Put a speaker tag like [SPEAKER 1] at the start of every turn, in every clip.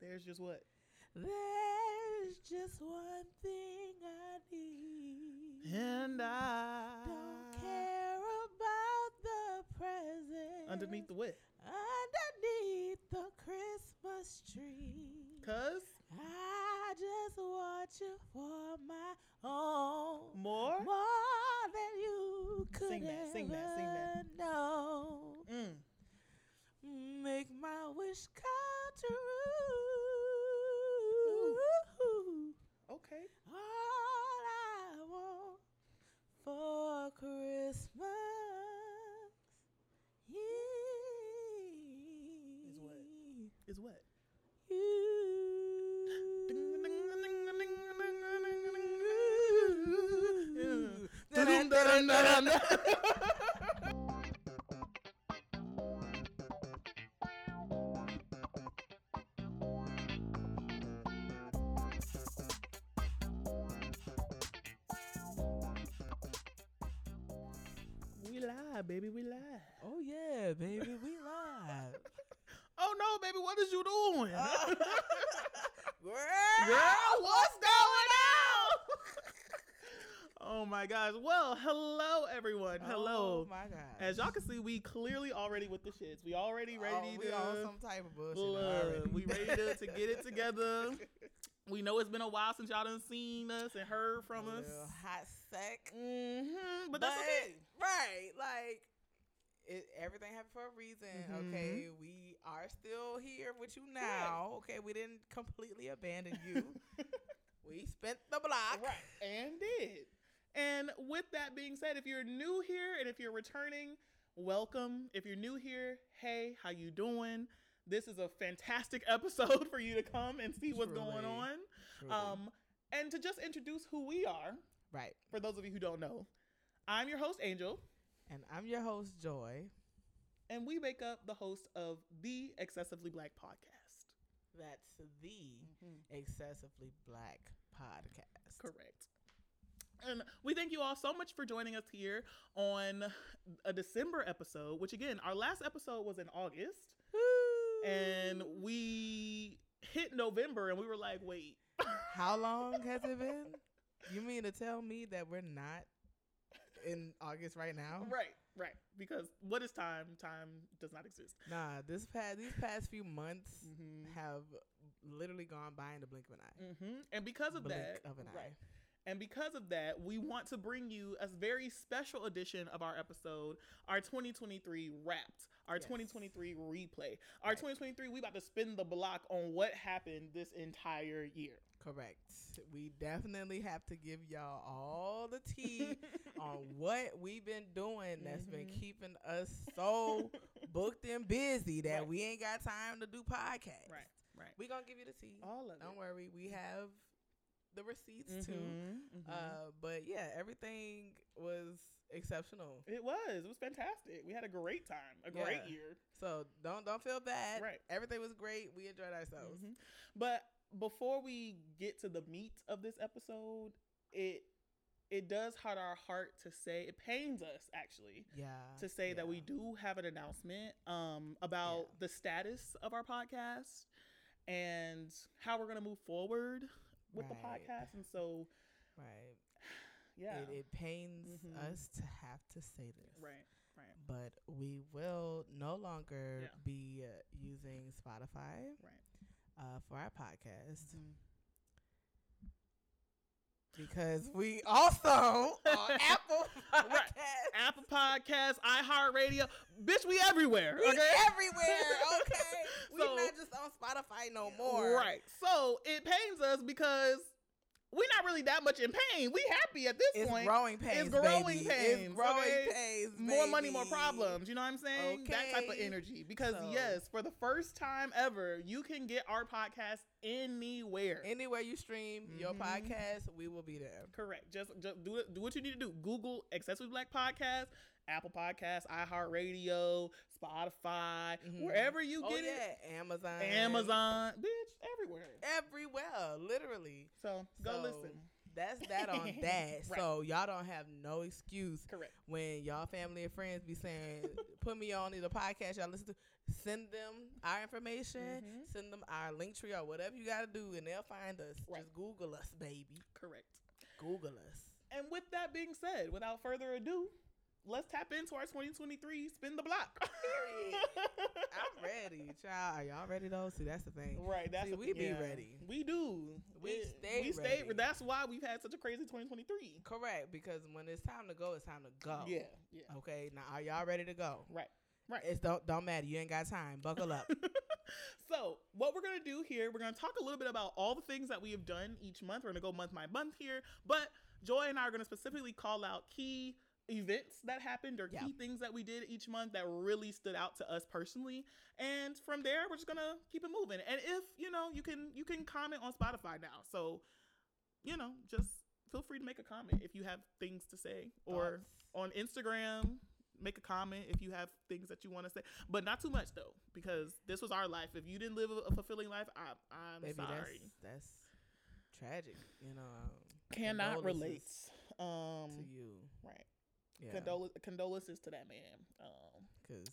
[SPEAKER 1] There's just what?
[SPEAKER 2] There's just one thing I need.
[SPEAKER 1] And I
[SPEAKER 2] Don't care about the present.
[SPEAKER 1] underneath the what?
[SPEAKER 2] underneath the Christmas tree.
[SPEAKER 1] Cause
[SPEAKER 2] I just want you for my own.
[SPEAKER 1] more.
[SPEAKER 2] More than you could
[SPEAKER 1] Sing that,
[SPEAKER 2] ever
[SPEAKER 1] sing that, sing that.
[SPEAKER 2] know.
[SPEAKER 1] Mm.
[SPEAKER 2] Make my wish come true.
[SPEAKER 1] Okay.
[SPEAKER 2] All I want for Christmas Eve
[SPEAKER 1] what? Is what?
[SPEAKER 2] you.
[SPEAKER 1] We lie, baby, we lie.
[SPEAKER 2] Oh yeah, baby, we live.
[SPEAKER 1] Oh no, baby, what is you doing?
[SPEAKER 2] Girl.
[SPEAKER 1] Uh, Girl, what's going on? oh my gosh. Well, hello everyone. Hello.
[SPEAKER 2] Oh my god.
[SPEAKER 1] As y'all can see, we clearly already with the shits. We already ready
[SPEAKER 2] oh,
[SPEAKER 1] to
[SPEAKER 2] we on some type of bullshit
[SPEAKER 1] Look,
[SPEAKER 2] already.
[SPEAKER 1] we ready to, to get it together. We know it's been a while since y'all done seen us and heard from
[SPEAKER 2] A
[SPEAKER 1] us.
[SPEAKER 2] little hot sack.
[SPEAKER 1] Mm-hmm. But
[SPEAKER 2] But
[SPEAKER 1] that's okay.
[SPEAKER 2] Right. Like it, everything happened for a reason.
[SPEAKER 1] Mm-hmm,
[SPEAKER 2] Okay. We are still here with you now. Okay. We didn't completely abandon you. we spent the block.
[SPEAKER 1] Right. And did. And with that being said, if you're new here and if you're returning, welcome. If you're new here, hey, how you doing? This is a fantastic episode for you to come and see what's
[SPEAKER 2] Truly.
[SPEAKER 1] going on. Um, and to just introduce who we are,
[SPEAKER 2] Right.
[SPEAKER 1] for those of you who don't know, I'm your host, Angel.
[SPEAKER 2] And I'm your host, Joy.
[SPEAKER 1] and we make up the host of the Excessively Black podcast.
[SPEAKER 2] That's the
[SPEAKER 1] Mm-hmm.
[SPEAKER 2] excessively black podcast.
[SPEAKER 1] Correct. And we thank you all so much for joining us here on a December episode, which again, our last episode was in August,
[SPEAKER 2] Woo.
[SPEAKER 1] and we hit November and we were like, wait,
[SPEAKER 2] How long has it been? You mean to tell me that we're not in August right now?
[SPEAKER 1] right, right, because what is time? Time does not exist.
[SPEAKER 2] Nah, this past these past few months
[SPEAKER 1] Mm-hmm.
[SPEAKER 2] have literally gone by in the blink of an eye.
[SPEAKER 1] hmm And because of
[SPEAKER 2] Blink
[SPEAKER 1] that,
[SPEAKER 2] of an eye.
[SPEAKER 1] right. And because of that, we want to bring you a very special edition of our episode, our 2023 Wrapped, our 2023 replay. Our 2023, we about to spin the block on what happened this entire year.
[SPEAKER 2] Correct. We definitely have to give y'all all the
[SPEAKER 1] Oh,
[SPEAKER 2] tea on what we've been doing that's been
[SPEAKER 1] Mm-hmm.
[SPEAKER 2] keeping us so booked and busy that
[SPEAKER 1] Right.
[SPEAKER 2] we ain't got time to do podcasts.
[SPEAKER 1] Right, right.
[SPEAKER 2] We gonna give you the tea.
[SPEAKER 1] All of
[SPEAKER 2] Don't
[SPEAKER 1] it.
[SPEAKER 2] worry, we have the receipts
[SPEAKER 1] Mm-hmm.
[SPEAKER 2] too. Uh, but yeah, everything was exceptional.
[SPEAKER 1] It was. It was fantastic. We had a great time, a
[SPEAKER 2] Yeah.
[SPEAKER 1] great year.
[SPEAKER 2] So don't don't feel bad.
[SPEAKER 1] Right.
[SPEAKER 2] Everything was great. We enjoyed ourselves.
[SPEAKER 1] But before we get to the meat of this episode, it it does hurt our heart to say it pains us actually
[SPEAKER 2] Yeah.
[SPEAKER 1] Mm-hmm. to say that we do have an announcement um, about the status of our podcast and how we're going to move forward with the
[SPEAKER 2] Right.
[SPEAKER 1] podcast. And so,
[SPEAKER 2] Right.
[SPEAKER 1] yeah,
[SPEAKER 2] It, it pains us to have to say this.
[SPEAKER 1] right, right,
[SPEAKER 2] But we will no longer
[SPEAKER 1] Yeah.
[SPEAKER 2] be uh, using Spotify
[SPEAKER 1] right.
[SPEAKER 2] uh, for our podcast. Because we also on Apple
[SPEAKER 1] Right.
[SPEAKER 2] Podcasts.
[SPEAKER 1] Apple Podcasts, iHeartRadio, bitch, we everywhere.
[SPEAKER 2] We
[SPEAKER 1] Okay.
[SPEAKER 2] everywhere, okay? We're
[SPEAKER 1] So-
[SPEAKER 2] not just on Spotify no more.
[SPEAKER 1] Right. So it pains us because we're not really that much in pain. We happy at this
[SPEAKER 2] It's
[SPEAKER 1] point.
[SPEAKER 2] growing pains.
[SPEAKER 1] It's growing
[SPEAKER 2] baby.
[SPEAKER 1] pains.
[SPEAKER 2] It's growing
[SPEAKER 1] okay?
[SPEAKER 2] pains.
[SPEAKER 1] More money, more
[SPEAKER 2] baby.
[SPEAKER 1] problems. You know what I'm saying? That type of
[SPEAKER 2] Okay.
[SPEAKER 1] energy. Because
[SPEAKER 2] So-
[SPEAKER 1] yes, for the first time ever, you can get our podcast anywhere.
[SPEAKER 2] Anywhere you stream your
[SPEAKER 1] Mm-hmm.
[SPEAKER 2] podcast, we will be there.
[SPEAKER 1] Correct. Just, just do it- do what you need to do. Google Accessory Black Podcast, Apple Podcasts, iHeartRadio, Spotify, wherever you
[SPEAKER 2] Oh
[SPEAKER 1] get
[SPEAKER 2] yeah, Amazon,
[SPEAKER 1] it. Amazon, bitch, everywhere.
[SPEAKER 2] everywhere, literally.
[SPEAKER 1] So go
[SPEAKER 2] So,
[SPEAKER 1] listen.
[SPEAKER 2] That's that on that.
[SPEAKER 1] Right.
[SPEAKER 2] So y'all don't have no excuse
[SPEAKER 1] Correct.
[SPEAKER 2] when y'all family and friends be saying, "Put me on either podcast y'all listen to." Send them our information.
[SPEAKER 1] Mhm.
[SPEAKER 2] Send them our link tree or whatever you gotta do, and they'll find us.
[SPEAKER 1] Right.
[SPEAKER 2] Just Google us, baby.
[SPEAKER 1] Correct.
[SPEAKER 2] Google us.
[SPEAKER 1] And with that being said, without further ado, let's tap into our 2023 spin the block.
[SPEAKER 2] Period. I'm ready, child. Are y'all ready though? See, that's the thing.
[SPEAKER 1] Right, that's
[SPEAKER 2] See,
[SPEAKER 1] the
[SPEAKER 2] we
[SPEAKER 1] thing,
[SPEAKER 2] be ready.
[SPEAKER 1] We do.
[SPEAKER 2] We
[SPEAKER 1] It-
[SPEAKER 2] stay
[SPEAKER 1] We stay.
[SPEAKER 2] ready.
[SPEAKER 1] That's why we've had such a crazy 2023.
[SPEAKER 2] Correct, because when it's time to go, it's time to go.
[SPEAKER 1] Yeah, yeah.
[SPEAKER 2] Okay. Now, are y'all ready to go?
[SPEAKER 1] Right, right.
[SPEAKER 2] It's don't don't matter. You ain't got time. Buckle up.
[SPEAKER 1] So, what we're gonna do here, we're gonna talk a little bit about all the things that we have done each month. We're gonna go month by month here, but Joy and I are gonna specifically call out key events that happened or
[SPEAKER 2] Yeah.
[SPEAKER 1] key things that we did each month that really stood out to us personally. And from there, we're just gonna keep it moving. And if you know, you can you can comment on Spotify now. So, you know, just feel free to make a comment if you have things to say or on Instagram. Make a comment if you have things that you want to say, but not too much though, because this was our life. If you didn't live a fulfilling life, I, I'm
[SPEAKER 2] Baby,
[SPEAKER 1] sorry.
[SPEAKER 2] that's that's tragic. You know, um,
[SPEAKER 1] Cannot relate.
[SPEAKER 2] condolences to
[SPEAKER 1] Um,
[SPEAKER 2] you,
[SPEAKER 1] right.
[SPEAKER 2] yeah,
[SPEAKER 1] Condol- condolences to that man. Um,
[SPEAKER 2] because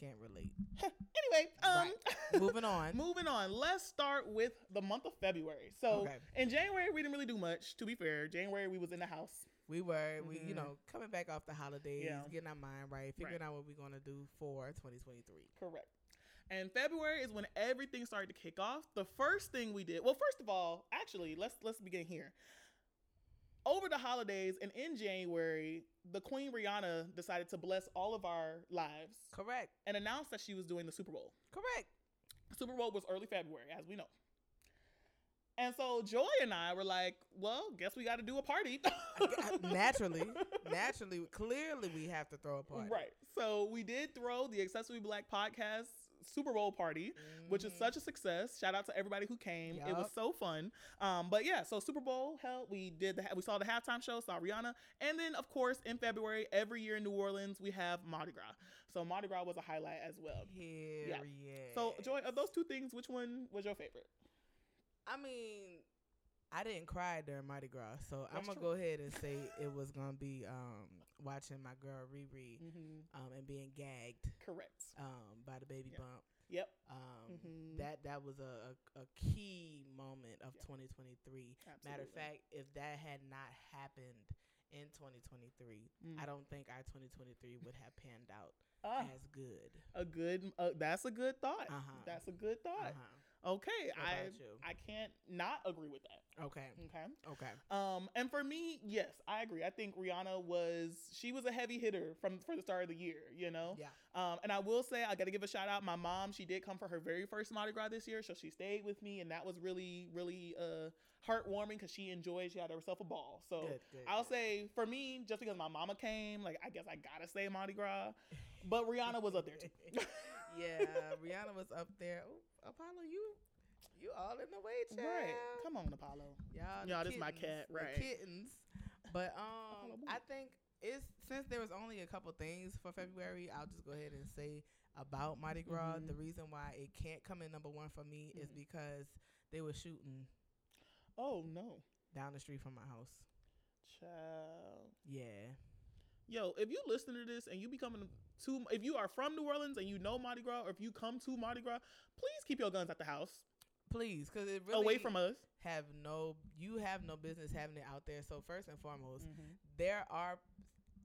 [SPEAKER 2] can't relate.
[SPEAKER 1] anyway, um,
[SPEAKER 2] Moving on.
[SPEAKER 1] moving on. Let's start with the month of February. So
[SPEAKER 2] Okay.
[SPEAKER 1] in January, we didn't really do much. To be fair, January we was in the house.
[SPEAKER 2] We were, we
[SPEAKER 1] Mhm.
[SPEAKER 2] you know, coming back off the holidays,
[SPEAKER 1] Yeah.
[SPEAKER 2] getting our mind right, figuring out what we're gonna do for 2023.
[SPEAKER 1] Correct. And February is when everything started to kick off. The first thing we did, well, first of all, actually, let's let's begin here. Over the holidays and in January, the Queen Rihanna decided to bless all of our lives
[SPEAKER 2] Correct.
[SPEAKER 1] and announced that she was doing the Super Bowl.
[SPEAKER 2] Correct.
[SPEAKER 1] Super Bowl was early February, as we know. And so Joy and I were like, well, guess we got to do a party.
[SPEAKER 2] I- I- naturally, naturally, clearly, we have to throw a party.
[SPEAKER 1] Right. So we did throw the Accessory Black Podcast Super Bowl party. which is
[SPEAKER 2] Mhm.
[SPEAKER 1] such a success. Shout out to everybody who came. It was
[SPEAKER 2] Yup.
[SPEAKER 1] so fun. Um, but yeah, so Super Bowl held. We did the we saw the halftime show, saw Rihanna, and then of course in February every year in New Orleans we have Mardi Gras. So Mardi Gras was a highlight as well.
[SPEAKER 2] Mm-hmm. Period.
[SPEAKER 1] So Joy, of those two things, which one was your favorite?
[SPEAKER 2] I mean, I didn't cry during Mardi Gras, so I'm
[SPEAKER 1] That's
[SPEAKER 2] gonna
[SPEAKER 1] true.
[SPEAKER 2] go ahead and say it was gonna be um, watching my girl Riri
[SPEAKER 1] Mm-hmm.
[SPEAKER 2] um, and being gagged
[SPEAKER 1] Correct.
[SPEAKER 2] um, by the baby
[SPEAKER 1] Yeah.
[SPEAKER 2] bump.
[SPEAKER 1] Yep.
[SPEAKER 2] Um,
[SPEAKER 1] Mhm.
[SPEAKER 2] That that was a, a, a key moment of
[SPEAKER 1] Yeah.
[SPEAKER 2] 2023.
[SPEAKER 1] Absolutely.
[SPEAKER 2] Matter of fact, if that had not happened in 2023,
[SPEAKER 1] Mm.
[SPEAKER 2] I don't think our 2023 would have panned out
[SPEAKER 1] Ah,
[SPEAKER 2] as good.
[SPEAKER 1] a good. Uh, that's a good thought.
[SPEAKER 2] Uh-huh.
[SPEAKER 1] That's a good thought.
[SPEAKER 2] Uh-huh.
[SPEAKER 1] Okay,
[SPEAKER 2] What
[SPEAKER 1] I
[SPEAKER 2] about you?
[SPEAKER 1] I can't not agree with that.
[SPEAKER 2] okay.
[SPEAKER 1] Okay.
[SPEAKER 2] Okay.
[SPEAKER 1] Um, and for me, yes, I agree. I think Rihanna was she was a heavy hitter from for the start of the year, you know.
[SPEAKER 2] Yeah.
[SPEAKER 1] Um, and I will say I got to give a shout out my mom. She did come for her very first Mardi Gras this year, so she stayed with me, and that was really really uh heartwarming because she enjoyed. She had herself a ball. So
[SPEAKER 2] Good, good,
[SPEAKER 1] Oh, I'll
[SPEAKER 2] good.
[SPEAKER 1] say for me, just because my mama came, like I guess I gotta say Mardi Gras, but Rihanna was up there too.
[SPEAKER 2] yeah, Rihanna was up there. Oh, Apollo, you you all in the way, child.
[SPEAKER 1] Right? Come on, Apollo.
[SPEAKER 2] Y'all, the
[SPEAKER 1] Y'all, this my
[SPEAKER 2] kittens,
[SPEAKER 1] cat,
[SPEAKER 2] the
[SPEAKER 1] right.
[SPEAKER 2] kittens. But
[SPEAKER 1] Apollo
[SPEAKER 2] um,
[SPEAKER 1] boy.
[SPEAKER 2] I think it's since there was only a couple things for February, I'll just go ahead and say about Mardi Gras.
[SPEAKER 1] Mhm.
[SPEAKER 2] The reason why it can't come in number one for me is
[SPEAKER 1] Mhm.
[SPEAKER 2] because they were shooting
[SPEAKER 1] Oh no,
[SPEAKER 2] down the street from my house.
[SPEAKER 1] child.
[SPEAKER 2] Yeah,
[SPEAKER 1] Yo, if you listen to this and you becoming to if you are from New Orleans and you know Mardi Gras, or if you come to Mardi Gras, please keep your guns at the house,
[SPEAKER 2] please, because it really
[SPEAKER 1] away from us.
[SPEAKER 2] have no you have no business having it out there. So first and foremost.
[SPEAKER 1] Mm. Mm-hmm.
[SPEAKER 2] there are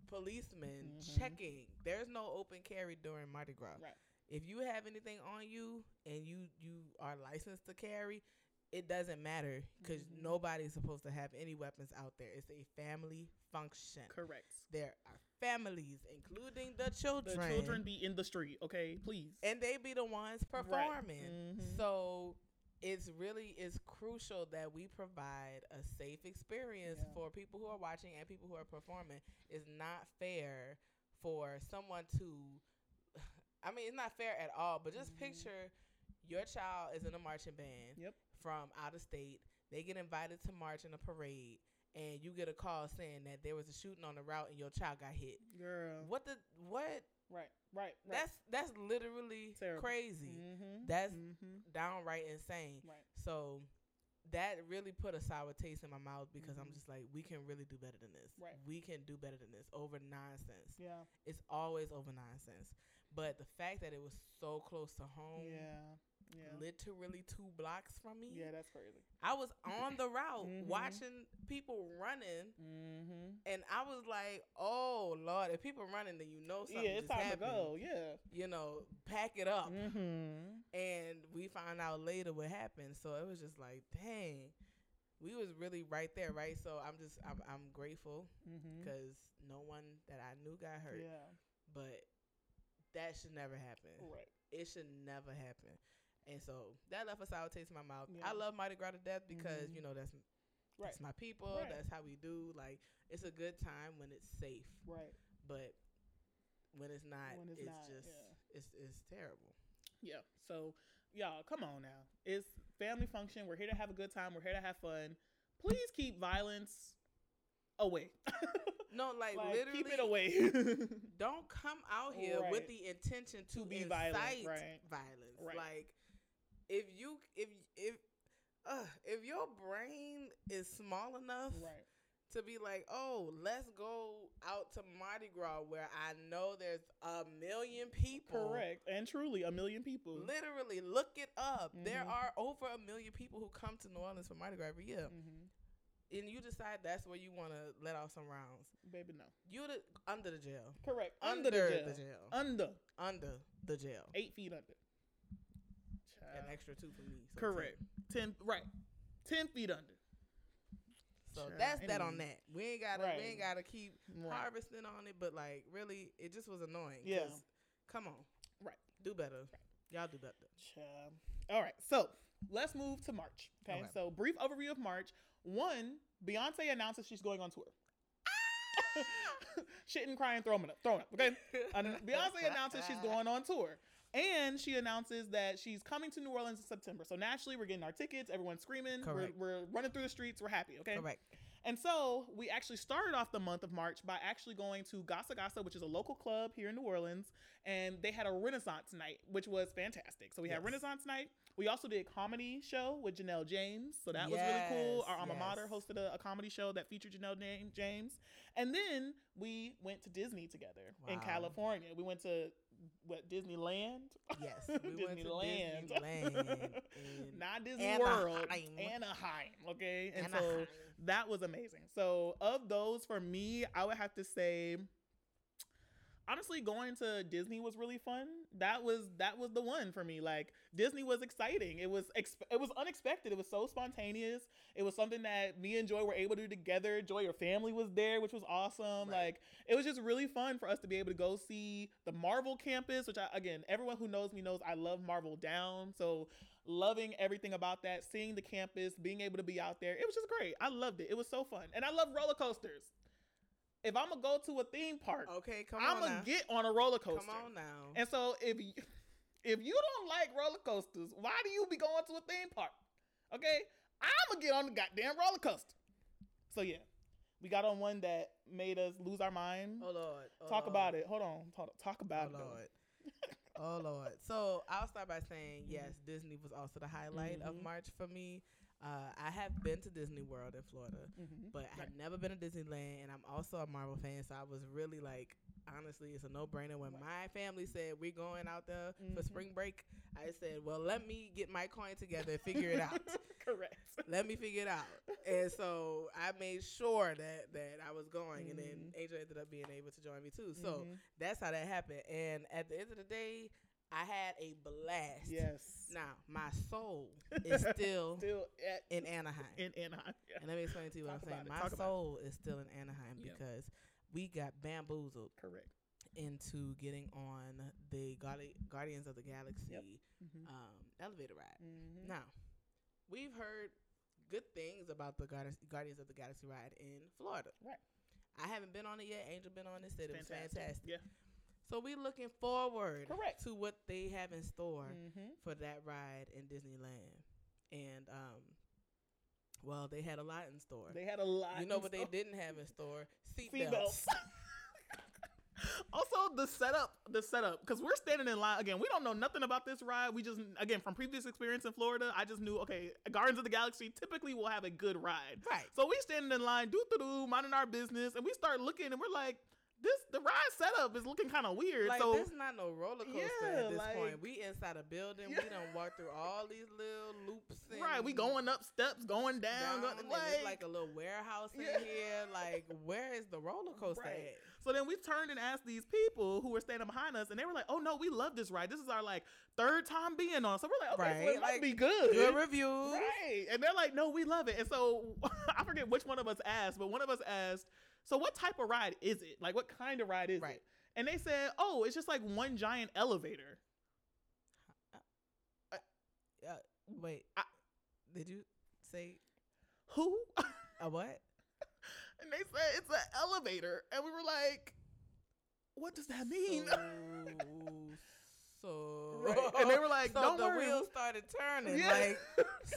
[SPEAKER 2] policemen
[SPEAKER 1] Mhm.
[SPEAKER 2] checking. There's no open carry during Mardi Gras.
[SPEAKER 1] Right.
[SPEAKER 2] If you have anything on you and you you are licensed to carry, it doesn't matter because
[SPEAKER 1] Mhm.
[SPEAKER 2] nobody's supposed to have any weapons out there. It's a family function.
[SPEAKER 1] Correct.
[SPEAKER 2] There are families, including the
[SPEAKER 1] The
[SPEAKER 2] children,
[SPEAKER 1] children be in the street, okay? Please.
[SPEAKER 2] and they be the ones
[SPEAKER 1] Right.
[SPEAKER 2] performing.
[SPEAKER 1] Mhm.
[SPEAKER 2] So it's really it's crucial that we provide a safe experience
[SPEAKER 1] Yeah.
[SPEAKER 2] for people who are watching and people who are performing. It's not fair for someone to I mean it's not fair at all, but just
[SPEAKER 1] Mhm.
[SPEAKER 2] picture your child is in a marching band
[SPEAKER 1] Yep.
[SPEAKER 2] from out of state. They get invited to march in a parade and you get a call saying that there was a shooting on the route and your child got hit.
[SPEAKER 1] girl.
[SPEAKER 2] What the what?
[SPEAKER 1] Right. Right. Right.
[SPEAKER 2] That's that's literally
[SPEAKER 1] Terrible.
[SPEAKER 2] crazy.
[SPEAKER 1] mm-hmm.
[SPEAKER 2] That's
[SPEAKER 1] Mm-hmm.
[SPEAKER 2] downright insane.
[SPEAKER 1] Right.
[SPEAKER 2] So that really put a sour taste in my mouth because I'm just like, we can really do better than this.
[SPEAKER 1] Mm-hmm. Right.
[SPEAKER 2] We can do better than this over nonsense.
[SPEAKER 1] Yeah.
[SPEAKER 2] It's always over nonsense. But the fact that it was so close to home,
[SPEAKER 1] Yeah. Yeah.
[SPEAKER 2] literally two blocks from me,
[SPEAKER 1] Yeah, that's crazy.
[SPEAKER 2] I was on the route
[SPEAKER 1] Mhm.
[SPEAKER 2] watching people running.
[SPEAKER 1] Mm-hmm.
[SPEAKER 2] And I was like, "Oh Lord! If people running, then you know something
[SPEAKER 1] Yeah, it's
[SPEAKER 2] just
[SPEAKER 1] time
[SPEAKER 2] happened. Oh.
[SPEAKER 1] to go. Yeah.
[SPEAKER 2] You know, pack it up."
[SPEAKER 1] Mm-hmm.
[SPEAKER 2] and we found out later what happened. So it was just like, dang, we was really right there, right? So I'm just, I'm, I'm grateful
[SPEAKER 1] Mm-hmm.
[SPEAKER 2] because no one that I knew got hurt,
[SPEAKER 1] Yeah.
[SPEAKER 2] but that should never happen.
[SPEAKER 1] Right.
[SPEAKER 2] It should never happen. And so that left a sour taste in my mouth.
[SPEAKER 1] Yeah.
[SPEAKER 2] I love Mardi Gras to death because
[SPEAKER 1] Mhm.
[SPEAKER 2] you know that's
[SPEAKER 1] Right.
[SPEAKER 2] that's my people.
[SPEAKER 1] Right.
[SPEAKER 2] That's how we do. Like it's a good time when it's safe,
[SPEAKER 1] Right.
[SPEAKER 2] but when it's not,
[SPEAKER 1] When it's
[SPEAKER 2] it's
[SPEAKER 1] not,
[SPEAKER 2] just
[SPEAKER 1] yeah.
[SPEAKER 2] it's it's terrible.
[SPEAKER 1] Yeah. So, y'all, come on now. It's family function. We're here to have a good time. We're here to have fun. Please keep violence away.
[SPEAKER 2] No, like,
[SPEAKER 1] Like,
[SPEAKER 2] literally,
[SPEAKER 1] keep it away.
[SPEAKER 2] don't come out here
[SPEAKER 1] Right.
[SPEAKER 2] with the intention to,
[SPEAKER 1] To be
[SPEAKER 2] incite
[SPEAKER 1] violent,
[SPEAKER 2] violence.
[SPEAKER 1] right. Right.
[SPEAKER 2] Like if you if if uh, if your brain is small enough
[SPEAKER 1] right.
[SPEAKER 2] to be like, oh, let's go out to Mardi Gras where I know there's a million people.
[SPEAKER 1] Correct. And truly, a million people.
[SPEAKER 2] Literally, look it up. There
[SPEAKER 1] Mhm.
[SPEAKER 2] are over a million people who come to New Orleans for Mardi Gras every year,
[SPEAKER 1] Mhm.
[SPEAKER 2] and you decide that's where you want to let off some rounds.
[SPEAKER 1] Baby, no.
[SPEAKER 2] You're the, under the jail,
[SPEAKER 1] Correct. Under, the, jail.
[SPEAKER 2] the jail,
[SPEAKER 1] Under.
[SPEAKER 2] under the jail.
[SPEAKER 1] Eight feet under.
[SPEAKER 2] an
[SPEAKER 1] Child.
[SPEAKER 2] extra two for me. so
[SPEAKER 1] Uh, Correct. Ten. Right. Ten feet under.
[SPEAKER 2] ten. So
[SPEAKER 1] Sure.
[SPEAKER 2] that's that on
[SPEAKER 1] Anyway.
[SPEAKER 2] that. We ain't gotta
[SPEAKER 1] Right.
[SPEAKER 2] we ain't gotta keep
[SPEAKER 1] Right.
[SPEAKER 2] harvesting on it, but like really, it just was annoying.
[SPEAKER 1] Yeah.
[SPEAKER 2] 'cause, Come on.
[SPEAKER 1] Right.
[SPEAKER 2] Do better. Y'all do better.
[SPEAKER 1] Child. Uh, All right. So let's move to March. Okay.
[SPEAKER 2] Okay.
[SPEAKER 1] So brief overview of March. One, Beyonce announces she's going on tour. Shit and crying, throwing up, throwing up. Okay. An- Beyonce announces she's going on tour. And she announces that she's coming to New Orleans in September. So naturally, we're getting our tickets. Everyone's screaming. We're,
[SPEAKER 2] Correct.
[SPEAKER 1] we're running through the streets. We're happy. Okay.
[SPEAKER 2] Correct.
[SPEAKER 1] And so we actually started off the month of March by actually going to Gasa Gasa, which is a local club here in New Orleans, and they had a Renaissance night, which was fantastic. So we had
[SPEAKER 2] Yes.
[SPEAKER 1] Renaissance night. We also did a comedy show with Janelle James, so that was really cool.
[SPEAKER 2] Yes,
[SPEAKER 1] Our alma mater
[SPEAKER 2] yes.
[SPEAKER 1] hosted a, a comedy show that featured Janelle Na- James, and then we went to Disney together in
[SPEAKER 2] Wow.
[SPEAKER 1] California. We went to what Disneyland?
[SPEAKER 2] Yes. We went to
[SPEAKER 1] Disneyland.
[SPEAKER 2] Disneyland in
[SPEAKER 1] Not Disney World,
[SPEAKER 2] Anaheim.
[SPEAKER 1] Anaheim. Okay, and so
[SPEAKER 2] Anaheim.
[SPEAKER 1] that was amazing. So of those for me, I would have to say honestly going to Disney was really fun. That was that was the one for me. Like Disney was exciting. It was ex- it was unexpected. It was so spontaneous. It was something that me and Joy were able to do together. Joy your family was there, which was awesome.
[SPEAKER 2] Right.
[SPEAKER 1] Like it was just really fun for us to be able to go see the Marvel campus, which I, again, everyone who knows me knows I love Marvel down. So loving everything about that, seeing the campus, being able to be out there. It was just great. I loved it. It was so fun. And I love roller coasters. If I'm gonna go to a theme park,
[SPEAKER 2] Okay, Oh, come
[SPEAKER 1] I'm
[SPEAKER 2] on now.
[SPEAKER 1] gonna get on a roller coaster.
[SPEAKER 2] come on now.
[SPEAKER 1] And so if you, if you don't like roller coasters, why do you be going to a theme park? Okay, I'm gonna get on the goddamn roller coaster. So yeah, we got on one that made us lose our mind.
[SPEAKER 2] oh Lord. Oh
[SPEAKER 1] Talk
[SPEAKER 2] Lord.
[SPEAKER 1] about it. Hold on. Hold on. Talk
[SPEAKER 2] Oh
[SPEAKER 1] about it.
[SPEAKER 2] Lord. oh Lord. So I'll start by saying
[SPEAKER 1] Mm-hmm.
[SPEAKER 2] yes, Disney was also the highlight
[SPEAKER 1] Mhm.
[SPEAKER 2] of March for me. Uh, I have been to Disney World in Florida,
[SPEAKER 1] Mm-hmm.
[SPEAKER 2] but
[SPEAKER 1] Right.
[SPEAKER 2] I've never been to Disneyland, and I'm also a Marvel fan. So I was really like, honestly, it's a no brainer. When my family said we're going out there for
[SPEAKER 1] Mhm.
[SPEAKER 2] spring break, I said, well, let me get my coin together and figure it out.
[SPEAKER 1] Correct.
[SPEAKER 2] let me figure it out. And so I made sure that that I was going, and then
[SPEAKER 1] Mhm.
[SPEAKER 2] Angel ended up being able to join me too.
[SPEAKER 1] Mm-hmm.
[SPEAKER 2] So that's how that happened. And at the end of the day, I had a blast.
[SPEAKER 1] yes.
[SPEAKER 2] Now my soul is still
[SPEAKER 1] Still at,
[SPEAKER 2] in Anaheim,
[SPEAKER 1] in Anaheim. Yeah.
[SPEAKER 2] and let me explain to you what
[SPEAKER 1] Talk
[SPEAKER 2] I'm saying.
[SPEAKER 1] about it,
[SPEAKER 2] My
[SPEAKER 1] talk about it.
[SPEAKER 2] soul is still in Anaheim
[SPEAKER 1] Yeah.
[SPEAKER 2] because we got bamboozled
[SPEAKER 1] Correct.
[SPEAKER 2] into getting on the Guardi- Guardians of the Galaxy
[SPEAKER 1] Mm-hmm.
[SPEAKER 2] um, elevator ride.
[SPEAKER 1] Mm-hmm.
[SPEAKER 2] Now we've heard good things about the Guardi- Guardians of the Galaxy ride in Florida.
[SPEAKER 1] Right.
[SPEAKER 2] I haven't been on it yet. Angel been on it. Said it was fantastic.
[SPEAKER 1] Yeah.
[SPEAKER 2] So we're looking forward
[SPEAKER 1] Correct.
[SPEAKER 2] to what they have in store
[SPEAKER 1] Mm-hmm.
[SPEAKER 2] for that ride in Disneyland. And um well, they had a lot in store.
[SPEAKER 1] They had a lot.
[SPEAKER 2] you know
[SPEAKER 1] in
[SPEAKER 2] what they
[SPEAKER 1] store.
[SPEAKER 2] didn't have in store? Seatbelts.
[SPEAKER 1] Seatbelts. also, love the setup, the setup, because we're standing in line again. We don't know nothing about this ride. We just again from previous experience in Florida, I just knew okay, Gardens of the Galaxy typically will have a good ride.
[SPEAKER 2] Right.
[SPEAKER 1] So we standing in line, doo doo doo, minding our business, and we start looking, and we're like, this the ride setup is looking kind of weird.
[SPEAKER 2] Like
[SPEAKER 1] so
[SPEAKER 2] there's not no roller coaster
[SPEAKER 1] Yeah,
[SPEAKER 2] at this
[SPEAKER 1] like-
[SPEAKER 2] point. We inside a building.
[SPEAKER 1] Yeah.
[SPEAKER 2] We done walk through all these little loops. And
[SPEAKER 1] right, we going up steps, going
[SPEAKER 2] down.
[SPEAKER 1] down, going,
[SPEAKER 2] and
[SPEAKER 1] like,
[SPEAKER 2] it's like a little warehouse in
[SPEAKER 1] Yeah.
[SPEAKER 2] here. Like where is the roller coaster
[SPEAKER 1] Right.
[SPEAKER 2] at?
[SPEAKER 1] So then we turned and asked these people who were standing behind us, and they were like, "Oh no, we love this ride. This is our like third time being on, so we're like, okay, so
[SPEAKER 2] Right,
[SPEAKER 1] it must
[SPEAKER 2] like,
[SPEAKER 1] be good."
[SPEAKER 2] Good reviews.
[SPEAKER 1] Right. And they're like, no, we love it. And so I forget which one of us asked, but one of us asked, so what type of ride is it? Like, what kind of ride is
[SPEAKER 2] Right.
[SPEAKER 1] it? And they said, oh, it's just like one giant elevator.
[SPEAKER 2] Uh, wait,
[SPEAKER 1] I-
[SPEAKER 2] did you say
[SPEAKER 1] Who?
[SPEAKER 2] a what?
[SPEAKER 1] and they said, it's an elevator. And we were like, what does that mean?
[SPEAKER 2] Oh. So,
[SPEAKER 1] Right. And they were like,
[SPEAKER 2] so
[SPEAKER 1] "Don't
[SPEAKER 2] the
[SPEAKER 1] worry."
[SPEAKER 2] wheels started turning.
[SPEAKER 1] Yeah.
[SPEAKER 2] Like,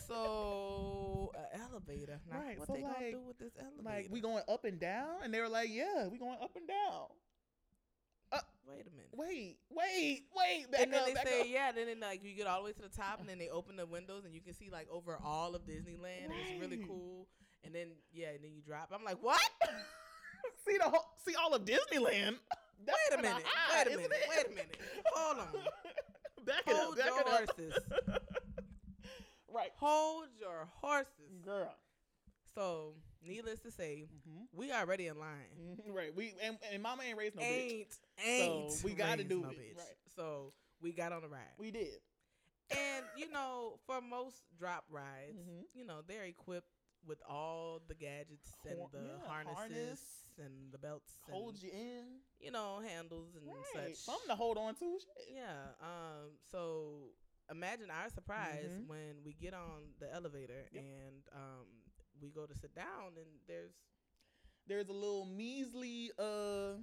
[SPEAKER 2] so an elevator. Now,
[SPEAKER 1] Right,
[SPEAKER 2] What
[SPEAKER 1] so
[SPEAKER 2] they gonna
[SPEAKER 1] like-
[SPEAKER 2] do with this elevator?
[SPEAKER 1] like, we going up and down? And they were like, yeah, we going up and down.
[SPEAKER 2] wait a minute.
[SPEAKER 1] Wait, wait, wait. Back
[SPEAKER 2] and then
[SPEAKER 1] up,
[SPEAKER 2] they
[SPEAKER 1] back
[SPEAKER 2] say,
[SPEAKER 1] up.
[SPEAKER 2] yeah. Then it, like you get all the way to the top, and then they open the windows, and you can see like over all of Disneyland. and It's really
[SPEAKER 1] Right.
[SPEAKER 2] cool. And then yeah, and then you drop. I'm like, what?
[SPEAKER 1] see the whole, see all of Disneyland. That's
[SPEAKER 2] Wait a
[SPEAKER 1] kinda
[SPEAKER 2] minute.
[SPEAKER 1] high,
[SPEAKER 2] Wait a
[SPEAKER 1] ah, isn't
[SPEAKER 2] minute.
[SPEAKER 1] it?
[SPEAKER 2] Wait a minute. Hold on.
[SPEAKER 1] back it up.
[SPEAKER 2] Hold
[SPEAKER 1] Back
[SPEAKER 2] your
[SPEAKER 1] it up.
[SPEAKER 2] horses.
[SPEAKER 1] Right.
[SPEAKER 2] Hold your horses.
[SPEAKER 1] Girl.
[SPEAKER 2] So, needless to say, we already in line.
[SPEAKER 1] Mhm, Right. We and, and mama ain't raised no bitch.
[SPEAKER 2] ain't ain't
[SPEAKER 1] So, we gotta
[SPEAKER 2] raised
[SPEAKER 1] do
[SPEAKER 2] no
[SPEAKER 1] it.
[SPEAKER 2] bitch.
[SPEAKER 1] Right.
[SPEAKER 2] So we got on a ride,
[SPEAKER 1] We did.
[SPEAKER 2] and you know, for most drop rides,
[SPEAKER 1] Mhm.
[SPEAKER 2] you know they're equipped with all the gadgets and
[SPEAKER 1] Hor-
[SPEAKER 2] the
[SPEAKER 1] yeah,
[SPEAKER 2] harnesses
[SPEAKER 1] harness,
[SPEAKER 2] and the belts, and,
[SPEAKER 1] Hold you in.
[SPEAKER 2] you know handles and
[SPEAKER 1] Right.
[SPEAKER 2] Mm, such.
[SPEAKER 1] Something to hold on to. Shit.
[SPEAKER 2] yeah. Um. So imagine our surprise
[SPEAKER 1] Mhm.
[SPEAKER 2] when we get on the elevator
[SPEAKER 1] Yep.
[SPEAKER 2] and um we go to sit down and there's
[SPEAKER 1] There's a little measly uh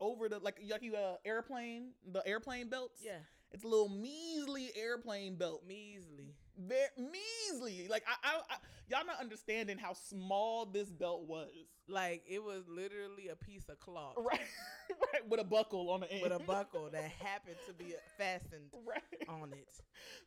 [SPEAKER 1] over the like yucky uh, airplane the airplane belts.
[SPEAKER 2] yeah
[SPEAKER 1] It's a little measly airplane belt.
[SPEAKER 2] measly
[SPEAKER 1] Very measly. Like I, I, I y'all not understanding how small this belt was.
[SPEAKER 2] like it was literally a piece of cloth
[SPEAKER 1] Right. right. With a buckle on the end.
[SPEAKER 2] with a buckle that happened to be fastened
[SPEAKER 1] Right.
[SPEAKER 2] on it.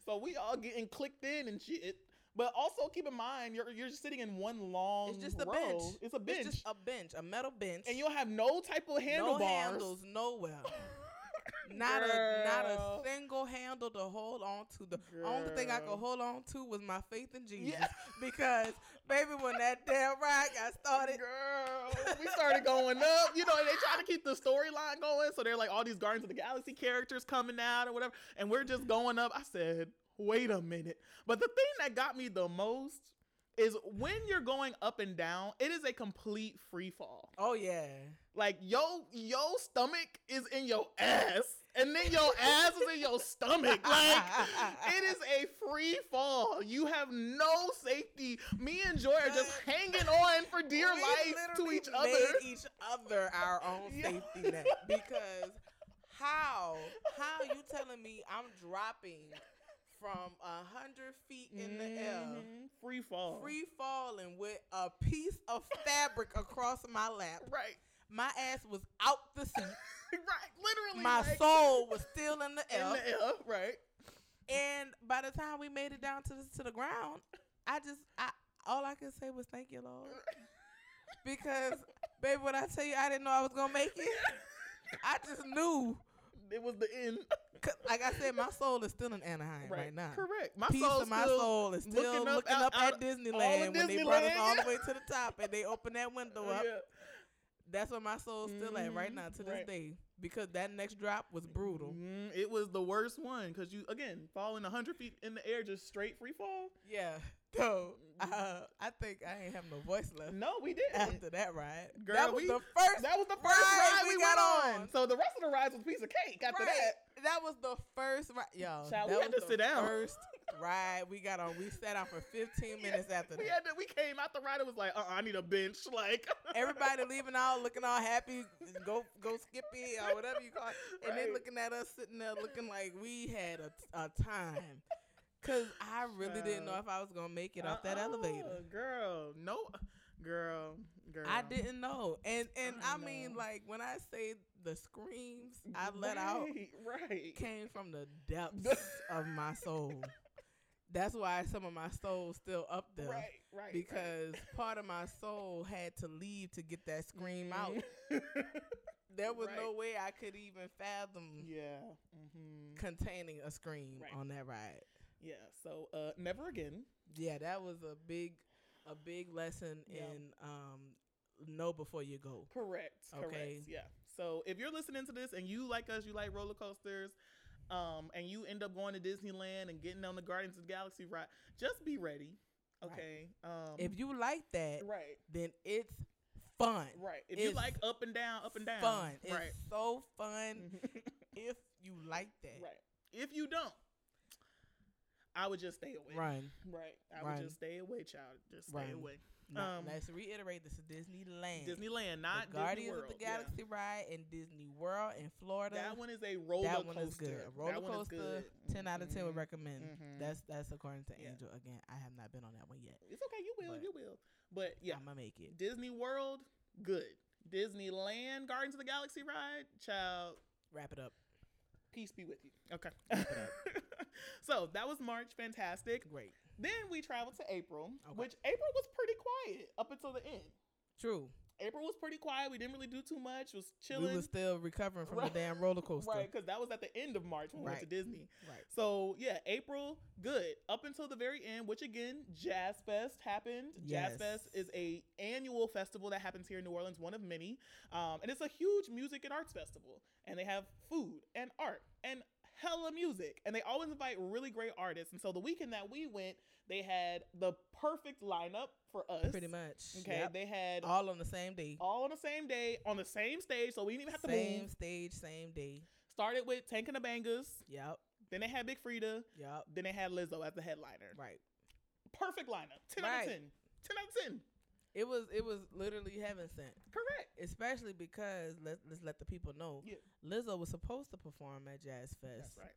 [SPEAKER 1] So we all getting clicked in and shit. But also keep in mind, you're you're just sitting in one long.
[SPEAKER 2] It's just a
[SPEAKER 1] row.
[SPEAKER 2] bench.
[SPEAKER 1] It's a bench,
[SPEAKER 2] It's just a bench, a metal bench,
[SPEAKER 1] and you'll have no type of handlebars.
[SPEAKER 2] no handles nowhere. Not a not a
[SPEAKER 1] Girl.
[SPEAKER 2] single handle to hold on to. The only thing I
[SPEAKER 1] Girl.
[SPEAKER 2] could hold on to was my faith in Jesus
[SPEAKER 1] Yeah.
[SPEAKER 2] because baby, when that damn ride got started,
[SPEAKER 1] Girl, we started going up. You know, and they try to keep the storyline going. So they're like all these Guardians of the Galaxy characters coming out or whatever. And we're just going up. I said, wait a minute. But the thing that got me the most is when you're going up and down, it is a complete free fall.
[SPEAKER 2] oh yeah,
[SPEAKER 1] Like yo, yo stomach is in your ass, and then your ass is in your stomach. Like it is a free fall. You have no safety. Me and Joy are just hanging on for dear
[SPEAKER 2] We
[SPEAKER 1] life to
[SPEAKER 2] literally
[SPEAKER 1] each other.
[SPEAKER 2] Made each other our own
[SPEAKER 1] Yeah.
[SPEAKER 2] safety net because how how you telling me I'm dropping from a hundred feet in the air,
[SPEAKER 1] Mhm. free fall.
[SPEAKER 2] Mm-hmm. free falling with a piece of fabric across my lap.
[SPEAKER 1] Right,
[SPEAKER 2] My ass was out the seat.
[SPEAKER 1] right. Literally,
[SPEAKER 2] My
[SPEAKER 1] like,
[SPEAKER 2] soul was still in the
[SPEAKER 1] in
[SPEAKER 2] air.
[SPEAKER 1] the air. Right.
[SPEAKER 2] And by the time we made it down to the, to the ground, I just I all I could say was thank you, Lord, because baby, when I tell you I didn't know I was gonna make it, I just knew.
[SPEAKER 1] It was the end.
[SPEAKER 2] 'Cause Like I said, my soul is still in Anaheim right, now.
[SPEAKER 1] Correct. My
[SPEAKER 2] Piece
[SPEAKER 1] soul.
[SPEAKER 2] of my
[SPEAKER 1] still-
[SPEAKER 2] soul is still
[SPEAKER 1] looking
[SPEAKER 2] looking
[SPEAKER 1] up
[SPEAKER 2] up,
[SPEAKER 1] out- out-
[SPEAKER 2] at Disneyland when they brought us
[SPEAKER 1] Disneyland,
[SPEAKER 2] all
[SPEAKER 1] yeah.
[SPEAKER 2] the way to the top and they opened that window up.
[SPEAKER 1] Yeah.
[SPEAKER 2] That's where my soul's still at right
[SPEAKER 1] Mhm,
[SPEAKER 2] now to this
[SPEAKER 1] right.
[SPEAKER 2] day because that next drop was brutal.
[SPEAKER 1] Mm, it was the worst one because you again falling hundred feet in the air, just straight free fall.
[SPEAKER 2] Yeah, so
[SPEAKER 1] Mm.
[SPEAKER 2] uh, I think I ain't have no voice left.
[SPEAKER 1] No, we did. not
[SPEAKER 2] after that ride.
[SPEAKER 1] Girl,
[SPEAKER 2] that was
[SPEAKER 1] we-
[SPEAKER 2] the first.
[SPEAKER 1] That was the first
[SPEAKER 2] Right,
[SPEAKER 1] ride we,
[SPEAKER 2] we
[SPEAKER 1] got
[SPEAKER 2] got
[SPEAKER 1] on.
[SPEAKER 2] on.
[SPEAKER 1] So the rest of the rides was a piece of cake after
[SPEAKER 2] right,
[SPEAKER 1] that.
[SPEAKER 2] that. was the first ride, y'all.
[SPEAKER 1] Child,
[SPEAKER 2] that
[SPEAKER 1] we had
[SPEAKER 2] was the
[SPEAKER 1] to sit down.
[SPEAKER 2] First ride we got on. We sat out for 15 minutes after
[SPEAKER 1] We
[SPEAKER 2] that.
[SPEAKER 1] had to, we came out the ride. It was like, uh, uh I need a bench. Like
[SPEAKER 2] Everybody leaving out, looking all happy, go go Skippy or whatever you call it, and
[SPEAKER 1] Right.
[SPEAKER 2] then looking at us sitting there looking like we had a, a time. Cause I really didn't know
[SPEAKER 1] Child.
[SPEAKER 2] if I was gonna make it off that
[SPEAKER 1] Uh-uh,
[SPEAKER 2] elevator.
[SPEAKER 1] girl. No, girl, girl.
[SPEAKER 2] I didn't know, and and
[SPEAKER 1] I
[SPEAKER 2] I mean,
[SPEAKER 1] know.
[SPEAKER 2] like when I say the screams I let out
[SPEAKER 1] Right, Right.
[SPEAKER 2] came from the depths of my soul. That's why some of my soul's still up there.
[SPEAKER 1] right. Right.
[SPEAKER 2] Because part of my soul had to leave to get that scream out.
[SPEAKER 1] right.
[SPEAKER 2] There was no
[SPEAKER 1] Mm-hmm. Right.
[SPEAKER 2] way I could even fathom
[SPEAKER 1] yeah. hmm
[SPEAKER 2] containing a scream
[SPEAKER 1] Right.
[SPEAKER 2] on that ride.
[SPEAKER 1] Yeah. So uh, never again.
[SPEAKER 2] Yeah, that was a big, a big lesson
[SPEAKER 1] Yeah.
[SPEAKER 2] in um, know before you go.
[SPEAKER 1] Correct.
[SPEAKER 2] Okay.
[SPEAKER 1] Correct. Yeah. So if you're listening to this and you like us, you like roller coasters, um, and you end up going to Disneyland and getting on the Guardians of the Galaxy ride, just be ready.
[SPEAKER 2] Right.
[SPEAKER 1] Okay. Um,
[SPEAKER 2] If you like that,
[SPEAKER 1] right,
[SPEAKER 2] then it's fun.
[SPEAKER 1] right. If you
[SPEAKER 2] it's
[SPEAKER 1] like up and down, up and down,
[SPEAKER 2] Fun. It's
[SPEAKER 1] Right.
[SPEAKER 2] so fun
[SPEAKER 1] Mhm.
[SPEAKER 2] if you like that.
[SPEAKER 1] right. If you don't, I would just stay away.
[SPEAKER 2] Run.
[SPEAKER 1] Right. I
[SPEAKER 2] Right.
[SPEAKER 1] would just stay away, child. Just stay
[SPEAKER 2] Right.
[SPEAKER 1] away.
[SPEAKER 2] Now,
[SPEAKER 1] Um,
[SPEAKER 2] let's reiterate this is Disneyland. The
[SPEAKER 1] Disneyland, not Disney
[SPEAKER 2] Guardians
[SPEAKER 1] World.
[SPEAKER 2] of the
[SPEAKER 1] Yeah.
[SPEAKER 2] Galaxy ride in Disney World in Florida.
[SPEAKER 1] That one is a roller
[SPEAKER 2] that
[SPEAKER 1] coaster.
[SPEAKER 2] one is good. A roller
[SPEAKER 1] That one is
[SPEAKER 2] coaster,
[SPEAKER 1] good.
[SPEAKER 2] 10 out of 10
[SPEAKER 1] Mhm.
[SPEAKER 2] would recommend.
[SPEAKER 1] Mhm.
[SPEAKER 2] That's that's according to
[SPEAKER 1] Yeah.
[SPEAKER 2] Angel. Again, I have not been on that one yet.
[SPEAKER 1] It's okay. You will.
[SPEAKER 2] But-
[SPEAKER 1] you will. But yeah,
[SPEAKER 2] I'm going to make it.
[SPEAKER 1] Disney World, good. Disneyland, Guardians of the Galaxy ride, child.
[SPEAKER 2] Wrap it up.
[SPEAKER 1] Peace be with you. Okay.
[SPEAKER 2] it
[SPEAKER 1] so that was March. Fantastic.
[SPEAKER 2] Great.
[SPEAKER 1] Then we traveled to April,
[SPEAKER 2] Okay.
[SPEAKER 1] which April was pretty quiet up until the end.
[SPEAKER 2] True.
[SPEAKER 1] April was pretty quiet. We didn't really do too much. It was
[SPEAKER 2] We
[SPEAKER 1] chilling.
[SPEAKER 2] were still recovering from
[SPEAKER 1] Right.
[SPEAKER 2] the damn roller coaster.
[SPEAKER 1] right, because that was at the end of March when we
[SPEAKER 2] Right.
[SPEAKER 1] went to Disney.
[SPEAKER 2] Right.
[SPEAKER 1] So yeah, April good up until the very end, which again, Jazz Fest happened.
[SPEAKER 2] Yes.
[SPEAKER 1] Jazz Fest is a annual festival that happens here in New Orleans, one of many, um, and it's a huge music and arts festival. And they have food and art and hella music, and they always invite really great artists. And so the weekend that we went, they had the perfect lineup for us.
[SPEAKER 2] Pretty much.
[SPEAKER 1] Okay,
[SPEAKER 2] Yep.
[SPEAKER 1] they had all,
[SPEAKER 2] All on the same day.
[SPEAKER 1] on the same day on the same stage, so we didn't even have to
[SPEAKER 2] same
[SPEAKER 1] move.
[SPEAKER 2] stage, same day.
[SPEAKER 1] Started with Tank and the Bangas,
[SPEAKER 2] Yep.
[SPEAKER 1] then they had Big Frida,
[SPEAKER 2] Yep.
[SPEAKER 1] then they had Lizzo as the headliner
[SPEAKER 2] Right.
[SPEAKER 1] perfect lineup. 10 out
[SPEAKER 2] Right.
[SPEAKER 1] of 10. 10 out of 10.
[SPEAKER 2] It was it was literally heaven sent.
[SPEAKER 1] Correct.
[SPEAKER 2] Especially because let let's let the people know
[SPEAKER 1] Yeah.
[SPEAKER 2] Lizzo was supposed to perform at Jazz Fest
[SPEAKER 1] That's right.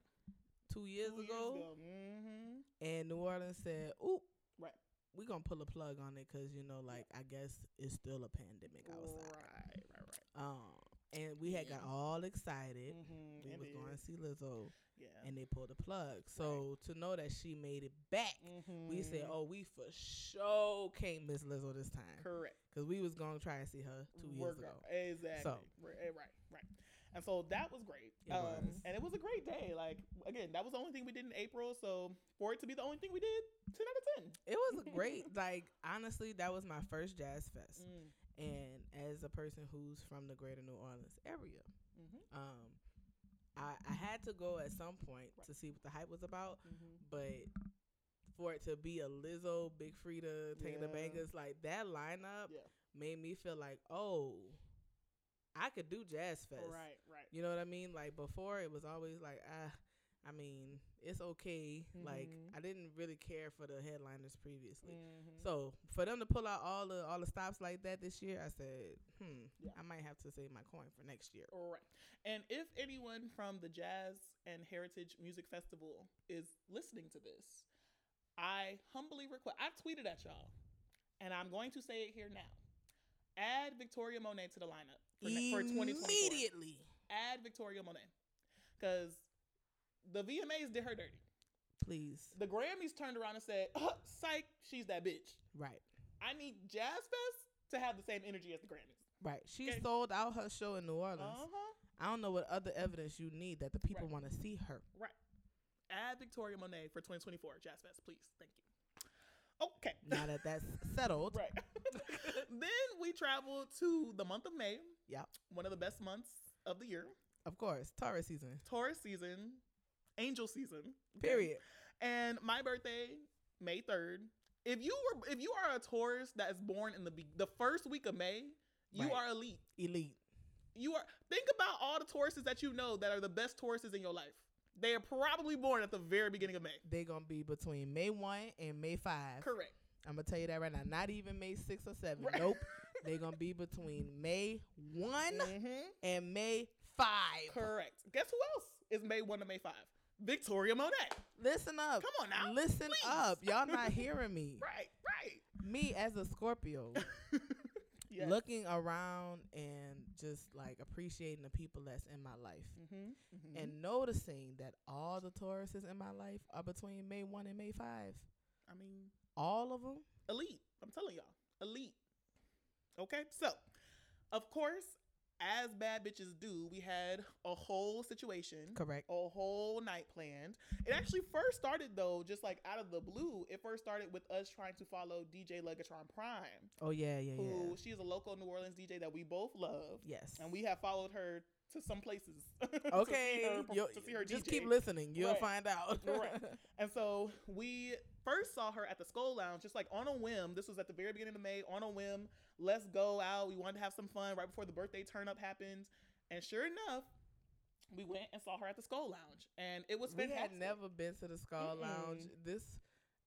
[SPEAKER 2] two, years,
[SPEAKER 1] Two
[SPEAKER 2] ago,
[SPEAKER 1] hmm
[SPEAKER 2] and New Orleans said, "Oop,
[SPEAKER 1] Right.
[SPEAKER 2] we gonna pull a plug on it because you know, like I guess it's still a pandemic outside."
[SPEAKER 1] Right, right, right.
[SPEAKER 2] Um, and we had got all excited.
[SPEAKER 1] Mm-hmm.
[SPEAKER 2] We was going to see Lizzo,
[SPEAKER 1] Yeah.
[SPEAKER 2] and they pulled the plug. So to know that she made it back, we said,
[SPEAKER 1] Mhm.
[SPEAKER 2] "Oh, we for sure can't miss Lizzo this time
[SPEAKER 1] correct.
[SPEAKER 2] because we was gonna try and see her two years
[SPEAKER 1] We're
[SPEAKER 2] ago."
[SPEAKER 1] go- Exactly.
[SPEAKER 2] So.
[SPEAKER 1] Right, eh, right, right. And so that was great.
[SPEAKER 2] It
[SPEAKER 1] um,
[SPEAKER 2] was.
[SPEAKER 1] And it was a great day. Like, again, that was the only thing we did in April. So for it to be the only thing we did, 10 out of 10.
[SPEAKER 2] It was a great, like honestly, that was my first Jazz Fest.
[SPEAKER 1] Mm.
[SPEAKER 2] and as a person who's from the greater new orleans area
[SPEAKER 1] Mm-hmm.
[SPEAKER 2] um i, I had to go at some point
[SPEAKER 1] Right.
[SPEAKER 2] to see what the hype was about
[SPEAKER 1] Mm-hmm.
[SPEAKER 2] but for it to be a lizzo big frida taking the
[SPEAKER 1] Yeah.
[SPEAKER 2] bangers like that lineup
[SPEAKER 1] Yeah.
[SPEAKER 2] made me feel like oh i could do jazz fest
[SPEAKER 1] Right, right.
[SPEAKER 2] you know what i mean like before it was always like ah I mean, it's okay. Like
[SPEAKER 1] Mhm.
[SPEAKER 2] I didn't really care for the headliners previously.
[SPEAKER 1] Mhm.
[SPEAKER 2] So for them to pull out all the all the stops like that this year, I said, hmm,
[SPEAKER 1] Yeah.
[SPEAKER 2] I might have to save my coin for next year.
[SPEAKER 1] Right. And if anyone from the Jazz and Heritage Music Festival is listening to this, I humbly request I've tweeted at y'all, and I'm going to say it here now. Add Victoria Monet to the lineup for, ne- for 2024.
[SPEAKER 2] Immediately,
[SPEAKER 1] Add Victoria Monet. Because the VMAs did her dirty.
[SPEAKER 2] please.
[SPEAKER 1] The Grammys turned around and said, "Uh, psych, she's that bitch.
[SPEAKER 2] Right,
[SPEAKER 1] I need Jazz Fest to have the same energy as the Grammys.
[SPEAKER 2] right. She
[SPEAKER 1] Okay.
[SPEAKER 2] sold out her show in New Orleans.
[SPEAKER 1] Uh-huh.
[SPEAKER 2] I don't know what other evidence you need that the people
[SPEAKER 1] Right.
[SPEAKER 2] want to see her.
[SPEAKER 1] add Victoria Monet for 2024 Jazz Fest, please. Thank you. Okay.
[SPEAKER 2] Now that that's settled,
[SPEAKER 1] Right. then we traveled to the month of May.
[SPEAKER 2] Yep.
[SPEAKER 1] One of the best months of the year.
[SPEAKER 2] of course, Taurus season.
[SPEAKER 1] Taurus season, angel season. okay?
[SPEAKER 2] Period.
[SPEAKER 1] And my birthday, May 3rd. If you were if you are a Taurus that is born in the be- the first week of May, you
[SPEAKER 2] Right.
[SPEAKER 1] are elite.
[SPEAKER 2] Elite.
[SPEAKER 1] You are think about all the Tauruses that you know that are the best Tauruses in your life. They are probably born at the very beginning of May.
[SPEAKER 2] They gonna be between May one and May five.
[SPEAKER 1] Correct.
[SPEAKER 2] I'm gonna tell you that right now. Not even May six or seven.
[SPEAKER 1] Right.
[SPEAKER 2] Nope. they gonna be between May one
[SPEAKER 1] Mhm.
[SPEAKER 2] and May five.
[SPEAKER 1] Correct. Guess who else is May 1 to May 5? Victoria Monet.
[SPEAKER 2] Listen up.
[SPEAKER 1] Come on now.
[SPEAKER 2] Listen
[SPEAKER 1] please.
[SPEAKER 2] up. Y'all not hearing me.
[SPEAKER 1] Right, right.
[SPEAKER 2] Me as a Scorpio,
[SPEAKER 1] Yes.
[SPEAKER 2] looking around and just like appreciating the people that's in my life
[SPEAKER 1] Mm-hmm, mm-hmm.
[SPEAKER 2] and noticing that all the Tauruses in my life are between May 1 and May 5.
[SPEAKER 1] I mean,
[SPEAKER 2] All of them.
[SPEAKER 1] elite. I'm telling y'all, elite. Okay, so of course, as bad bitches do, we had a whole situation.
[SPEAKER 2] Correct.
[SPEAKER 1] a whole night planned. It actually first started though, just like out of the blue. It first started with us trying to follow DJ Legatron Prime,
[SPEAKER 2] Oh, yeah, yeah, yeah.
[SPEAKER 1] who she is a local New Orleans DJ that we both love,
[SPEAKER 2] Yes.
[SPEAKER 1] and we have followed her to some places.
[SPEAKER 2] okay.
[SPEAKER 1] to see her, per-
[SPEAKER 2] you'll-
[SPEAKER 1] to see her
[SPEAKER 2] just
[SPEAKER 1] DJ.
[SPEAKER 2] keep listening. You'll
[SPEAKER 1] Right.
[SPEAKER 2] find out.
[SPEAKER 1] Right. And so we first saw her at the Skull Lounge, just like on a whim. This was at the very beginning of May, on a whim. Let's go out. We wanted to have some fun right before the birthday turn up happens. And sure enough, we went and saw her at the Skull Lounge, and it was
[SPEAKER 2] we
[SPEAKER 1] fantastic.
[SPEAKER 2] had never been to the Skull
[SPEAKER 1] Mm-mm.
[SPEAKER 2] Lounge. This,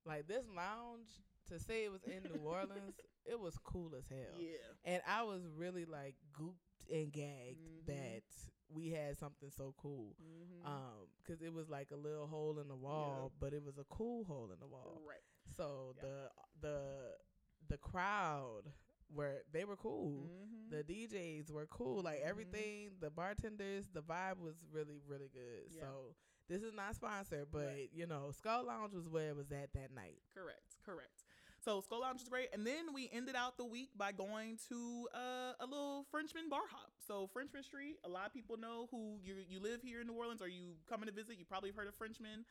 [SPEAKER 2] like this lounge, to say it was in New Orleans, it was cool as hell.
[SPEAKER 1] yeah.
[SPEAKER 2] And I was really like gooped and gagged
[SPEAKER 1] Mhm.
[SPEAKER 2] that we had something so cool.
[SPEAKER 1] Mm-hmm. Uh,
[SPEAKER 2] Um, 'cause it was like a little hole in the wall, but it was a cool hole in the wall.
[SPEAKER 1] right.
[SPEAKER 2] So
[SPEAKER 1] Yeah.
[SPEAKER 2] the the the crowd were they were cool.
[SPEAKER 1] Mhm.
[SPEAKER 2] The DJs were cool. Like
[SPEAKER 1] Mhm.
[SPEAKER 2] everything, the bartenders, the vibe was really really good.
[SPEAKER 1] Yeah.
[SPEAKER 2] So this is not sponsored, but
[SPEAKER 1] Right.
[SPEAKER 2] you know, Skull Lounge was where it was at that night.
[SPEAKER 1] correct, correct. So Skull Lounge is great, and then we ended out the week by going to uh, a little Frenchman bar hop. So Frenchman Street, a lot of people know who you you live here in New Orleans or you coming to visit. You probably have heard of Frenchman.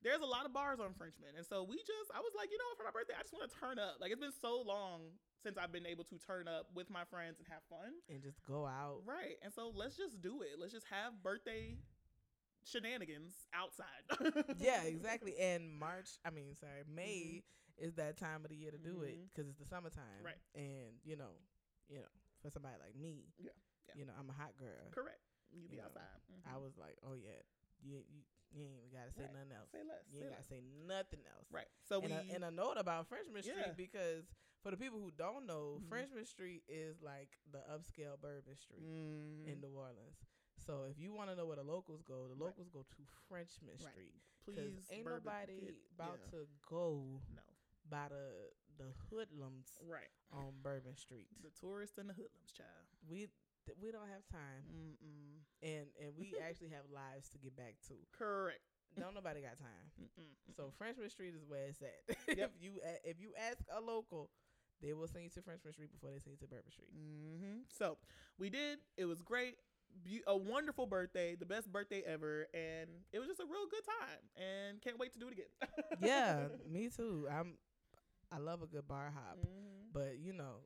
[SPEAKER 1] There's a lot of bars on Frenchman, and so we just I was like, you know, what, for my birthday, I just want to turn up. Like it's been so long since I've been able to turn up with my friends and have fun.
[SPEAKER 2] And just go out.
[SPEAKER 1] Right. And so let's just do it. Let's just have birthday shenanigans outside.
[SPEAKER 2] yeah, exactly. And March, I mean, sorry, May is that time of the year to do it 'cause it
[SPEAKER 1] Mhm.
[SPEAKER 2] because it's the summertime,
[SPEAKER 1] Mm-hmm. Right.
[SPEAKER 2] And you know, you know, for somebody like me,
[SPEAKER 1] Yeah, yeah.
[SPEAKER 2] you know, I'm a hot girl.
[SPEAKER 1] Correct. You be
[SPEAKER 2] You know,
[SPEAKER 1] outside.
[SPEAKER 2] I
[SPEAKER 1] Mhm.
[SPEAKER 2] was like, oh yeah, you you, you ain't even gotta say
[SPEAKER 1] Right.
[SPEAKER 2] nothing else.
[SPEAKER 1] Say less.
[SPEAKER 2] you
[SPEAKER 1] say
[SPEAKER 2] ain't
[SPEAKER 1] less.
[SPEAKER 2] gotta say nothing else.
[SPEAKER 1] Right. So
[SPEAKER 2] And,
[SPEAKER 1] we
[SPEAKER 2] a, and a note about Frenchman
[SPEAKER 1] Yeah.
[SPEAKER 2] Street because for the people who don't know,
[SPEAKER 1] Mhm.
[SPEAKER 2] Frenchman Street is like the upscale Bourbon Street in New Orleans. So if you want to know where the locals go, the
[SPEAKER 1] Mm-hmm. Right.
[SPEAKER 2] locals go to Frenchman
[SPEAKER 1] Right.
[SPEAKER 2] Street.
[SPEAKER 1] please
[SPEAKER 2] ain't
[SPEAKER 1] bourbon
[SPEAKER 2] nobody
[SPEAKER 1] kid.
[SPEAKER 2] about to
[SPEAKER 1] Yeah.
[SPEAKER 2] go
[SPEAKER 1] No.
[SPEAKER 2] by the the hoodlums
[SPEAKER 1] Right.
[SPEAKER 2] on Bourbon Street.
[SPEAKER 1] The tourist and the hoodlums, child.
[SPEAKER 2] We th- we don't have time,
[SPEAKER 1] Mm. Mm-mm.
[SPEAKER 2] and and we actually have lives to get back to.
[SPEAKER 1] Correct.
[SPEAKER 2] Don't nobody got time.
[SPEAKER 1] Mm-mm.
[SPEAKER 2] So Frenchman Street is where it's at. if
[SPEAKER 1] Yep.
[SPEAKER 2] you a- if you ask a local, they will send you to Frenchman Street before they send you to Bourbon Street.
[SPEAKER 1] Mm-hmm. So we did. It was great. Be- a wonderful birthday, the best birthday ever, and it was just a real good time. And can't wait to do it again.
[SPEAKER 2] yeah, me too. I'm I love a good bar hop,
[SPEAKER 1] Mhm.
[SPEAKER 2] but you know.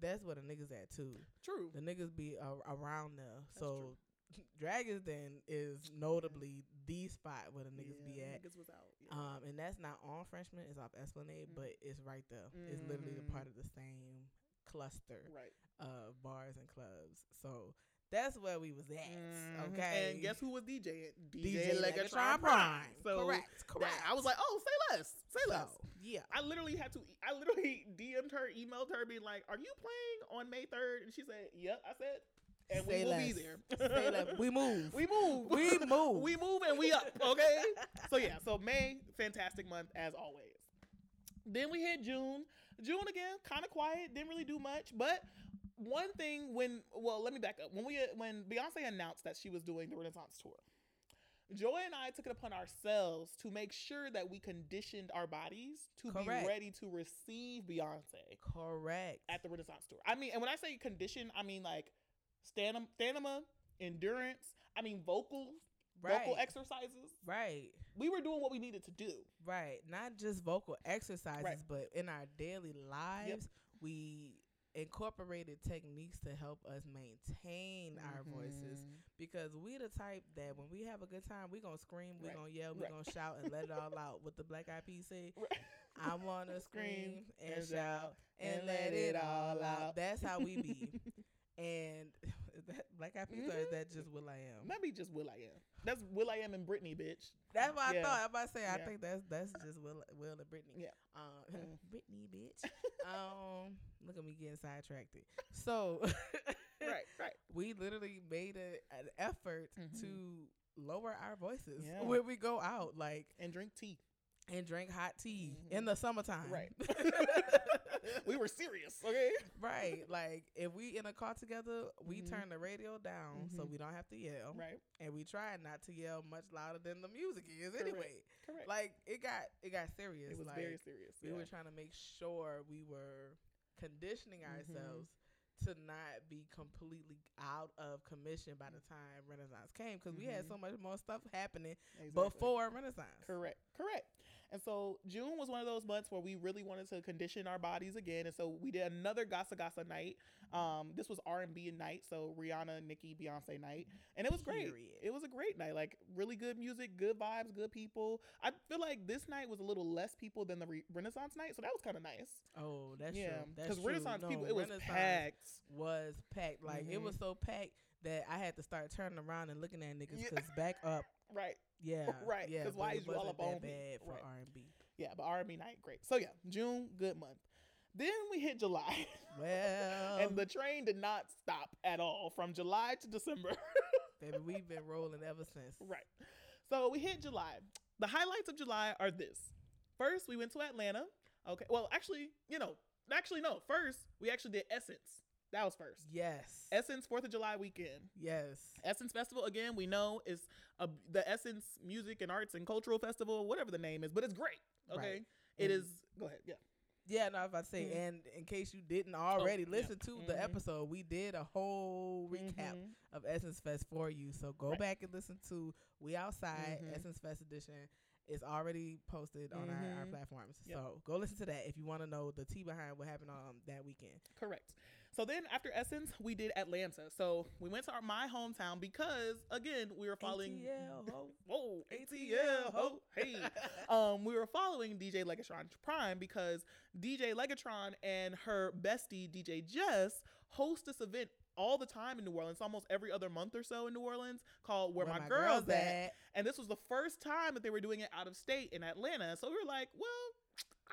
[SPEAKER 2] That's where the niggas at too.
[SPEAKER 1] True.
[SPEAKER 2] The niggas be a- around there.
[SPEAKER 1] That's
[SPEAKER 2] so
[SPEAKER 1] true.
[SPEAKER 2] Dragons Den is notably the spot where the niggas
[SPEAKER 1] Yeah,
[SPEAKER 2] be at.
[SPEAKER 1] Niggas was out. Yeah.
[SPEAKER 2] Um, and that's not on Frenchman. It's off Esplanade,
[SPEAKER 1] Mm.
[SPEAKER 2] but it's right there. It's literally
[SPEAKER 1] Mhm.
[SPEAKER 2] a part of the same cluster
[SPEAKER 1] right.
[SPEAKER 2] of bars and clubs. So that's where we was at.
[SPEAKER 1] Mhm.
[SPEAKER 2] Mm-hmm. Okay.
[SPEAKER 1] And guess who was DJing?
[SPEAKER 2] DJ Legatron Prime.
[SPEAKER 1] So
[SPEAKER 2] correct.
[SPEAKER 1] that-
[SPEAKER 2] Correct.
[SPEAKER 1] I was like, oh, say less. Say less.
[SPEAKER 2] So, yeah.
[SPEAKER 1] I literally had to. e, I literally DM'd her, emailed her, being like, "Are you playing on May 3rd? And she said, "Yep." I said, "And
[SPEAKER 2] Say
[SPEAKER 1] we will
[SPEAKER 2] less.
[SPEAKER 1] be there.
[SPEAKER 2] Say less. We move.
[SPEAKER 1] we move.
[SPEAKER 2] We move.
[SPEAKER 1] we move, and we up. Okay. so yeah. So May, fantastic month as always. Then we hit June. June again, kind of quiet. Didn't really do much, but. One thing when well, let me back up. When we when Beyonce announced that she was doing the Renaissance tour, Joy and I took it upon ourselves to make sure that we conditioned our bodies to
[SPEAKER 2] Correct.
[SPEAKER 1] be ready to receive Beyonce
[SPEAKER 2] correct.
[SPEAKER 1] at the Renaissance Tour. I mean, and when I say condition, I mean like stamina, stamina endurance. I mean vocal,
[SPEAKER 2] right.
[SPEAKER 1] vocal exercises.
[SPEAKER 2] right.
[SPEAKER 1] We were doing what we needed to do.
[SPEAKER 2] Right. Not just vocal exercises, but in our daily lives, we incorporated techniques to help us maintain our voices
[SPEAKER 3] Mm-hmm.
[SPEAKER 2] because we the type that when we have a good time, we gonna scream, we
[SPEAKER 1] Right.
[SPEAKER 2] gonna yell, we
[SPEAKER 1] Right.
[SPEAKER 2] gonna shout and let it all out. What the Black Eyed Peas say,
[SPEAKER 1] Right.
[SPEAKER 2] I wanna scream
[SPEAKER 1] Scream
[SPEAKER 2] and,
[SPEAKER 1] and
[SPEAKER 2] shout and let it all out. That's how we be. and is that Black Eyed Peas, or is
[SPEAKER 1] Mhm.
[SPEAKER 2] that just Will I Am?
[SPEAKER 1] Maybe just Will I Am. That's Will I Am and Britney, bitch.
[SPEAKER 2] That's what I
[SPEAKER 1] Yeah.
[SPEAKER 2] thought. I'm about to say. I
[SPEAKER 1] Yeah.
[SPEAKER 2] think that's that's just Will, Will and Brittany.
[SPEAKER 1] Yeah.
[SPEAKER 2] Um,
[SPEAKER 1] Mm.
[SPEAKER 2] Brittany, bitch. um, look at me getting sidetracked. So,
[SPEAKER 1] Right, right.
[SPEAKER 2] we literally made a, an effort
[SPEAKER 3] Mm-hmm.
[SPEAKER 1] Mhm.
[SPEAKER 2] to lower our voices
[SPEAKER 1] Yeah.
[SPEAKER 2] when we go out. Like,
[SPEAKER 1] And drink tea.
[SPEAKER 2] and drink hot tea
[SPEAKER 3] Mhm.
[SPEAKER 2] in the summertime.
[SPEAKER 3] Right. we were serious, okay?
[SPEAKER 2] right. Like if we in a car together, we
[SPEAKER 3] Mhm.
[SPEAKER 2] turn the radio down so
[SPEAKER 3] Mhm.
[SPEAKER 2] we don't have to yell.
[SPEAKER 3] Right.
[SPEAKER 2] And we try not to yell much louder than the music is
[SPEAKER 3] Correct.
[SPEAKER 2] anyway.
[SPEAKER 3] Correct.
[SPEAKER 2] Like it got it got serious.
[SPEAKER 3] it was
[SPEAKER 2] like,
[SPEAKER 3] very serious.
[SPEAKER 2] we
[SPEAKER 3] yeah.
[SPEAKER 2] were trying to make sure we were conditioning
[SPEAKER 3] Mhm.
[SPEAKER 2] ourselves to not be completely out of commission by the time Renaissance came because we had
[SPEAKER 3] Mhm.
[SPEAKER 2] so much more stuff happening
[SPEAKER 3] Exactly.
[SPEAKER 2] before Renaissance.
[SPEAKER 3] Correct. Correct. And so June was one of those months where we really wanted to condition our bodies again. And so we did another Gasa Gasa night. Um, this was R and B night, so Rihanna, Nicki, Beyonce night, and it was great.
[SPEAKER 2] Period.
[SPEAKER 3] It was a great night. Like really good music, good vibes, good people. I feel like this night was a little less people than the re- Renaissance night, so that was kind of nice.
[SPEAKER 2] Oh, that's
[SPEAKER 3] yeah,
[SPEAKER 2] true. That's true.
[SPEAKER 3] Renaissance
[SPEAKER 2] No,
[SPEAKER 3] people, it was
[SPEAKER 2] Renaissance
[SPEAKER 3] packed.
[SPEAKER 2] Was packed. Like it
[SPEAKER 3] Mhm.
[SPEAKER 2] was so packed that I had to start turning around and looking at niggas
[SPEAKER 3] Yeah.
[SPEAKER 2] because back up.
[SPEAKER 3] Right.
[SPEAKER 2] Yeah,
[SPEAKER 3] Right,
[SPEAKER 2] Yeah,
[SPEAKER 3] 'cause
[SPEAKER 2] but
[SPEAKER 3] why
[SPEAKER 2] it
[SPEAKER 3] is you all
[SPEAKER 2] wasn't
[SPEAKER 3] up
[SPEAKER 2] that
[SPEAKER 3] on me?
[SPEAKER 2] bad for
[SPEAKER 3] Right.
[SPEAKER 2] R and B?
[SPEAKER 3] Yeah, but R and B night, great. So yeah, June, good month. Then we hit July.
[SPEAKER 2] Well,
[SPEAKER 3] and the train did not stop at all from July to December.
[SPEAKER 2] baby, we've been rolling ever since.
[SPEAKER 3] right. So we hit July. The highlights of July are this. First, we went to Atlanta. Okay. Well, actually, you know, actually no. First, we actually did Essence. That was first.
[SPEAKER 2] Yes.
[SPEAKER 3] Essence 4th of July weekend.
[SPEAKER 2] yes.
[SPEAKER 3] Essence Festival again, we know is a, the Essence Music and Arts and Cultural Festival, whatever the name is, but it's great.
[SPEAKER 2] Right.
[SPEAKER 3] Okay. It
[SPEAKER 2] And-
[SPEAKER 3] is go ahead. Yeah.
[SPEAKER 2] Yeah, no, I was about to say,
[SPEAKER 3] Mhm.
[SPEAKER 2] and in case you didn't already
[SPEAKER 3] Oh, yeah.
[SPEAKER 2] listen to
[SPEAKER 3] Mhm.
[SPEAKER 2] the episode, we did a whole recap
[SPEAKER 3] Mhm.
[SPEAKER 2] of Essence Fest for you. So go
[SPEAKER 3] Right.
[SPEAKER 2] back and listen to We Outside
[SPEAKER 3] Mhm.
[SPEAKER 2] Essence Fest edition. It's already posted on our, our
[SPEAKER 3] Mhm.
[SPEAKER 2] platforms.
[SPEAKER 3] Yep.
[SPEAKER 2] So go listen to that if you want to know the tea behind what happened on that weekend.
[SPEAKER 3] Correct. So then after Essence, we did Atlanta. So we went to our my hometown because again, we were following
[SPEAKER 2] ATL, ho.
[SPEAKER 3] Whoa,
[SPEAKER 2] ATL,
[SPEAKER 3] ATL, ho, hey. um, we were following DJ Legatron Prime because DJ Legatron and her bestie DJ Jess host this event all the time in New Orleans, almost every other month or so in New Orleans, called Where, My, Girls, at. And this was the first time that they were doing it out of state in Atlanta. So we were like, well,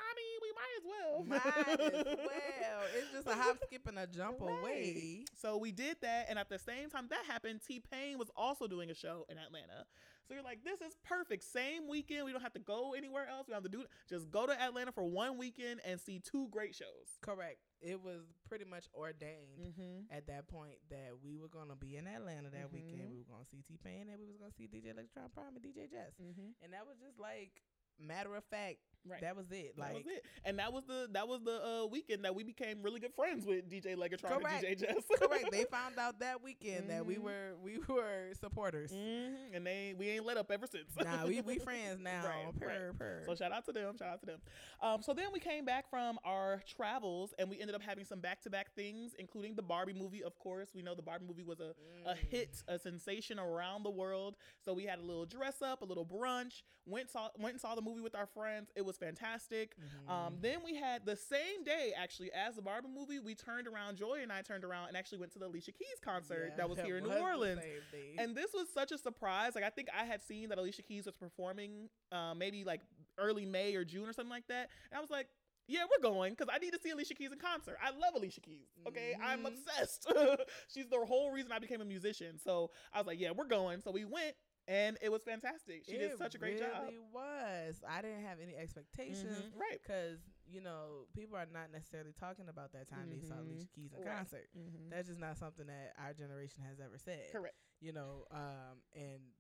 [SPEAKER 3] I mean,
[SPEAKER 2] Might
[SPEAKER 3] we might as well.
[SPEAKER 2] as well. It's just a hop, skip, and a jump
[SPEAKER 3] Right.
[SPEAKER 2] away.
[SPEAKER 3] So we did that, and at the same time that happened, T Pain was also doing a show in Atlanta. So you're like, this is perfect. Same weekend, we don't have to go anywhere else. We don't have to do just go to Atlanta for one weekend and see two great shows.
[SPEAKER 2] Correct. It was pretty much ordained
[SPEAKER 3] Mm-hmm.
[SPEAKER 2] at that point that we were gonna be in Atlanta that weekend.
[SPEAKER 3] Mhm.
[SPEAKER 2] We were gonna see T Pain and we was gonna see DJ Electron Prime and DJ Jess.
[SPEAKER 3] Mm-hmm.
[SPEAKER 2] And that was just like matter of fact.
[SPEAKER 3] Right.
[SPEAKER 2] That was it. Like
[SPEAKER 3] that was it, and that was the that was the uh, weekend that we became really good friends with DJ Legatron
[SPEAKER 2] Correct.
[SPEAKER 3] and DJ Jess.
[SPEAKER 2] correct. They found out that weekend that we
[SPEAKER 3] Mhm.
[SPEAKER 2] were we were supporters.
[SPEAKER 3] Mhm. and they we ain't let up ever since.
[SPEAKER 2] Mm-hmm. Nah, we we friends now.
[SPEAKER 3] Mm-hmm. Right,
[SPEAKER 2] purr, purr.
[SPEAKER 3] So shout out to them. Shout out to them. Um, so then we came back from our travels and we ended up having some back to back things, including the Barbie movie. Of course, we know the Barbie movie was a a
[SPEAKER 2] Mm.
[SPEAKER 3] hit, a sensation around the world. So we had a little dress up, a little brunch. Went saw went and saw the movie with our friends. It was fantastic.
[SPEAKER 2] Mhm.
[SPEAKER 3] Um, then we had the same day actually as the Barbie movie. We turned around. Joy and I turned around and actually went to the Alicia Keys concert
[SPEAKER 2] Yeah,
[SPEAKER 3] that was here in
[SPEAKER 2] was
[SPEAKER 3] New
[SPEAKER 2] the
[SPEAKER 3] Orleans.
[SPEAKER 2] same day.
[SPEAKER 3] And this was such a surprise. Like I think I had seen that Alicia Keys was performing, uh, maybe like early May or June or something like that. And I was like, "Yeah, we're going because I need to see Alicia Keys in concert. I love Alicia Keys. Okay, I'm
[SPEAKER 2] Mhm.
[SPEAKER 3] obsessed. She's the whole reason I became a musician. So I was like, "Yeah, we're going." So we went, and it was fantastic. She
[SPEAKER 2] It
[SPEAKER 3] did such a great job.
[SPEAKER 2] really was. I didn't have any expectations.
[SPEAKER 3] Mhm. Right.
[SPEAKER 2] because you know people are not necessarily talking about that time they saw
[SPEAKER 3] Mhm.
[SPEAKER 2] Alicia Keys in
[SPEAKER 3] Right.
[SPEAKER 2] concert. That's just not something that our generation has ever said.
[SPEAKER 3] Correct.
[SPEAKER 2] You know, um, and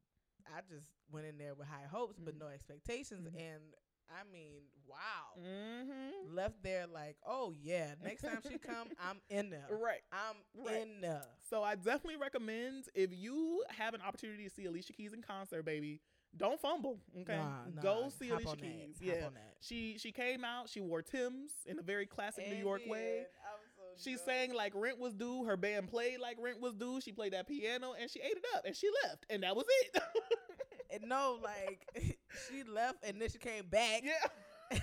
[SPEAKER 2] I just went in there with high hopes but
[SPEAKER 3] Mhm.
[SPEAKER 2] no expectations,
[SPEAKER 3] Mhm.
[SPEAKER 2] and I mean, wow,
[SPEAKER 3] Mm-hmm.
[SPEAKER 2] left there like, oh yeah, next time she come, I'm in there.
[SPEAKER 3] Right.
[SPEAKER 2] I'm
[SPEAKER 3] Right.
[SPEAKER 2] in there.
[SPEAKER 3] So I definitely recommend if you have an opportunity to see Alicia Keys in concert, baby, don't fumble. Okay,
[SPEAKER 2] Nah, nah,
[SPEAKER 3] go see
[SPEAKER 2] hop
[SPEAKER 3] Alicia
[SPEAKER 2] on that,
[SPEAKER 3] Keys.
[SPEAKER 2] hop
[SPEAKER 3] Yeah,
[SPEAKER 2] on that.
[SPEAKER 3] she she came out. She wore Tim's in a very classic New York
[SPEAKER 2] And
[SPEAKER 3] way.
[SPEAKER 2] then, I'm so
[SPEAKER 3] She
[SPEAKER 2] done.
[SPEAKER 3] sang like rent was due. Her band played like rent was due. She played that piano and she ate it up and she left and that was it.
[SPEAKER 2] And no, like she left and then she came back.
[SPEAKER 3] yeah,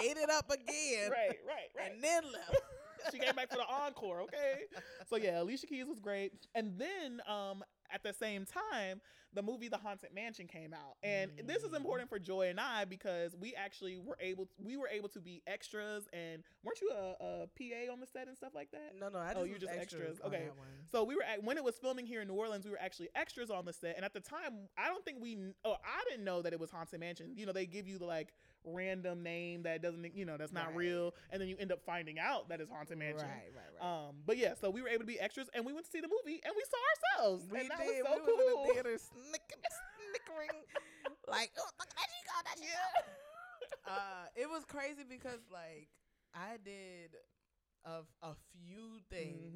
[SPEAKER 2] ate it up again,
[SPEAKER 3] right, right, right.
[SPEAKER 2] and then left.
[SPEAKER 3] she came back for the encore. Okay, so yeah, Alicia Keys was great. And then um, at the same time, the movie The Haunted Mansion came out. And this is important for Joy and I because we actually were able we were able to be extras and weren't you a, a PA on the set and stuff like that?
[SPEAKER 2] No, no, I just
[SPEAKER 3] Oh, you
[SPEAKER 2] was
[SPEAKER 3] just extras.
[SPEAKER 2] on
[SPEAKER 3] Okay.
[SPEAKER 2] that one.
[SPEAKER 3] So we were at when it was filming here in New Orleans, we were actually extras on the set. And at the time, I don't think we kn- oh, I didn't know that it was Haunted Mansion. You know, they give you the like random name that doesn't you know, that's not
[SPEAKER 2] Right.
[SPEAKER 3] real, and then you end up finding out that it's Haunted
[SPEAKER 2] Right,
[SPEAKER 3] Mansion.
[SPEAKER 2] right, right.
[SPEAKER 3] Um, but yeah, so we were able to be extras and we went to see the movie and we saw ourselves.
[SPEAKER 2] we
[SPEAKER 3] and that
[SPEAKER 2] did.
[SPEAKER 3] was so
[SPEAKER 2] we
[SPEAKER 3] cool.
[SPEAKER 2] was in the theater snick- snickering, like, oh, look, there she go, there she go. Uh, it was crazy because, like, I did a, a few things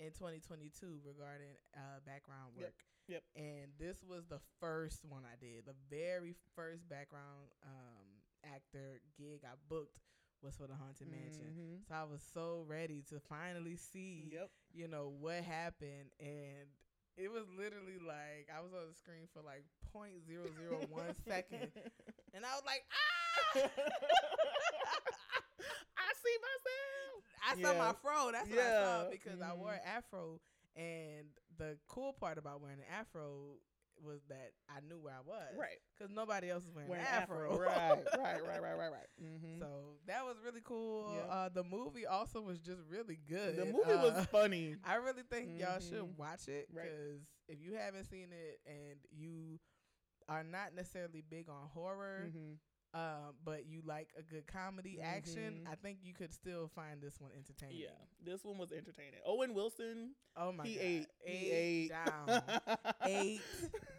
[SPEAKER 3] Mhm.
[SPEAKER 2] in 2022 regarding uh, background
[SPEAKER 3] Yep,
[SPEAKER 2] work.
[SPEAKER 3] yep.
[SPEAKER 2] And this was the first one I did. The very first background um, actor gig I booked was for the Haunted Mansion.
[SPEAKER 3] Mhm.
[SPEAKER 2] So I was so ready to finally see
[SPEAKER 3] Yep.
[SPEAKER 2] you know what happened and it was literally like I was on the screen for like 0.001 second and I was like
[SPEAKER 3] I see
[SPEAKER 2] ah
[SPEAKER 3] myself.
[SPEAKER 2] "Ah!" I saw
[SPEAKER 3] Yeah.
[SPEAKER 2] my fro that's what I
[SPEAKER 3] Yeah.
[SPEAKER 2] saw because I wore
[SPEAKER 3] Mhm.
[SPEAKER 2] an afro and the cool part about wearing an afro was that I knew where I was
[SPEAKER 3] Right.
[SPEAKER 2] cuz nobody else was wearing,
[SPEAKER 3] Wearing
[SPEAKER 2] an afro,
[SPEAKER 3] Right, right, right, right, right, right. Mhm.
[SPEAKER 2] so that was really cool
[SPEAKER 3] Yeah.
[SPEAKER 2] uh the movie also was just really good
[SPEAKER 3] the movie
[SPEAKER 2] Uh,
[SPEAKER 3] was funny.
[SPEAKER 2] I really think y'all should
[SPEAKER 3] Mhm.
[SPEAKER 2] watch it
[SPEAKER 3] Right.
[SPEAKER 2] because if you haven't seen it and you are not necessarily big on horror,
[SPEAKER 3] Mhm.
[SPEAKER 2] um, but you like a good comedy action,
[SPEAKER 3] Mhm.
[SPEAKER 2] I think you could still find this one entertaining.
[SPEAKER 3] Yeah, this one was entertaining. Owen Wilson,
[SPEAKER 2] Oh my
[SPEAKER 3] he
[SPEAKER 2] god,
[SPEAKER 3] ate, he ate
[SPEAKER 2] down, eight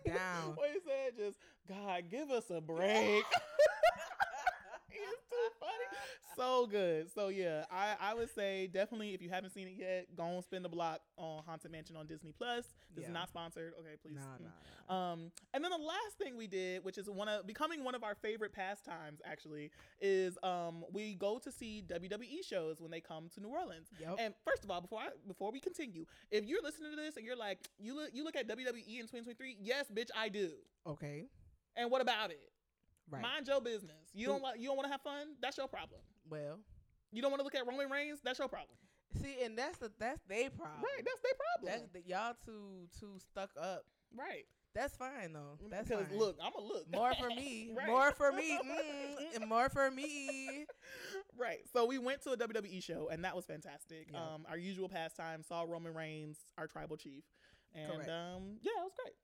[SPEAKER 2] down.
[SPEAKER 3] What he said, just God, give us a break. It's too funny. so good. So yeah, I, I would say definitely if you haven't seen it yet, go and spend the block on Haunted Mansion on Disney Plus. This
[SPEAKER 2] Yeah.
[SPEAKER 3] is not sponsored. Okay, please.
[SPEAKER 2] Nah,
[SPEAKER 3] Mm.
[SPEAKER 2] nah, nah.
[SPEAKER 3] Um, and then the last thing we did, which is one of becoming one of our favorite pastimes, actually, is um we go to see WWE shows when they come to New Orleans.
[SPEAKER 2] Yep.
[SPEAKER 3] And first of all, before I, before we continue, if you're listening to this and you're like, you look you look at WWE in 2023, yes, bitch, I do.
[SPEAKER 2] okay.
[SPEAKER 3] And what about it?
[SPEAKER 2] Right.
[SPEAKER 3] Mind your business. You
[SPEAKER 2] Who-
[SPEAKER 3] don't like you don't want to have fun. That's your problem.
[SPEAKER 2] well,
[SPEAKER 3] You don't want to look at Roman Reigns. That's your problem.
[SPEAKER 2] see, and that's the that's they problem.
[SPEAKER 3] Right. That's their
[SPEAKER 2] that's
[SPEAKER 3] problem.
[SPEAKER 2] the, y'all too too stuck up.
[SPEAKER 3] right.
[SPEAKER 2] That's fine though. That's
[SPEAKER 3] Mm, because
[SPEAKER 2] fine.
[SPEAKER 3] look, I'm a look
[SPEAKER 2] More for me.
[SPEAKER 3] Right.
[SPEAKER 2] More for me. Mm, and more for me.
[SPEAKER 3] right. So we went to a WWE show and that was fantastic.
[SPEAKER 2] Yeah.
[SPEAKER 3] Um, our usual pastime saw Roman Reigns, our tribal chief, and
[SPEAKER 2] Correct.
[SPEAKER 3] um, yeah, it was great.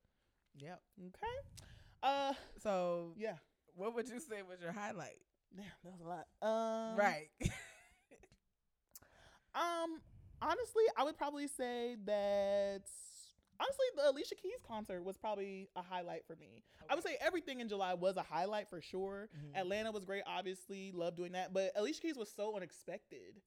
[SPEAKER 2] Yep.
[SPEAKER 3] Okay. Uh,
[SPEAKER 2] So,
[SPEAKER 3] yeah.
[SPEAKER 2] what would you say was your highlight?
[SPEAKER 3] Damn, that was a lot. Um,
[SPEAKER 2] right.
[SPEAKER 3] Um, honestly, I would probably say that honestly the Alicia Keys concert was probably a highlight for me. I would say everything in July was a highlight for sure.
[SPEAKER 2] Mhm.
[SPEAKER 3] Atlanta was great, obviously, love doing that. But Alicia Keys was so unexpected.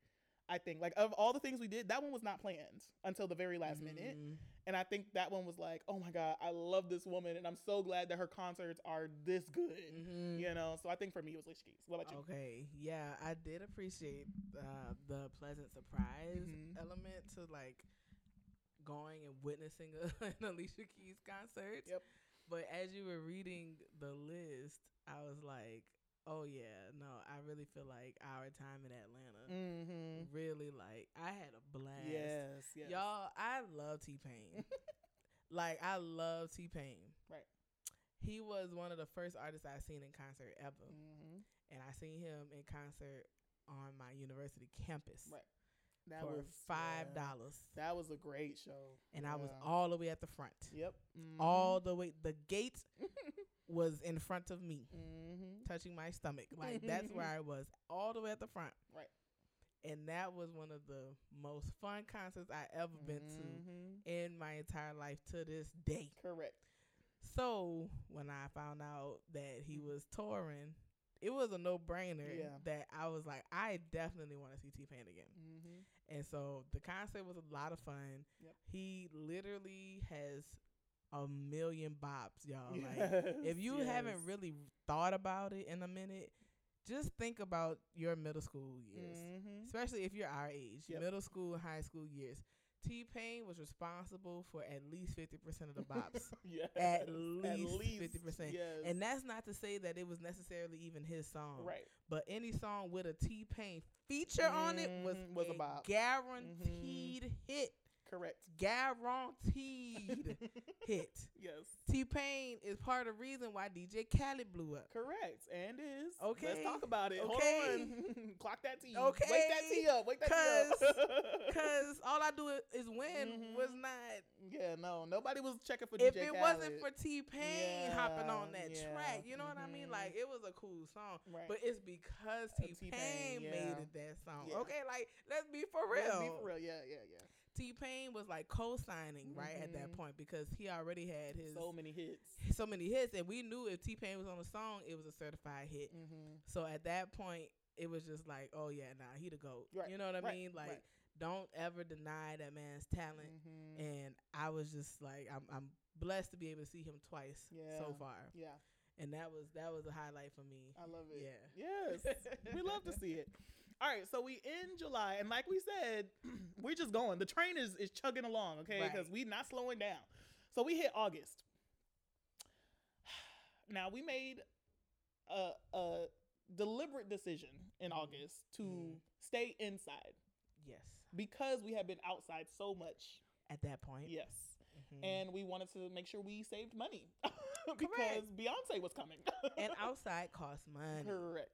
[SPEAKER 3] I think like of all the things we did, that one was not planned until the very last minute,
[SPEAKER 2] Mhm.
[SPEAKER 3] and I think that one was like, oh my god, I love this woman, and I'm so glad that her concerts are this good.
[SPEAKER 2] Mhm.
[SPEAKER 3] You know, so I think for me it was Alicia Keys. What about you?
[SPEAKER 2] Okay. Yeah, I did appreciate uh, the pleasant surprise
[SPEAKER 3] Mhm.
[SPEAKER 2] element to like going and witnessing a, an Alicia Keys concert.
[SPEAKER 3] Yep.
[SPEAKER 2] But as you were reading the list, I was like, oh yeah, no, I really feel like our time in Atlanta
[SPEAKER 3] Mm-hmm.
[SPEAKER 2] really like I had a blast.
[SPEAKER 3] Yes, yes.
[SPEAKER 2] Y'all, I love T Pain. like I love T Pain.
[SPEAKER 3] Right.
[SPEAKER 2] He was one of the first artists I seen in concert ever,
[SPEAKER 3] Mhm.
[SPEAKER 2] and I seen him in concert on my university campus
[SPEAKER 3] Right. That
[SPEAKER 2] for
[SPEAKER 3] was
[SPEAKER 2] five
[SPEAKER 3] yeah.
[SPEAKER 2] dollars,
[SPEAKER 3] That was a great show.
[SPEAKER 2] and I was
[SPEAKER 3] Yeah. Mm-hmm.
[SPEAKER 2] all the way at the front,
[SPEAKER 3] Yep.
[SPEAKER 2] all the way. The gate was in front of me,
[SPEAKER 3] Mm-hmm.
[SPEAKER 2] touching my stomach. Like that's where I was, all the way at the front.
[SPEAKER 3] Right.
[SPEAKER 2] And that was one of the most fun concerts I ever been to. in my entire life to this day.
[SPEAKER 3] Mm-hmm. Correct.
[SPEAKER 2] So when I found out that he
[SPEAKER 3] Mhm.
[SPEAKER 2] was touring, it was a no brainer
[SPEAKER 3] Yeah.
[SPEAKER 2] that I was like, I definitely want to see T Pain again.
[SPEAKER 3] Mm-hmm.
[SPEAKER 2] And so the concert was a lot of fun.
[SPEAKER 3] Yep.
[SPEAKER 2] He literally has a million bops,
[SPEAKER 3] Mm-hmm.
[SPEAKER 2] y'all. Like if you haven't really thought about it in a minute, just think about your middle school years
[SPEAKER 3] mm-hmm.
[SPEAKER 2] especially if you're our age,
[SPEAKER 3] Yep.
[SPEAKER 2] middle school, high school years. T Pain was responsible for at least fifty percent of the bops,
[SPEAKER 3] yes.
[SPEAKER 2] at least fifty percent.
[SPEAKER 3] Yes.
[SPEAKER 2] And that's not to say that it was necessarily even his song,
[SPEAKER 3] right.
[SPEAKER 2] but any song with a T Pain feature on it was
[SPEAKER 3] Mhm, was a bop. Mm-hmm.
[SPEAKER 2] guaranteed hit,
[SPEAKER 3] Correct.
[SPEAKER 2] guaranteed hit.
[SPEAKER 3] Yes.
[SPEAKER 2] T Pain is part of the reason why DJ Khaled blew up.
[SPEAKER 3] Correct. And is. Let's
[SPEAKER 2] Okay.
[SPEAKER 3] talk about it.
[SPEAKER 2] Okay.
[SPEAKER 3] Hold on. Clock that tea. Wake that
[SPEAKER 2] Okay.
[SPEAKER 3] tea up. Wake that tea up.
[SPEAKER 2] Cause all I do i- is win
[SPEAKER 3] Mhm.
[SPEAKER 2] was not.
[SPEAKER 3] yeah, no. Nobody was checking for
[SPEAKER 2] if
[SPEAKER 3] DJ
[SPEAKER 2] it
[SPEAKER 3] Khaled.
[SPEAKER 2] wasn't for T Pain hopping on
[SPEAKER 3] Yeah,
[SPEAKER 2] that
[SPEAKER 3] yeah,
[SPEAKER 2] track, you know what I
[SPEAKER 3] mhm.
[SPEAKER 2] mean? Like it was a cool song,
[SPEAKER 3] Right.
[SPEAKER 2] but it's because
[SPEAKER 3] Uh,
[SPEAKER 2] T
[SPEAKER 3] T-Pain,
[SPEAKER 2] Pain made
[SPEAKER 3] yeah.
[SPEAKER 2] it that song.
[SPEAKER 3] Yeah.
[SPEAKER 2] Okay, like let's be for
[SPEAKER 3] Let's
[SPEAKER 2] real.
[SPEAKER 3] be for real. Yeah, yeah, yeah.
[SPEAKER 2] T Pain was like co-signing right at
[SPEAKER 3] Mhm.
[SPEAKER 2] that point because he already had his
[SPEAKER 3] So
[SPEAKER 2] so,
[SPEAKER 3] many hits.
[SPEAKER 2] many hits, and we knew if T Pain was on a song, it was a certified hit.
[SPEAKER 3] Mm-hmm.
[SPEAKER 2] So at that point, it was just like, oh yeah, nah, he the goat.
[SPEAKER 3] Right,
[SPEAKER 2] You know what I
[SPEAKER 3] right,
[SPEAKER 2] mean? Like,
[SPEAKER 3] right.
[SPEAKER 2] don't ever deny that man's talent.
[SPEAKER 3] mm-hmm.
[SPEAKER 2] And I was just like, I'm, I'm blessed to be able to see him twice
[SPEAKER 3] Yeah.
[SPEAKER 2] so far,
[SPEAKER 3] Yeah,
[SPEAKER 2] and that was that was a highlight for me.
[SPEAKER 3] I love it.
[SPEAKER 2] Yeah.
[SPEAKER 3] Yes. we love to see it. All right, so we end July, and like we said, we're just going. The train is is chugging along, okay? Because
[SPEAKER 2] Right.
[SPEAKER 3] we not slowing down. So we hit August. Now we made a a deliberate decision in
[SPEAKER 2] Mhm.
[SPEAKER 3] August to
[SPEAKER 2] Mhm.
[SPEAKER 3] stay inside
[SPEAKER 2] Yes,
[SPEAKER 3] because we had been outside so much.
[SPEAKER 2] at that point.
[SPEAKER 3] Yes.
[SPEAKER 2] Mhm.
[SPEAKER 3] And we wanted to make sure we saved money because
[SPEAKER 2] Correct.
[SPEAKER 3] Beyonce was coming.
[SPEAKER 2] and outside costs money.
[SPEAKER 3] Correct.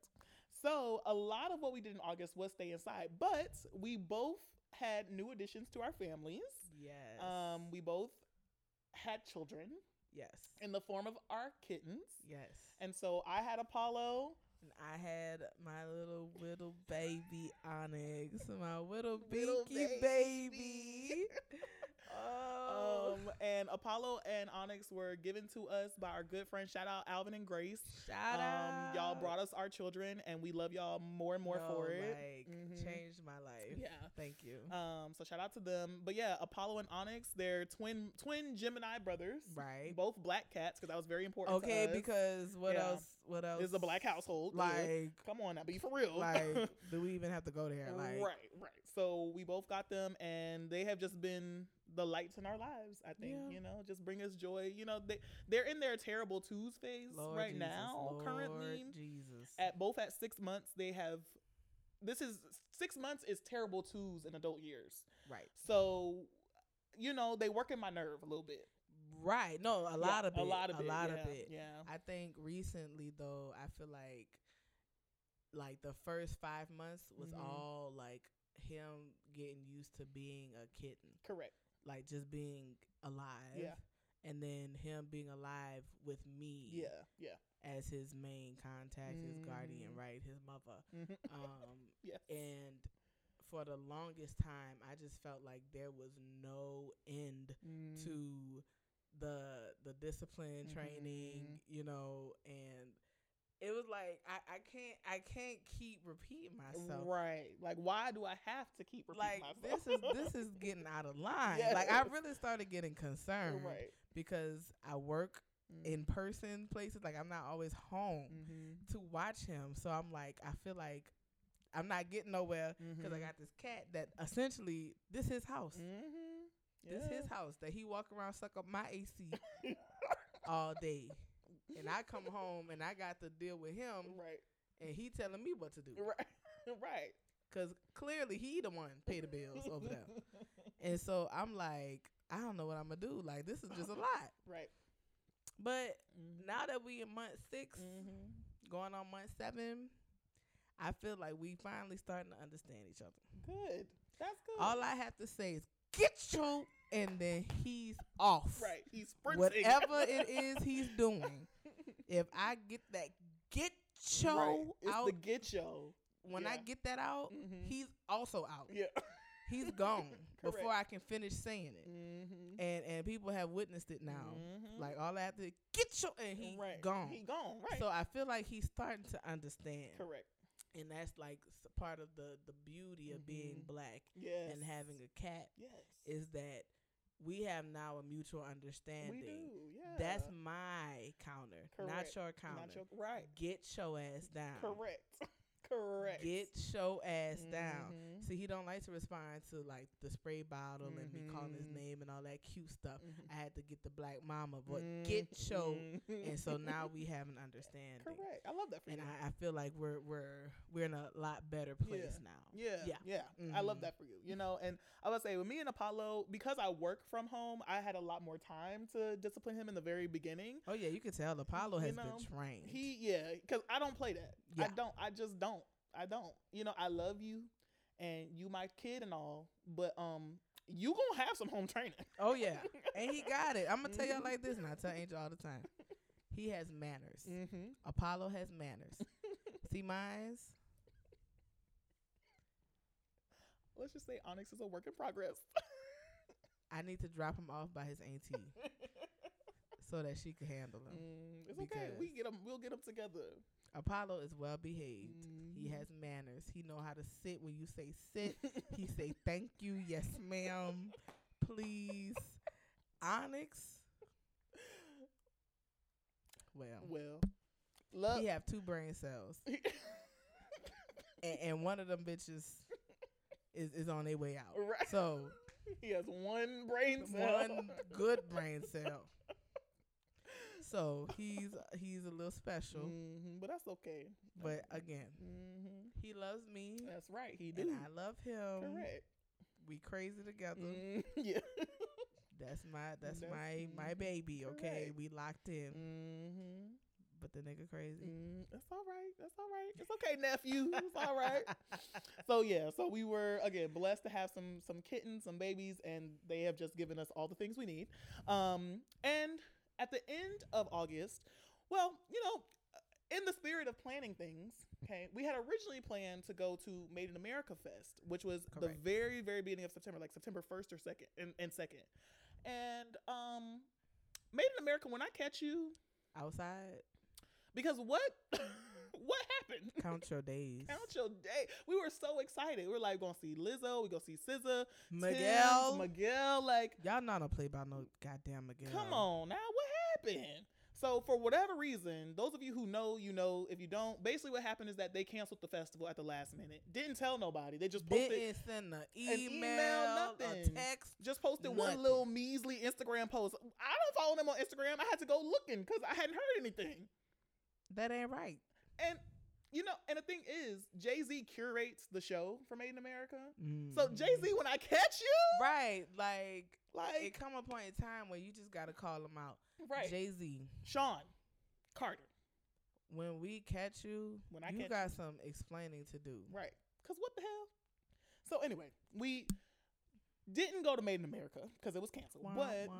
[SPEAKER 3] So a lot of what we did in August was stay inside, but we both had new additions to our families.
[SPEAKER 2] Yes.
[SPEAKER 3] Um, we both had children
[SPEAKER 2] yes.
[SPEAKER 3] in the form of our kittens,
[SPEAKER 2] yes.
[SPEAKER 3] and so I had Apollo.
[SPEAKER 2] And I had my little little baby Onyx, my little
[SPEAKER 3] Little
[SPEAKER 2] binky baby.
[SPEAKER 3] baby.
[SPEAKER 2] oh,
[SPEAKER 3] Um, and Apollo and Onyx were given to us by our good friend. Shout out Alvin and Grace.
[SPEAKER 2] shout out!
[SPEAKER 3] Um, y'all brought us our children, and we love y'all more and more
[SPEAKER 2] No,
[SPEAKER 3] for it.
[SPEAKER 2] Like,
[SPEAKER 3] Mhm.
[SPEAKER 2] Changed my life.
[SPEAKER 3] Yeah.
[SPEAKER 2] Thank you.
[SPEAKER 3] Um, so shout out to them. But yeah, Apollo and Onyx, they're twin twin Gemini brothers.
[SPEAKER 2] right.
[SPEAKER 3] Both black cats, because that was very important. to
[SPEAKER 2] Okay.
[SPEAKER 3] us.
[SPEAKER 2] Because what
[SPEAKER 3] Yeah.
[SPEAKER 2] else? What else?
[SPEAKER 3] this is a black household. Good.
[SPEAKER 2] Like,
[SPEAKER 3] come on, now be for real.
[SPEAKER 2] like, do we even have to go there? Like,
[SPEAKER 3] right, right. So we both got them, and they have just been the lights in our lives. I think
[SPEAKER 2] Yeah.
[SPEAKER 3] you know, just bring us joy. You know, they they're in their terrible twos phase
[SPEAKER 2] Lord
[SPEAKER 3] right
[SPEAKER 2] Jesus,
[SPEAKER 3] now.
[SPEAKER 2] Lord
[SPEAKER 3] currently,
[SPEAKER 2] Jesus.
[SPEAKER 3] at both at six months, they have. This is six months is terrible twos in adult years.
[SPEAKER 2] right.
[SPEAKER 3] So, you know, they work in my nerve a little bit.
[SPEAKER 2] Right. No, a
[SPEAKER 3] Yeah,
[SPEAKER 2] lot of it.
[SPEAKER 3] A lot of it.
[SPEAKER 2] A lot
[SPEAKER 3] yeah,
[SPEAKER 2] of it.
[SPEAKER 3] Yeah.
[SPEAKER 2] I think recently though, I feel like like the first five months was
[SPEAKER 3] Mhm.
[SPEAKER 2] all like him getting used to being a kitten,
[SPEAKER 3] Correct.
[SPEAKER 2] like just being alive.
[SPEAKER 3] Yeah.
[SPEAKER 2] And then him being alive with me
[SPEAKER 3] Yeah. Yeah.
[SPEAKER 2] as his main contact, his guardian,
[SPEAKER 3] Mhm.
[SPEAKER 2] right? His mother.
[SPEAKER 3] Mhm.
[SPEAKER 2] Um
[SPEAKER 3] Yes.
[SPEAKER 2] and for the longest time I just felt like there was no end
[SPEAKER 3] Mm,
[SPEAKER 2] to the the
[SPEAKER 3] Mm-hmm.
[SPEAKER 2] discipline training, you know, and it was like I, I can't I can't keep repeating myself.
[SPEAKER 3] right. Like, why do I have to keep repeating
[SPEAKER 2] Like
[SPEAKER 3] myself?
[SPEAKER 2] this is this is getting out of line. Like I
[SPEAKER 3] Yes.
[SPEAKER 2] really started getting concerned
[SPEAKER 3] right. Mm.
[SPEAKER 2] because I work in person places. Like I'm not always home
[SPEAKER 3] Mm-hmm.
[SPEAKER 2] to watch him. So I'm like I feel like I'm not getting nowhere because
[SPEAKER 1] Mm-hmm.
[SPEAKER 2] I got this cat that essentially this his house.
[SPEAKER 1] Mm,
[SPEAKER 3] Mm-hmm.
[SPEAKER 2] This his house that he walk around suck up my AC all day. And I come home and I got to deal with him
[SPEAKER 3] Right.
[SPEAKER 2] and he telling me what to do.
[SPEAKER 3] Right. right.
[SPEAKER 2] Cause clearly he the one pay the bills over there. And so I'm like, I don't know what I'm gonna do. Like this is just a lot.
[SPEAKER 3] Right.
[SPEAKER 2] But now that we in month 6
[SPEAKER 3] Mm-hmm.
[SPEAKER 2] going on month seven, I feel like we finally starting to understand each other.
[SPEAKER 3] Good. That's good.
[SPEAKER 2] All I have to say is get you and then he's off.
[SPEAKER 3] right. He's sprinting.
[SPEAKER 2] whatever it is he's doing, if I get that get show
[SPEAKER 3] Right. It's
[SPEAKER 2] out, Oh,
[SPEAKER 3] the get yo.
[SPEAKER 2] when I
[SPEAKER 3] yeah.
[SPEAKER 2] get that out,
[SPEAKER 3] Mhm.
[SPEAKER 2] he's also out.
[SPEAKER 3] Yeah.
[SPEAKER 2] He's gone before I
[SPEAKER 3] Correct.
[SPEAKER 2] can finish saying it.
[SPEAKER 3] Mm-hmm.
[SPEAKER 2] And and people have witnessed it now.
[SPEAKER 3] Mm-hmm.
[SPEAKER 2] Like all I have to get your and he
[SPEAKER 3] right.
[SPEAKER 2] gone.
[SPEAKER 3] He gone. Right.
[SPEAKER 2] So I feel like he's starting to understand,
[SPEAKER 3] Correct.
[SPEAKER 2] and that's like s- part of the the beauty of being
[SPEAKER 3] Mhm.
[SPEAKER 2] black
[SPEAKER 3] Yes.
[SPEAKER 2] and having a cat
[SPEAKER 3] yes.
[SPEAKER 2] is that we have now a mutual understanding.
[SPEAKER 3] we do. Yeah.
[SPEAKER 2] That's my counter, not
[SPEAKER 3] Correct.
[SPEAKER 2] your counter.
[SPEAKER 3] Not your, right.
[SPEAKER 2] Get your ass down.
[SPEAKER 3] Correct. Correct.
[SPEAKER 2] Get show ass down.
[SPEAKER 3] Mhm.
[SPEAKER 2] See, he don't like to respond to like the spray bottle and me calling his
[SPEAKER 3] Mhm.
[SPEAKER 2] name and all that cute stuff.
[SPEAKER 3] Mhm.
[SPEAKER 2] I had to get the black mama, but get show.
[SPEAKER 3] Mhm.
[SPEAKER 2] And so now we have an understanding.
[SPEAKER 3] Correct. I love that for
[SPEAKER 2] And
[SPEAKER 3] you.
[SPEAKER 2] I, I feel like we're we're we're in a lot better place
[SPEAKER 3] Yeah.
[SPEAKER 2] now.
[SPEAKER 3] Yeah, yeah,
[SPEAKER 2] Yeah.
[SPEAKER 3] I love
[SPEAKER 2] Mhm.
[SPEAKER 3] that for you. You know, and I would say with me and Apollo, because I work from home, I had a lot more time to discipline him in the very beginning.
[SPEAKER 2] Oh yeah, you can tell Apollo
[SPEAKER 3] You
[SPEAKER 2] has
[SPEAKER 3] know,
[SPEAKER 2] been trained.
[SPEAKER 3] He, yeah, because I don't play that. I
[SPEAKER 2] Yeah.
[SPEAKER 3] don't. I just don't. I don't. You know, I love you, and you my kid and all, but um, you gonna have some home training.
[SPEAKER 2] oh yeah, and he got it. I'm gonna tell y'all
[SPEAKER 3] Mhm.
[SPEAKER 2] like this, and I tell Angel all the time. He has manners.
[SPEAKER 3] Mm-hmm.
[SPEAKER 2] Apollo has manners. See mine's.
[SPEAKER 3] Let's just say Onyx is a work in progress.
[SPEAKER 2] I need to drop him off by his auntie so that she can handle him.
[SPEAKER 3] Mm, it's okay. We get them. We'll get them together.
[SPEAKER 2] Apollo is well behaved. He
[SPEAKER 3] Mhm.
[SPEAKER 2] has manners. He know how to sit when you say sit. he say thank you, yes ma'am, please. Onyx. Well,
[SPEAKER 3] well. Love.
[SPEAKER 2] he have two brain cells, and, and one of them bitches is is on their way out.
[SPEAKER 3] Right.
[SPEAKER 2] So
[SPEAKER 3] he has one brain cell.
[SPEAKER 2] one good brain cell. So he's he's a little special,
[SPEAKER 3] Mhm, but that's okay.
[SPEAKER 2] but again,
[SPEAKER 3] hmm
[SPEAKER 2] he loves me.
[SPEAKER 3] That's right. He
[SPEAKER 2] And
[SPEAKER 3] do.
[SPEAKER 2] I love him.
[SPEAKER 3] Correct.
[SPEAKER 2] We crazy together.
[SPEAKER 3] Mm, yeah.
[SPEAKER 2] That's my that's,
[SPEAKER 3] That's-
[SPEAKER 2] my my baby. Okay,
[SPEAKER 3] correct.
[SPEAKER 2] we locked in,
[SPEAKER 3] hmm
[SPEAKER 2] but the nigga crazy.
[SPEAKER 3] Mm, that's all right. That's all right. It's okay, nephew. It's all right. So yeah, so we were again blessed to have some some kittens, some babies, and they have just given us all the things we need. Um, and at the end of August, well, you know, uh, in the spirit of planning things, okay, we had originally planned to go to Made in America Fest, which was
[SPEAKER 2] Correct.
[SPEAKER 3] the very very beginning of September, like September first or second and, and second. And um, Made in America, when I catch you, Mm-hmm.
[SPEAKER 2] Outside,
[SPEAKER 3] because what what happened?
[SPEAKER 2] count your days.
[SPEAKER 3] Count your day. We were so excited. We were like, gonna see Lizzo. We gonna see SZA.
[SPEAKER 2] Miguel,
[SPEAKER 3] Tim's, Miguel. Like,
[SPEAKER 2] y'all not gonna play about no goddamn Miguel.
[SPEAKER 3] come on now. What happened? So for whatever reason, those of you who know, you know. If you don't, basically what happened is that they canceled the festival at the last minute. Didn't tell nobody. They just posted.
[SPEAKER 2] Didn't send an email, a
[SPEAKER 3] nothing.
[SPEAKER 2] text.
[SPEAKER 3] Just posted one
[SPEAKER 2] Nothing.
[SPEAKER 3] little measly Instagram post. I don't follow them on Instagram. I had to go looking because I hadn't heard anything.
[SPEAKER 2] That ain't right.
[SPEAKER 3] And you know, and the thing is, Jay Z curates the show for Made in America. So
[SPEAKER 2] Mm-hmm.
[SPEAKER 3] Jay Z, when I catch you,
[SPEAKER 2] right? Like,
[SPEAKER 3] like
[SPEAKER 2] it come a point in time where you just gotta call him out.
[SPEAKER 3] right,
[SPEAKER 2] Jay Z,
[SPEAKER 3] Sean Carter,
[SPEAKER 2] when we catch you,
[SPEAKER 3] When I
[SPEAKER 2] you
[SPEAKER 3] catch
[SPEAKER 2] got some explaining to do.
[SPEAKER 3] right? Because what the hell? So anyway, we didn't go to Made in America because it was canceled,
[SPEAKER 2] Wah,
[SPEAKER 3] but.
[SPEAKER 2] wah,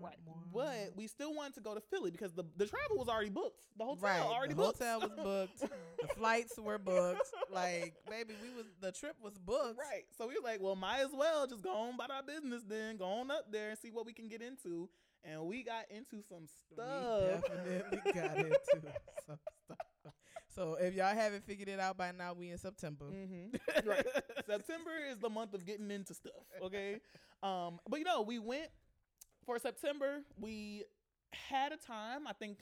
[SPEAKER 2] wah,
[SPEAKER 3] Right,
[SPEAKER 2] wah.
[SPEAKER 3] but we still wanted to go to Philly because the, the travel was already booked. The hotel
[SPEAKER 2] Right,
[SPEAKER 3] already
[SPEAKER 2] the
[SPEAKER 3] booked.
[SPEAKER 2] hotel was booked. the flights were booked. Like, baby, we was the trip was booked.
[SPEAKER 3] Right. So we were like, well, might as well just go on about our business then. Go on up there and see what we can get into. And we got into some stuff.
[SPEAKER 2] We definitely got into some stuff. So if y'all haven't figured it out by now, we in September.
[SPEAKER 3] hmm Right. September is the month of getting into stuff. Okay. Um, but you know, we went for September. We had a time. I think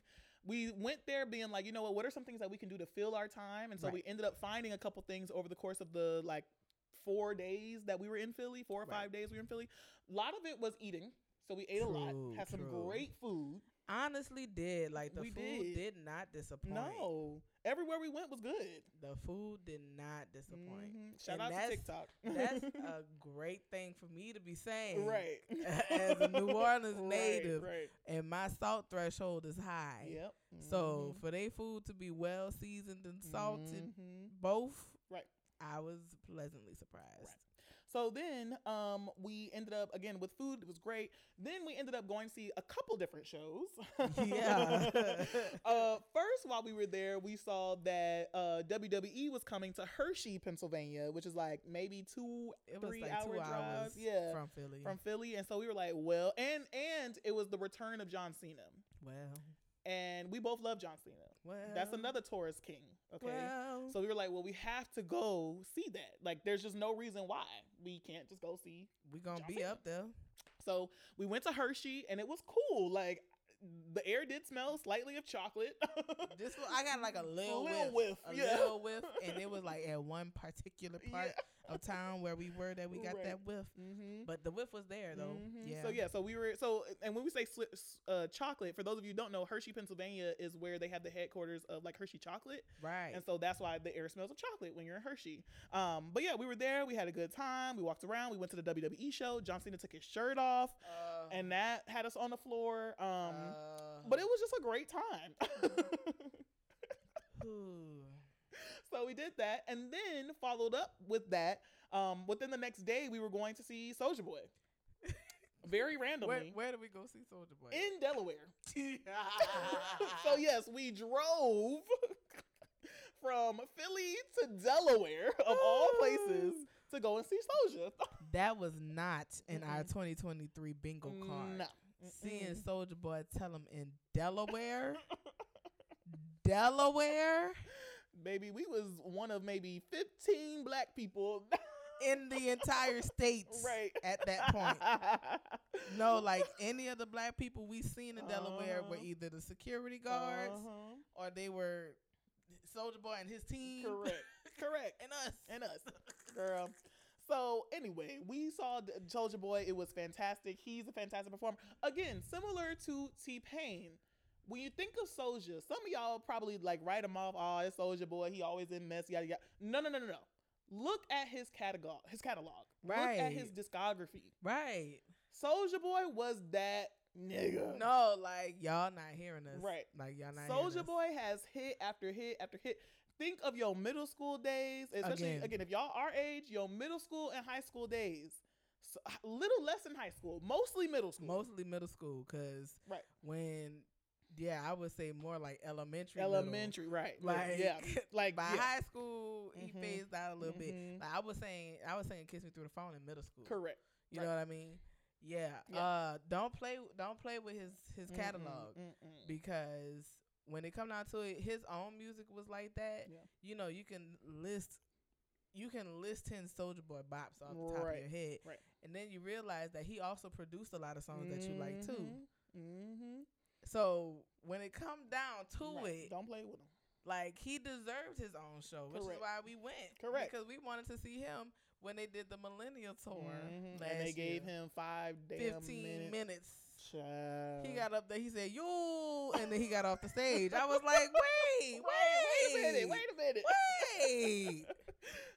[SPEAKER 3] we went there being like, you know what, what are some things that we can do to fill our time? And so
[SPEAKER 2] Right.
[SPEAKER 3] we ended up finding a couple things over the course of the like four days that we were in Philly, four or
[SPEAKER 2] Right.
[SPEAKER 3] five days we were in Philly. A lot of it was eating. So we ate a lot,
[SPEAKER 2] True,
[SPEAKER 3] had some
[SPEAKER 2] true.
[SPEAKER 3] great food.
[SPEAKER 2] Honestly, did like the
[SPEAKER 3] We
[SPEAKER 2] food
[SPEAKER 3] did.
[SPEAKER 2] did. not disappoint.
[SPEAKER 3] No, everywhere we went was good.
[SPEAKER 2] the food did not disappoint.
[SPEAKER 3] Mhm. Shout
[SPEAKER 2] And
[SPEAKER 3] out to
[SPEAKER 2] that's-
[SPEAKER 3] TikTok.
[SPEAKER 2] That's a great thing for me to be saying.
[SPEAKER 3] Mm-hmm. right.
[SPEAKER 2] As a New Orleans
[SPEAKER 3] Right,
[SPEAKER 2] native.
[SPEAKER 3] Right.
[SPEAKER 2] And my salt threshold is high.
[SPEAKER 3] Yep. Mm-hmm.
[SPEAKER 2] So for their food to be well seasoned and
[SPEAKER 3] Mhm.
[SPEAKER 2] salted,
[SPEAKER 3] Mhm.
[SPEAKER 2] both,
[SPEAKER 3] Right.
[SPEAKER 2] I was pleasantly surprised.
[SPEAKER 3] Right. So then um, we ended up again with food. It was great. Then we ended up going to see a couple different shows.
[SPEAKER 2] Yeah.
[SPEAKER 3] uh, first, while we were there, we saw that uh, WWE was coming to Hershey, Pennsylvania, which is like maybe two
[SPEAKER 2] It was
[SPEAKER 3] Three
[SPEAKER 2] like
[SPEAKER 3] hour
[SPEAKER 2] two hours
[SPEAKER 3] drive, yeah,
[SPEAKER 2] from Philly.
[SPEAKER 3] from Philly, and so we were like, well, and and it was the return of John Cena,
[SPEAKER 2] well,
[SPEAKER 3] and we both love John Cena.
[SPEAKER 2] well,
[SPEAKER 3] That's another Taurus king. Okay.
[SPEAKER 2] Oh. Well,
[SPEAKER 3] So we were like, well, we have to go see that. Like, there's just no reason why we can't just go see.
[SPEAKER 2] we gonna
[SPEAKER 3] John
[SPEAKER 2] be
[SPEAKER 3] Cena.
[SPEAKER 2] up there.
[SPEAKER 3] So we went to Hershey and it was cool. Like, the air did smell slightly of chocolate.
[SPEAKER 2] This was, I got like a little,
[SPEAKER 3] Little
[SPEAKER 2] whiff,
[SPEAKER 3] whiff,
[SPEAKER 2] a
[SPEAKER 3] yeah.
[SPEAKER 2] little whiff, and it was like at one particular part
[SPEAKER 3] Yeah.
[SPEAKER 2] of town where we were that we got
[SPEAKER 3] Right.
[SPEAKER 2] that whiff.
[SPEAKER 3] Mm-hmm.
[SPEAKER 2] But the whiff was there though.
[SPEAKER 3] Mhm.
[SPEAKER 2] Yeah.
[SPEAKER 3] So yeah, so we were so, and when we say sli- s- uh, chocolate, for those of you who don't know, Hershey, Pennsylvania is where they have the headquarters of like Hershey chocolate,
[SPEAKER 2] Right.
[SPEAKER 3] and so that's why the air smells of chocolate when you're in Hershey. Um, but yeah, we were there, we had a good time, we walked around, we went to the WWE show. John Cena took his shirt off,
[SPEAKER 2] Uh,
[SPEAKER 3] and that had us on the floor. Um,
[SPEAKER 2] uh,
[SPEAKER 3] but it was just a great time.
[SPEAKER 2] ooh.
[SPEAKER 3] so we did that, and then followed up with that. Um, within the next day, we were going to see Soldier Boy. Very randomly.
[SPEAKER 2] where, where do we go see Soldier Boy?
[SPEAKER 3] in Delaware. so yes, we drove from Philly to Delaware of all places to go and see Soja.
[SPEAKER 2] That was not in our
[SPEAKER 3] Mm-mm.
[SPEAKER 2] 2023 bingo card.
[SPEAKER 3] No.
[SPEAKER 2] Seeing
[SPEAKER 3] Mm-mm.
[SPEAKER 2] Soldier Boy tell him in Delaware, Delaware,
[SPEAKER 3] Baby, we was one of maybe 15 black people
[SPEAKER 2] in the entire states
[SPEAKER 3] right
[SPEAKER 2] at that point.
[SPEAKER 3] Uh-huh.
[SPEAKER 2] No, like any of the black people we seen in Delaware were
[SPEAKER 3] Uh-huh.
[SPEAKER 2] either the security guards
[SPEAKER 3] Uh-huh.
[SPEAKER 2] or they were Soldier Boy and his team
[SPEAKER 3] Correct. Correct.
[SPEAKER 2] and us.
[SPEAKER 3] and us, girl. So anyway, we saw Soldier Boy. It was fantastic. He's a fantastic performer. Again, similar to T Pain. When you think of Soldier, some of y'all probably like write him off. Oh, it's Soldier Boy. He always in mess. Yada yada. No, no, no, no, no. Look at his catalog. His catalog. Look at
[SPEAKER 2] Right.
[SPEAKER 3] his discography.
[SPEAKER 2] right.
[SPEAKER 3] Soldier Boy was that nigga.
[SPEAKER 2] No, like y'all not hearing us.
[SPEAKER 3] Right.
[SPEAKER 2] Like y'all not hearing
[SPEAKER 3] Soldier
[SPEAKER 2] us.
[SPEAKER 3] Boy has hit after hit after hit. Think of your middle school days, especially again,
[SPEAKER 2] Again.
[SPEAKER 3] if y'all our age, your middle school and high school days. So, little less than high school, mostly middle school.
[SPEAKER 2] mostly middle school because
[SPEAKER 3] Right.
[SPEAKER 2] when yeah i would say more like elementary middle.
[SPEAKER 3] elementary, right?
[SPEAKER 2] like
[SPEAKER 3] yeah, like
[SPEAKER 2] by
[SPEAKER 3] yeah.
[SPEAKER 2] high school he
[SPEAKER 3] Mhm.
[SPEAKER 2] phased out a little
[SPEAKER 3] Mhm.
[SPEAKER 2] bit like i was saying i was saying kiss me through the phone in middle school
[SPEAKER 3] correct.
[SPEAKER 2] you
[SPEAKER 3] right.
[SPEAKER 2] know what i mean yeah.
[SPEAKER 3] Yeah. Mm-hmm.
[SPEAKER 2] uh don't play don't play with his his catalog
[SPEAKER 3] Mm-mm, mm-mm.
[SPEAKER 2] because when it come down to it his own music was like that
[SPEAKER 3] Yeah.
[SPEAKER 2] you know you can list you can list 10 soldier boy bops off the top
[SPEAKER 3] Right.
[SPEAKER 2] of your head
[SPEAKER 3] Right.
[SPEAKER 2] and then you realize that he also produced a lot of songs that you like too
[SPEAKER 3] Mhm,
[SPEAKER 2] so when it come down to
[SPEAKER 3] mhm. Right.
[SPEAKER 2] it,
[SPEAKER 3] Don't play with them.
[SPEAKER 2] like he deserved his own show, which
[SPEAKER 3] Correct.
[SPEAKER 2] is why we went.
[SPEAKER 3] Correct.
[SPEAKER 2] Because we wanted to see him when they did the Millennial Tour.
[SPEAKER 3] Mhm.
[SPEAKER 2] last
[SPEAKER 3] And they gave
[SPEAKER 2] year.
[SPEAKER 3] him five damn
[SPEAKER 2] 15
[SPEAKER 3] minutes.
[SPEAKER 2] minutes.
[SPEAKER 3] Child.
[SPEAKER 2] He got up there. He said, "Yo," and then he got off the stage. I was like, "Wait,
[SPEAKER 3] wait,
[SPEAKER 2] wait,
[SPEAKER 3] wait a minute, wait a minute.
[SPEAKER 2] wait."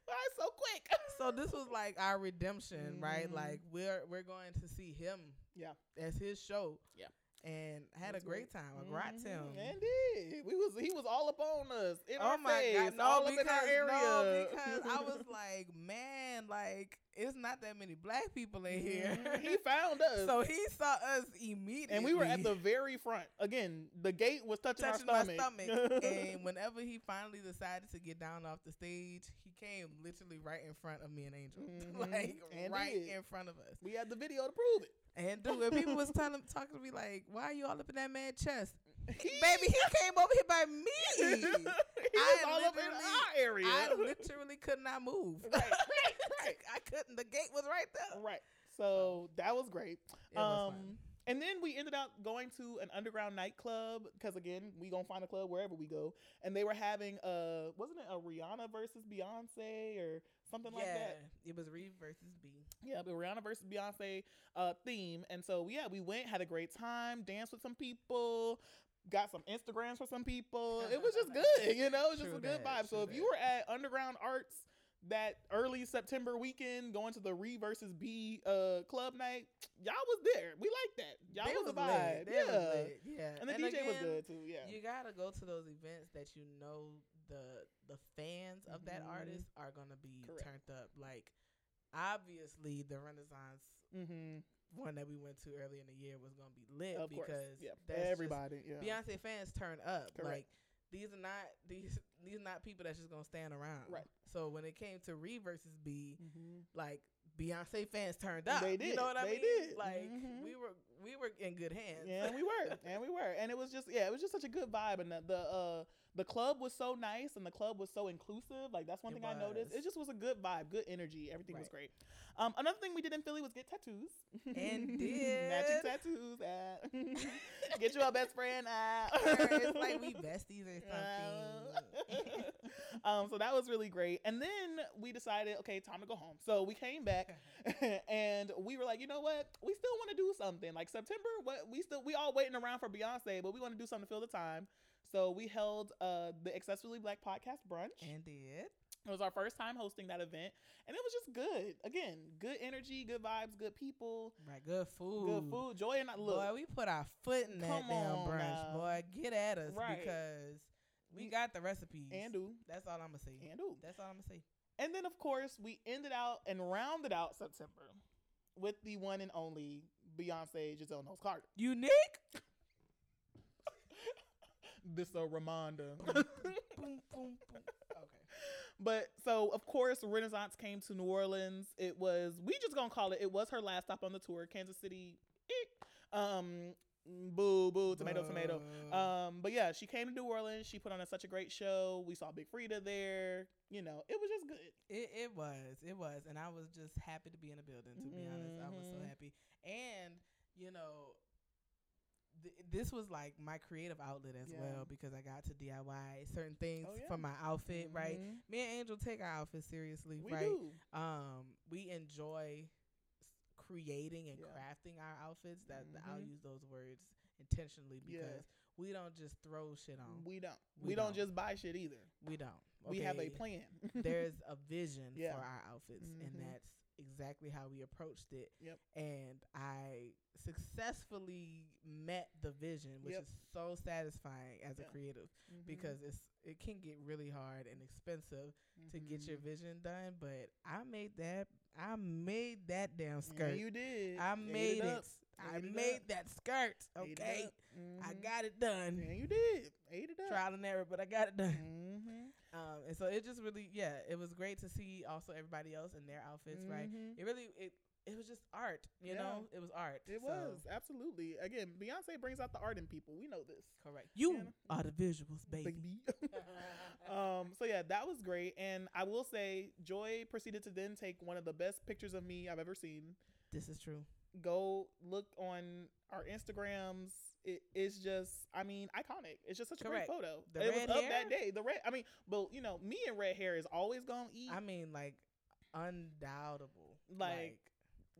[SPEAKER 3] Why so quick?
[SPEAKER 2] so this was like our redemption, right?
[SPEAKER 3] Mhm.
[SPEAKER 2] Like we're we're going to see him.
[SPEAKER 3] Yeah.
[SPEAKER 2] As his show.
[SPEAKER 3] Yeah.
[SPEAKER 2] And had
[SPEAKER 3] That's
[SPEAKER 2] a great
[SPEAKER 3] right.
[SPEAKER 2] time. I grats
[SPEAKER 3] Mhm,
[SPEAKER 2] him.
[SPEAKER 3] Indeed, we was he was all up on us. In
[SPEAKER 2] oh
[SPEAKER 3] our
[SPEAKER 2] my
[SPEAKER 3] face,
[SPEAKER 2] god, no,
[SPEAKER 3] all
[SPEAKER 2] because,
[SPEAKER 3] up in our area.
[SPEAKER 2] no, because I was like, man, like it's not that many black people in here.
[SPEAKER 3] Mhm. he found us,
[SPEAKER 2] so he saw us immediately,
[SPEAKER 3] and we were at the very front. Again, the gate was touching,
[SPEAKER 2] touching
[SPEAKER 3] our
[SPEAKER 2] my
[SPEAKER 3] stomach.
[SPEAKER 2] stomach. and whenever he finally decided to get down off the stage, he came literally right in front of me and Angel,
[SPEAKER 3] Mhm.
[SPEAKER 2] like
[SPEAKER 3] And
[SPEAKER 2] right
[SPEAKER 3] did.
[SPEAKER 2] in front of us.
[SPEAKER 3] we had the video to prove it.
[SPEAKER 2] And dude, and people was telling, talking to me like, why are you all up in that man's chest,
[SPEAKER 3] He-
[SPEAKER 2] baby? He came over here by
[SPEAKER 3] he
[SPEAKER 2] me.
[SPEAKER 3] was
[SPEAKER 2] I
[SPEAKER 3] all up in
[SPEAKER 2] literally-
[SPEAKER 3] our area.
[SPEAKER 2] I literally could not move.
[SPEAKER 3] Right, right, right.
[SPEAKER 2] I couldn't. The gate was right there.
[SPEAKER 3] right. So that was great.
[SPEAKER 2] It was
[SPEAKER 3] Um,
[SPEAKER 2] fun.
[SPEAKER 3] And then we ended up going to an underground nightclub because again, we gonna find a club wherever we go. And they were having a wasn't it a Rihanna versus Beyonce or something like that?
[SPEAKER 2] It was Reed versus B.
[SPEAKER 3] Yeah, but Rihanna versus Beyonce uh, theme. And so yeah, we went, had a great time, danced with some people, got some Instagrams for some people. It was just good, you know, it was just
[SPEAKER 2] True
[SPEAKER 3] a good
[SPEAKER 2] that,
[SPEAKER 3] vibe. So
[SPEAKER 2] true
[SPEAKER 3] if you
[SPEAKER 2] that.
[SPEAKER 3] were at Underground Arts that early September weekend, going to the Re versus B uh, club night, y'all was there. We like that. Y'all
[SPEAKER 2] They
[SPEAKER 3] was, a vibe.
[SPEAKER 2] lit. They was
[SPEAKER 3] yeah.
[SPEAKER 2] lit. Yeah.
[SPEAKER 3] And the DJ was
[SPEAKER 2] again,
[SPEAKER 3] good too. Yeah.
[SPEAKER 2] You gotta go to those events that you know the the fans of that
[SPEAKER 3] Mhm.
[SPEAKER 2] artist are gonna be
[SPEAKER 3] Correct.
[SPEAKER 2] turned up. Like obviously the Renaissance
[SPEAKER 3] mm-hmm.
[SPEAKER 2] one that we went to early in the year was gonna be lit
[SPEAKER 3] Of course.
[SPEAKER 2] because
[SPEAKER 3] Yeah.
[SPEAKER 2] that's just-
[SPEAKER 3] Everybody. yeah.
[SPEAKER 2] Beyonce fans turn up. Like
[SPEAKER 3] Correct.
[SPEAKER 2] these are not these these are not people that's just gonna stand around.
[SPEAKER 3] Right.
[SPEAKER 2] So when it came to Reed versus B,
[SPEAKER 3] Mm-hmm.
[SPEAKER 2] like Beyonce fans turned up.
[SPEAKER 3] They
[SPEAKER 2] You
[SPEAKER 3] did.
[SPEAKER 2] know what I
[SPEAKER 3] They
[SPEAKER 2] mean?
[SPEAKER 3] did.
[SPEAKER 2] Like
[SPEAKER 3] Mhm.
[SPEAKER 2] we were we were in good hands.
[SPEAKER 3] Yeah, and we were, and we were, and it was just yeah, it was just such a good vibe, and the the, uh, the club was so nice, and the club was so inclusive. Like that's one
[SPEAKER 2] It
[SPEAKER 3] thing I noticed. It
[SPEAKER 2] was.
[SPEAKER 3] just was a good vibe, good energy. Everything was
[SPEAKER 2] Right.
[SPEAKER 3] great. Um, another thing we did in Philly was get tattoos
[SPEAKER 2] And
[SPEAKER 3] matching
[SPEAKER 2] did.
[SPEAKER 3] tattoos. At. get you a best friend. At.
[SPEAKER 2] it's like we besties or something.
[SPEAKER 3] Uh, um, so that was really great. And then we decided, okay, time to go home. So we came back and we were like, you know what? We still want to do something. Like September, what we still we all waiting around for Beyonce, but we want to do something to fill the time. So we held uh, the Accessibility Black Podcast brunch.
[SPEAKER 2] and did.
[SPEAKER 3] It was our first time hosting that event, and it was just good. Again, good energy, good vibes, good people,
[SPEAKER 2] Right, good food.
[SPEAKER 3] good food, joy, and I look.
[SPEAKER 2] Boy, we put our foot in that
[SPEAKER 3] Come
[SPEAKER 2] damn
[SPEAKER 3] on
[SPEAKER 2] brunch,
[SPEAKER 3] now.
[SPEAKER 2] boy. Get at us
[SPEAKER 3] Right.
[SPEAKER 2] because we
[SPEAKER 3] We-
[SPEAKER 2] got the recipes.
[SPEAKER 3] and do
[SPEAKER 2] that's all I'm gonna say.
[SPEAKER 3] and do.
[SPEAKER 2] That's all I'm gonna say.
[SPEAKER 3] And then, of course, we ended out and rounded out September with the one and only Beyonce Giselle Knowles Carter.
[SPEAKER 2] Unique.
[SPEAKER 3] This a reminder.
[SPEAKER 2] boom, boom, boom. Okay.
[SPEAKER 3] but so, of course, Renaissance came to New Orleans. It was, we just gonna call it, it was her last stop on the tour. Kansas City, eh. um, boo, boo, tomato, tomato.
[SPEAKER 2] Boo.
[SPEAKER 3] Um, but yeah, she came to New Orleans. She put on a, such a great show. We saw Big Frida there. You know, it was just good.
[SPEAKER 2] It, it was, it was, and I was just happy to be in the building. To be honest, I was so
[SPEAKER 3] Mhm.
[SPEAKER 2] happy, and you know, th- this was like my creative outlet as
[SPEAKER 3] Yeah. Oh,
[SPEAKER 2] well because I got to DIY certain things
[SPEAKER 3] yeah.
[SPEAKER 2] for my outfit. Right,
[SPEAKER 3] Mhm.
[SPEAKER 2] me and Angel take our outfits seriously.
[SPEAKER 3] We
[SPEAKER 2] right,
[SPEAKER 3] do.
[SPEAKER 2] um, we enjoy s- creating and
[SPEAKER 3] Yeah.
[SPEAKER 2] crafting our outfits. That I'll
[SPEAKER 3] Mhm.
[SPEAKER 2] use those words intentionally
[SPEAKER 3] Yeah.
[SPEAKER 2] because we don't just throw shit on.
[SPEAKER 3] We don't.
[SPEAKER 2] We
[SPEAKER 3] We, don't.
[SPEAKER 2] don't.
[SPEAKER 3] just buy shit either.
[SPEAKER 2] We don't.
[SPEAKER 3] We have a
[SPEAKER 2] okay?
[SPEAKER 3] plan.
[SPEAKER 2] there's a vision
[SPEAKER 3] Yeah.
[SPEAKER 2] for our outfits,
[SPEAKER 3] Mhm.
[SPEAKER 2] and that's exactly how we approached it.
[SPEAKER 3] Yep.
[SPEAKER 2] And I successfully met the vision, which
[SPEAKER 3] Yep.
[SPEAKER 2] is so satisfying as
[SPEAKER 3] Yeah. Mm-hmm.
[SPEAKER 2] a creative because it's it can get really hard and expensive to get
[SPEAKER 3] Mm-hmm.
[SPEAKER 2] your vision done. But I made that I made that damn
[SPEAKER 3] skirt.
[SPEAKER 2] skirt.
[SPEAKER 3] you did.
[SPEAKER 2] I made it. I
[SPEAKER 3] Ate it
[SPEAKER 2] made
[SPEAKER 3] up.
[SPEAKER 2] that skirt.
[SPEAKER 3] Ate it
[SPEAKER 2] Okay.
[SPEAKER 3] up.
[SPEAKER 2] I
[SPEAKER 3] Mhm.
[SPEAKER 2] got it done.
[SPEAKER 3] Yeah, you did. Ate it up.
[SPEAKER 2] Trial and error, but I got it done.
[SPEAKER 3] Mhm.
[SPEAKER 2] Um, and so it just really, yeah, it was great to see also everybody else in their outfits, right?
[SPEAKER 3] Mhm.
[SPEAKER 2] It really, it it was just art, you
[SPEAKER 3] Yeah.
[SPEAKER 2] know, it was art.
[SPEAKER 3] It
[SPEAKER 2] so-
[SPEAKER 3] was absolutely. Again, Beyonce brings out the art in people. We know this,
[SPEAKER 2] correct. You
[SPEAKER 3] Yeah.
[SPEAKER 2] are the visuals, baby.
[SPEAKER 3] baby. um so yeah that was great and i will say joy proceeded to then take one of the best pictures of me i've ever seen
[SPEAKER 2] this is true.
[SPEAKER 3] go look on our instagrams it is just i mean iconic it's just such a
[SPEAKER 2] Correct.
[SPEAKER 3] great photo
[SPEAKER 2] The
[SPEAKER 3] it
[SPEAKER 2] red
[SPEAKER 3] was up
[SPEAKER 2] hair?
[SPEAKER 3] that day the red i mean but you know me and red hair is always gonna eat
[SPEAKER 2] I mean, like, undoubtable.
[SPEAKER 3] Like,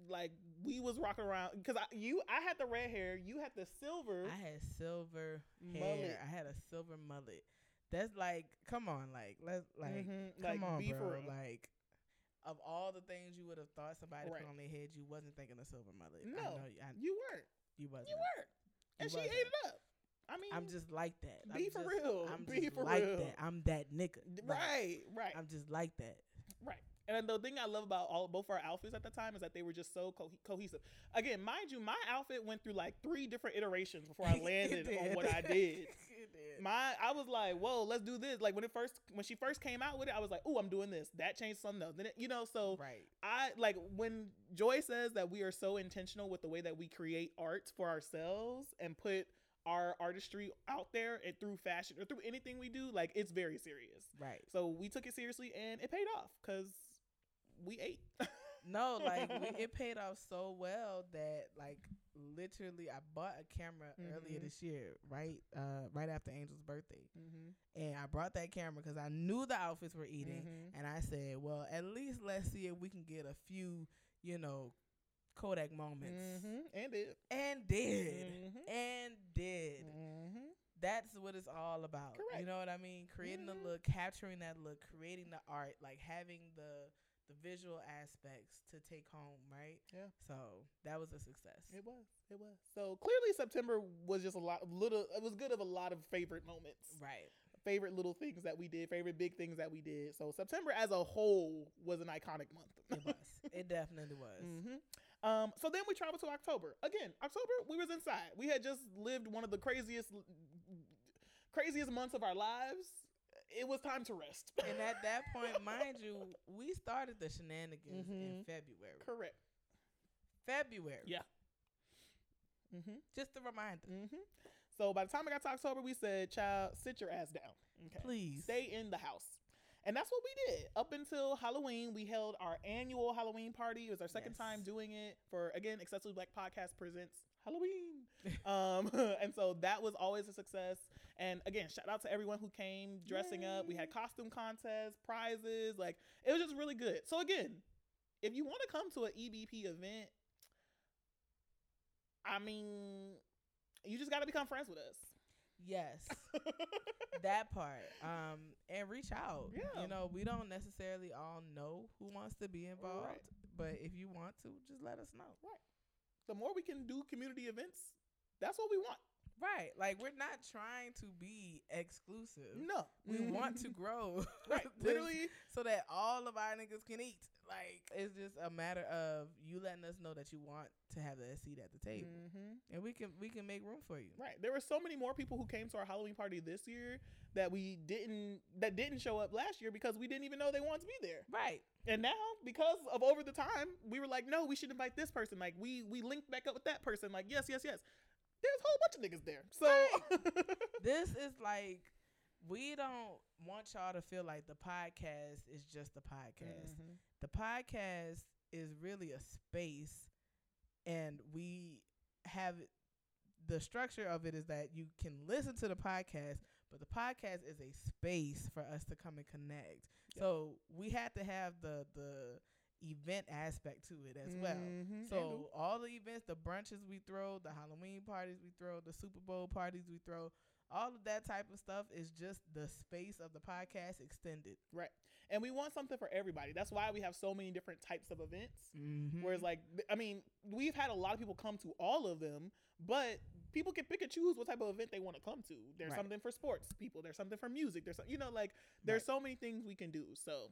[SPEAKER 3] like we was rocking around because I, you i had the red hair you had the silver
[SPEAKER 2] Like, I had silver hair.
[SPEAKER 3] mullet.
[SPEAKER 2] I had a silver mullet. That's like, come on, like, let's like,
[SPEAKER 3] Mhm,
[SPEAKER 2] come on,
[SPEAKER 3] be
[SPEAKER 2] bro.
[SPEAKER 3] for real.
[SPEAKER 2] Like, of all the things you would have thought somebody
[SPEAKER 3] Right.
[SPEAKER 2] put on their head, you wasn't thinking of silver mullet. I
[SPEAKER 3] No.
[SPEAKER 2] know you, I,
[SPEAKER 3] you weren't
[SPEAKER 2] you wasn't.
[SPEAKER 3] you weren't and she
[SPEAKER 2] wasn't.
[SPEAKER 3] ate it up i mean
[SPEAKER 2] I'm just like that.
[SPEAKER 3] be
[SPEAKER 2] I'm
[SPEAKER 3] for
[SPEAKER 2] just,
[SPEAKER 3] real
[SPEAKER 2] I'm
[SPEAKER 3] be
[SPEAKER 2] just
[SPEAKER 3] for
[SPEAKER 2] like
[SPEAKER 3] real
[SPEAKER 2] that. I'm that nigga.
[SPEAKER 3] D-
[SPEAKER 2] Like,
[SPEAKER 3] Right, right,
[SPEAKER 2] I'm just like that.
[SPEAKER 3] right. And the thing I love about all both our outfits at the time is that they were just so co- cohesive. Again, mind you, my outfit went through like three different iterations before I
[SPEAKER 2] It
[SPEAKER 3] landed on
[SPEAKER 2] did.
[SPEAKER 3] what I did.
[SPEAKER 2] It did.
[SPEAKER 3] My, I was like, "Whoa, let's do this!" Like when it first, when she first came out with it, I was like, "Oh, I'm doing this." That changed something else. Then it, you know, so
[SPEAKER 2] right.
[SPEAKER 3] I like when Joy says that we are so intentional with the way that we create art for ourselves and put our artistry out there and through fashion or through anything we do. Like it's very serious.
[SPEAKER 2] Right.
[SPEAKER 3] So we took it seriously and it paid off because we ate.
[SPEAKER 2] No, like we, it paid off so well that like literally I bought a camera earlier
[SPEAKER 3] Mhm.
[SPEAKER 2] this year, right? Uh right after Angel's birthday. And I brought that camera cuz I knew the outfits were eating
[SPEAKER 3] Mhm.
[SPEAKER 2] and I said, "Well, at least let's see if we can get a few, you know, Kodak moments."
[SPEAKER 3] Mhm. And it.
[SPEAKER 2] And did.
[SPEAKER 3] Mhm.
[SPEAKER 2] And did.
[SPEAKER 3] Mhm.
[SPEAKER 2] that's what it's all about. You
[SPEAKER 3] Correct.
[SPEAKER 2] know what I mean? Creating the
[SPEAKER 3] Mhm.
[SPEAKER 2] look, capturing that look, creating the art, like having the the visual aspects to take home, right?
[SPEAKER 3] Yeah.
[SPEAKER 2] So that was a success.
[SPEAKER 3] It was. It was. So clearly September was just a lot of little it was good of a lot of favorite moments.
[SPEAKER 2] right.
[SPEAKER 3] Favorite little things that we did, favorite big things that we did. So September as a whole was an iconic month.
[SPEAKER 2] It was. it definitely was.
[SPEAKER 3] Mhm. Um, so then we traveled to October. Again, October, we was inside. We had just lived one of the craziest, craziest months of our lives. it was time to rest.
[SPEAKER 2] And at that point, mind you, we started the shenanigans in
[SPEAKER 4] Mhm.
[SPEAKER 2] February.
[SPEAKER 3] Correct.
[SPEAKER 2] February.
[SPEAKER 3] Mm-hmm. Yeah. Mm-hmm.
[SPEAKER 2] Just a reminder.
[SPEAKER 3] Mm-hmm. So by the time I got to October, we said, "Child, sit your ass down. Okay.
[SPEAKER 2] Please.
[SPEAKER 3] Stay in the house." And that's what we did. Up until Halloween, we held our annual Halloween party. It was our second
[SPEAKER 2] Yes.
[SPEAKER 3] time doing it for again, Accessory Black Podcast presents Halloween. um, and so that was always a success. And again, shout out to everyone who came dressing up. We had costume contests, prizes, like it was just really good. So again, if you want to come to an EBP event, I mean, you just got to become friends with us.
[SPEAKER 2] Yes. that part. Um, and reach out.
[SPEAKER 3] Yeah.
[SPEAKER 2] You know, we don't necessarily all know who wants to be involved,
[SPEAKER 3] Right.
[SPEAKER 2] but if you want to, just let us know.
[SPEAKER 3] the more we can do community events, that's what we want.
[SPEAKER 2] Right. Like we're not trying to be exclusive.
[SPEAKER 3] No,
[SPEAKER 2] We want to grow.
[SPEAKER 3] right,
[SPEAKER 2] this
[SPEAKER 3] literally,
[SPEAKER 2] so that all of our niggas can eat. Like it's just a matter of you letting us know that you want to have that seat at the table, and we can we can make room for you.
[SPEAKER 3] Mm-hmm. right. There were so many more people who came to our Halloween party this year that we didn't that didn't show up last year because we didn't even know they wanted to be there.
[SPEAKER 2] Right.
[SPEAKER 3] And now, because of over the time, we were like, no, we should invite this person. Like we we linked back up with that person. Like yes, yes, yes. There's a whole bunch of niggas there. So
[SPEAKER 2] this is like we don't want y'all to feel like the podcast is just a podcast.
[SPEAKER 3] Mm-hmm.
[SPEAKER 2] The podcast is really a space, and we have the structure of it is that you can listen to the podcast, but the podcast is a space for us to come and connect. So we had to have the the event aspect to it as well.
[SPEAKER 3] Mhm.
[SPEAKER 2] So all the events, the brunches we throw, the Halloween parties we throw, the Super Bowl parties we throw, all of that type of stuff is just the space of the podcast extended.
[SPEAKER 3] and we want something for everybody. That's why we have so many different types of events.
[SPEAKER 2] Mm-hmm.
[SPEAKER 3] Whereas, like, th- I mean, we've had a lot of people come to all of them, but people can pick and choose what type of event they want to come to. There's
[SPEAKER 2] Right.
[SPEAKER 3] something for sports people. There's something for music. There's, some- you know, like there's so many things we can do. So,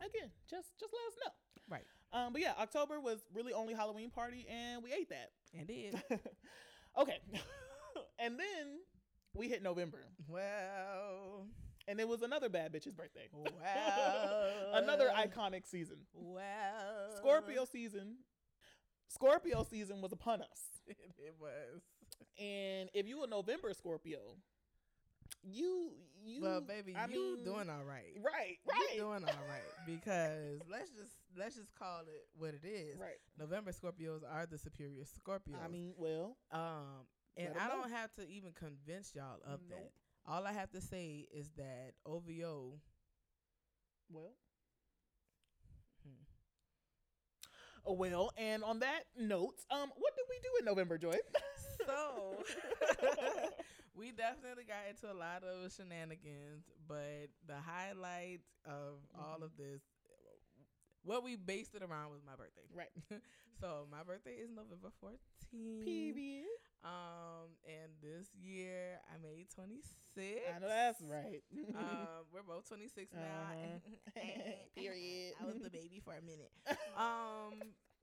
[SPEAKER 3] again, just just let us know.
[SPEAKER 2] Right.
[SPEAKER 3] Um, but yeah, October was really only Halloween party, and we ate that.
[SPEAKER 2] and it
[SPEAKER 3] okay. and then we hit November,
[SPEAKER 2] well,
[SPEAKER 3] and it was another bad bitch's birthday.
[SPEAKER 2] well,
[SPEAKER 3] another iconic season.
[SPEAKER 2] Well,
[SPEAKER 3] Scorpio season. Scorpio season was upon us.
[SPEAKER 2] It, it was.
[SPEAKER 3] And if you a November Scorpio, you you
[SPEAKER 2] well, baby,
[SPEAKER 3] I
[SPEAKER 2] you
[SPEAKER 3] mean,
[SPEAKER 2] doing all right.
[SPEAKER 3] right,
[SPEAKER 2] You
[SPEAKER 3] right,
[SPEAKER 2] doing all right because let's just let's just call it what it is.
[SPEAKER 3] right.
[SPEAKER 2] November Scorpios are the superior Scorpios.
[SPEAKER 3] I mean, well,
[SPEAKER 2] Um, and
[SPEAKER 3] Let 'em
[SPEAKER 2] I
[SPEAKER 3] know.
[SPEAKER 2] don't have to even convince y'all of
[SPEAKER 3] Nope.
[SPEAKER 2] that. All I have to say is that OVO.
[SPEAKER 3] well,
[SPEAKER 2] Hmm.
[SPEAKER 3] oh, well. And on that note, um, what did we do in November, Joy?
[SPEAKER 2] So we definitely got into a lot of shenanigans, but the highlight of all
[SPEAKER 3] Mm-hmm.
[SPEAKER 2] of this, what we based it around was my birthday.
[SPEAKER 3] right,
[SPEAKER 2] So my birthday is November 14th.
[SPEAKER 3] PB.
[SPEAKER 2] Um, and this year I made 26.
[SPEAKER 3] I know that's right. Uh,
[SPEAKER 2] um, we're both 26 now.
[SPEAKER 3] Uh-huh. Period.
[SPEAKER 2] I was the baby for a minute. Um,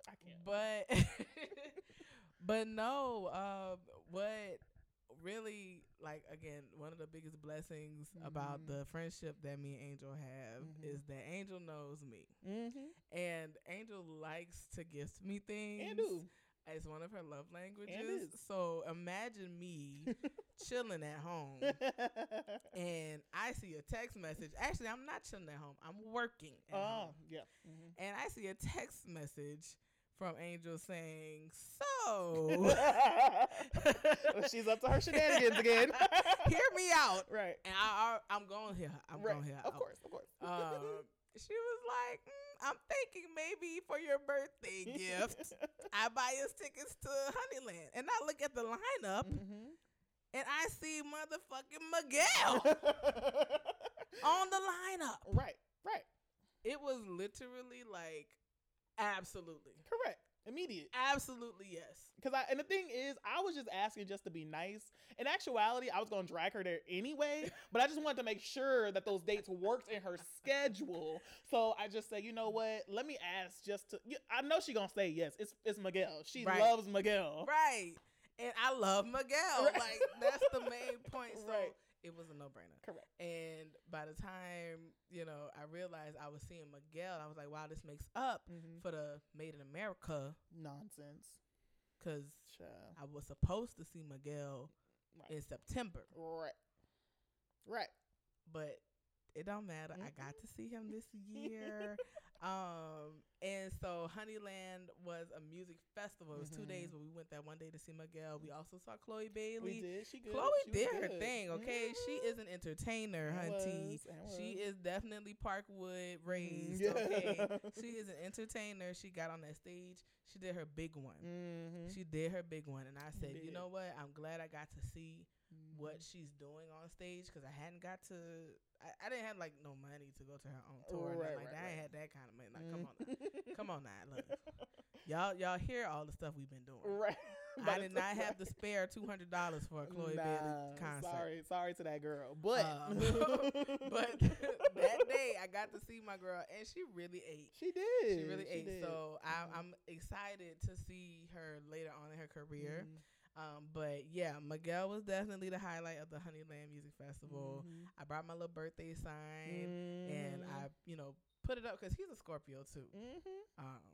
[SPEAKER 3] I can't.
[SPEAKER 2] but but no, uh, what really like again one of the biggest blessings about
[SPEAKER 3] Mhm.
[SPEAKER 2] the friendship that me and Angel have
[SPEAKER 3] Mhm.
[SPEAKER 2] is that Angel knows me
[SPEAKER 3] Mm-hmm.
[SPEAKER 2] and Angel likes to gift me things.
[SPEAKER 3] And do
[SPEAKER 2] It's one of her love languages.
[SPEAKER 3] is.
[SPEAKER 2] So imagine me chilling at home and I see a text message. Actually, I'm not chilling at home. I'm working at
[SPEAKER 3] oh
[SPEAKER 2] home.
[SPEAKER 3] yeah. Mhm.
[SPEAKER 2] And I see a text message from Angel saying, "So,
[SPEAKER 3] She's up to her shenanigans again.
[SPEAKER 2] hear me out."
[SPEAKER 3] right.
[SPEAKER 2] And I, I I'm going here. I'm
[SPEAKER 3] right.
[SPEAKER 2] going here.
[SPEAKER 3] Of course, of course. Uh,
[SPEAKER 2] Um, she was like, "Mm, "I'm thinking maybe for your birthday gift, I buy us tickets to Honeyland." And I look at the lineup
[SPEAKER 3] Mhm.
[SPEAKER 2] and I see motherfucking Miguel on the lineup.
[SPEAKER 3] right, right,
[SPEAKER 2] It was literally like, absolutely,
[SPEAKER 3] correct, immediate.
[SPEAKER 2] absolutely yes.
[SPEAKER 3] Because I and the thing is, I was just asking just to be nice. In actuality, I was going to drag her there anyway, but I just wanted to make sure that those dates worked in her schedule. So I just said, you know what? Let me ask just to. you- I know she gonna say yes. It's it's Miguel. She
[SPEAKER 2] Right.
[SPEAKER 3] loves Miguel.
[SPEAKER 2] Right. And I love Miguel.
[SPEAKER 3] Oh. Right.
[SPEAKER 2] Like that's the main point. So
[SPEAKER 3] Right.
[SPEAKER 2] it was a no brainer.
[SPEAKER 3] Correct.
[SPEAKER 2] And by the time, you know, I realized I was seeing Miguel, I was like, wow, this makes up
[SPEAKER 3] Mm-hmm.
[SPEAKER 2] for the Made in America
[SPEAKER 3] Nonsense.
[SPEAKER 2] because
[SPEAKER 3] Child.
[SPEAKER 2] I was supposed to see Miguel
[SPEAKER 3] Right.
[SPEAKER 2] in September,
[SPEAKER 3] Right. Right.
[SPEAKER 2] but it don't matter. I got
[SPEAKER 3] Mm-hmm.
[SPEAKER 2] to see him this year. um, and so Honeyland was a music festival. It was two
[SPEAKER 3] Mhm.
[SPEAKER 2] days, but we went that one day to see Miguel. We also saw Chloe Bailey.
[SPEAKER 3] We did. She good.
[SPEAKER 2] Chloe
[SPEAKER 3] She was
[SPEAKER 2] did her
[SPEAKER 3] good.
[SPEAKER 2] thing, okay? She
[SPEAKER 3] Mhm.
[SPEAKER 2] is an entertainer,
[SPEAKER 3] And
[SPEAKER 2] hunty.
[SPEAKER 3] was,
[SPEAKER 2] She
[SPEAKER 3] and was. Mm-hmm.
[SPEAKER 2] is definitely Parkwood raised,
[SPEAKER 3] Yeah.
[SPEAKER 2] okay? She is an entertainer. She got on that stage. She did her big one.
[SPEAKER 3] Mhm.
[SPEAKER 2] She did her big one. And I
[SPEAKER 3] She
[SPEAKER 2] said, you
[SPEAKER 3] did. Mm-hmm.
[SPEAKER 2] know what? I'm glad I got to see what she's doing on stage because I hadn't got to, I, I didn't have like no money to go to her own tour.
[SPEAKER 3] Right,
[SPEAKER 2] Right, like,
[SPEAKER 3] right,
[SPEAKER 2] that. I
[SPEAKER 3] right. Mm-hmm.
[SPEAKER 2] had that kind of money. Like, come on. now. Come on now, look, y'all, y'all hear all the stuff we've been doing.
[SPEAKER 3] right.
[SPEAKER 2] I
[SPEAKER 3] But
[SPEAKER 2] did
[SPEAKER 3] it's
[SPEAKER 2] not have
[SPEAKER 3] like-
[SPEAKER 2] the spare two hundred dollars for a Chloe
[SPEAKER 3] Nah,
[SPEAKER 2] Bailey concert.
[SPEAKER 3] Sorry, sorry to that girl, but
[SPEAKER 2] Um, but that day I got to see my girl, and she really ate.
[SPEAKER 3] she did.
[SPEAKER 2] She really ate.
[SPEAKER 3] did.
[SPEAKER 2] So I,
[SPEAKER 3] Mhm.
[SPEAKER 2] I'm excited to see her later on in her
[SPEAKER 3] Mm-hmm.
[SPEAKER 2] career. Um, but yeah, Miguel was definitely the highlight of the Honeyland Music Festival.
[SPEAKER 3] Mhm.
[SPEAKER 2] I brought my little birthday
[SPEAKER 3] Mm-hmm.
[SPEAKER 2] sign, and I, you know, put it up because he's a Scorpio too.
[SPEAKER 3] Mhm.
[SPEAKER 2] Um,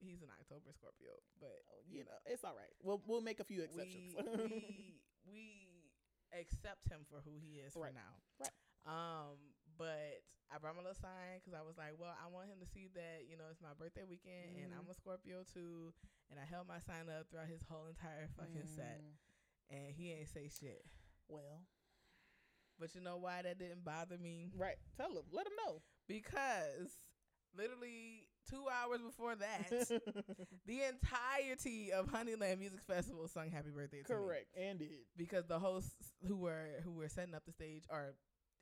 [SPEAKER 2] he's an October Scorpio, but
[SPEAKER 3] Oh, you know, it's all right. We'll we'll make a few exceptions.
[SPEAKER 2] we, we we accept him for who he is for
[SPEAKER 3] Right.
[SPEAKER 2] now.
[SPEAKER 3] Right.
[SPEAKER 2] Um, but I brought my little sign because I was like, well, I want him to see that you know it's my birthday weekend and
[SPEAKER 3] Mm-hmm.
[SPEAKER 2] I'm a Scorpio too, and I held my sign up throughout his whole entire fucking set,
[SPEAKER 3] Mm,
[SPEAKER 2] and he ain't say shit.
[SPEAKER 3] Well,
[SPEAKER 2] But you know why that didn't bother me?
[SPEAKER 3] right. Tell them. Let them know.
[SPEAKER 2] Because literally two hours before that, the entirety of Honeyland Music Festival sung Happy Birthday to me.
[SPEAKER 3] Correct. And did.
[SPEAKER 2] because the hosts who were who were setting up the stage or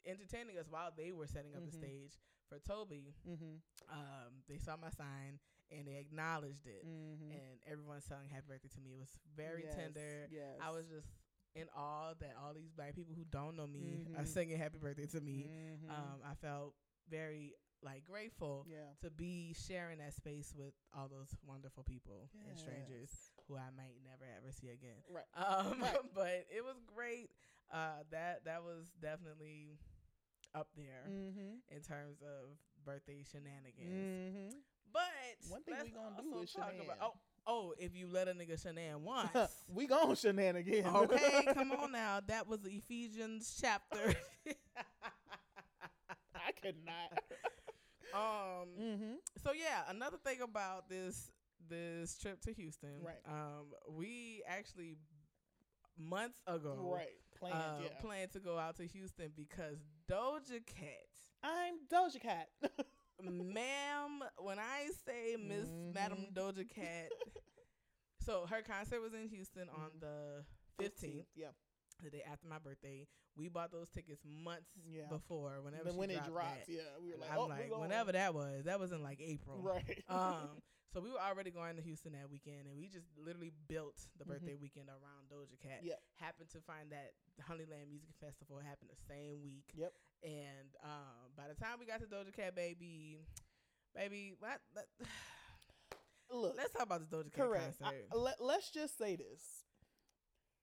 [SPEAKER 2] entertaining us while they were setting up
[SPEAKER 3] Mhm.
[SPEAKER 2] the stage for Toby,
[SPEAKER 3] Mm-hmm.
[SPEAKER 2] um, they saw my sign and they acknowledged it,
[SPEAKER 3] Mm-hmm.
[SPEAKER 2] and everyone sung "Happy Birthday" to me. It was very tender.
[SPEAKER 3] Yes.
[SPEAKER 2] I was just in awe that all these black people who don't know me are
[SPEAKER 3] Mhm.
[SPEAKER 2] singing "Happy Birthday" to me.
[SPEAKER 3] Mhm.
[SPEAKER 2] Um, I felt very like grateful.
[SPEAKER 3] yeah.
[SPEAKER 2] To be sharing that space with all those wonderful people and strangers
[SPEAKER 3] Yes.
[SPEAKER 2] who I might never ever see again.
[SPEAKER 3] Right.
[SPEAKER 2] Um,
[SPEAKER 3] Right.
[SPEAKER 2] but it was great. Uh, that that was definitely up there
[SPEAKER 3] Mm-hmm.
[SPEAKER 2] in terms of birthday shenanigans.
[SPEAKER 3] Mm-hmm.
[SPEAKER 2] But
[SPEAKER 3] One thing
[SPEAKER 2] let's
[SPEAKER 3] we gonna do
[SPEAKER 2] also
[SPEAKER 3] is
[SPEAKER 2] talk
[SPEAKER 3] shenan.
[SPEAKER 2] oh oh if you let a nigga shenan once.
[SPEAKER 3] we gone shenanigans.
[SPEAKER 2] okay, come on now. That was Ephesians chapter.
[SPEAKER 3] I could not.
[SPEAKER 2] um.
[SPEAKER 3] mm-hmm.
[SPEAKER 2] So yeah, another thing about this this trip to Houston.
[SPEAKER 3] Right.
[SPEAKER 2] Um. We actually months ago.
[SPEAKER 3] Right. Planned,
[SPEAKER 2] uh,
[SPEAKER 3] yeah.
[SPEAKER 2] plan to go out to Houston because Doja Cat,
[SPEAKER 3] I'm Doja Cat.
[SPEAKER 2] ma'am, when I say Miss Madam
[SPEAKER 3] Mhm.
[SPEAKER 2] Doja Cat, so her concert was in Houston on
[SPEAKER 3] Mhm.
[SPEAKER 2] the 15th,
[SPEAKER 3] Yeah.
[SPEAKER 2] the day after my birthday. We bought those tickets months
[SPEAKER 3] Yeah.
[SPEAKER 2] before, whenever
[SPEAKER 3] Then
[SPEAKER 2] she
[SPEAKER 3] when it
[SPEAKER 2] dropped
[SPEAKER 3] drops,
[SPEAKER 2] that.
[SPEAKER 3] yeah, we were
[SPEAKER 2] And
[SPEAKER 3] like,
[SPEAKER 2] I'm
[SPEAKER 3] oh, we
[SPEAKER 2] like,
[SPEAKER 3] going.
[SPEAKER 2] whenever that was, that was in like April.
[SPEAKER 3] right?
[SPEAKER 2] um, so we were already going to Houston that weekend, and we just literally built the birthday weekend around Doja Cat.
[SPEAKER 3] Mm-hmm. Yep.
[SPEAKER 2] Happened to find that the Honeyland Music Festival happened the same week.
[SPEAKER 3] Yep.
[SPEAKER 2] And um, by the time we got to Doja Cat, baby, baby, what? Let,
[SPEAKER 3] Look,
[SPEAKER 2] us talk about the Doja Cat
[SPEAKER 3] correct. I-
[SPEAKER 2] concert.
[SPEAKER 3] let, us just say this: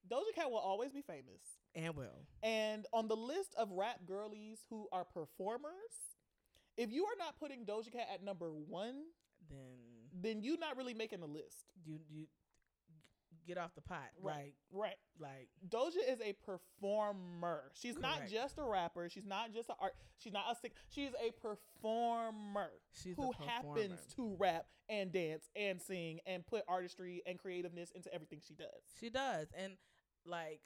[SPEAKER 3] Doja Cat will always be famous,
[SPEAKER 2] and will.
[SPEAKER 3] and on the list of rap girlies who are performers, if you are not putting Doja Cat at number one,
[SPEAKER 2] Then
[SPEAKER 3] then you're not really making the list,
[SPEAKER 2] you you get off the pot,
[SPEAKER 3] Right. right?
[SPEAKER 2] Like like
[SPEAKER 3] Doja is a performer. She's not
[SPEAKER 2] Correct.
[SPEAKER 3] just a rapper. She's not just an art. She's not a sick. She's a performer
[SPEAKER 2] she's
[SPEAKER 3] who
[SPEAKER 2] a performer.
[SPEAKER 3] happens to rap and dance and sing and put artistry and creativeness into everything she does.
[SPEAKER 2] She does, and like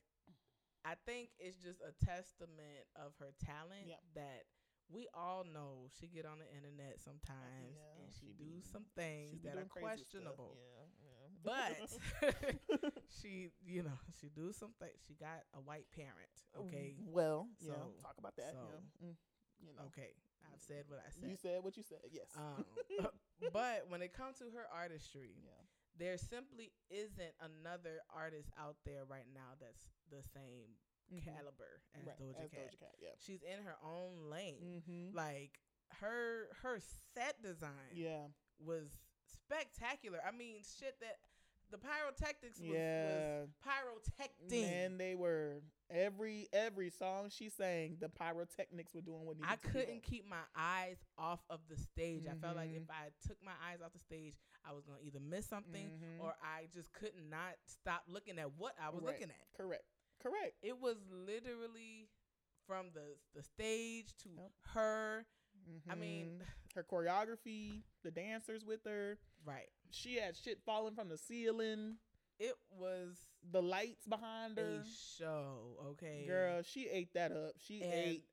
[SPEAKER 2] I think it's just a testament of her talent
[SPEAKER 3] Yep.
[SPEAKER 2] that we all know she get on the internet sometimes
[SPEAKER 3] yeah,
[SPEAKER 2] and she,
[SPEAKER 3] she
[SPEAKER 2] do
[SPEAKER 3] be-
[SPEAKER 2] some
[SPEAKER 3] She
[SPEAKER 2] things
[SPEAKER 3] be
[SPEAKER 2] that are
[SPEAKER 3] doing crazy stuff.
[SPEAKER 2] questionable.
[SPEAKER 3] Yeah, yeah.
[SPEAKER 2] She, you know, she do something. She got a white parent. Okay,
[SPEAKER 3] Well, yeah.
[SPEAKER 2] So-
[SPEAKER 3] Talk about that.
[SPEAKER 2] so-
[SPEAKER 3] yeah. Mm, you know.
[SPEAKER 2] okay. I've said what I
[SPEAKER 3] You
[SPEAKER 2] said.
[SPEAKER 3] said what you said. Yes.
[SPEAKER 2] Um, but when it comes to her artistry,
[SPEAKER 3] yeah.
[SPEAKER 2] there simply isn't another artist out there right now that's the same
[SPEAKER 3] Mhm.
[SPEAKER 2] caliber as
[SPEAKER 3] Right,
[SPEAKER 2] Doja
[SPEAKER 3] as
[SPEAKER 2] Cat.
[SPEAKER 3] Doja Cat. Yeah.
[SPEAKER 2] She's in her own lane.
[SPEAKER 3] Mm-hmm.
[SPEAKER 2] Like her her set design
[SPEAKER 3] Yeah.
[SPEAKER 2] was spectacular. I mean, shit that the pyrotechnics was,
[SPEAKER 3] Yeah.
[SPEAKER 2] was pyrotecting.
[SPEAKER 3] And they were every every every song she sang, the pyrotechnics were doing what needed
[SPEAKER 2] I
[SPEAKER 3] to be done.
[SPEAKER 2] couldn't keep my eyes off of the stage. I felt like
[SPEAKER 3] Mhm.
[SPEAKER 2] if I took my eyes off the stage, I was gonna either miss something
[SPEAKER 3] Mhm.
[SPEAKER 2] or I just could not stop looking at what I was
[SPEAKER 3] Right.
[SPEAKER 2] looking at.
[SPEAKER 3] correct, correct.
[SPEAKER 2] It was literally from the the stage to
[SPEAKER 3] Yep.
[SPEAKER 2] her. I mean,
[SPEAKER 3] Mhm. her choreography, the dancers with her.
[SPEAKER 2] right.
[SPEAKER 3] She had shit falling from the ceiling,
[SPEAKER 2] It was
[SPEAKER 3] the lights behind
[SPEAKER 2] a
[SPEAKER 3] her.
[SPEAKER 2] show, okay,
[SPEAKER 3] Girl, she ate that up. She
[SPEAKER 2] And
[SPEAKER 3] ate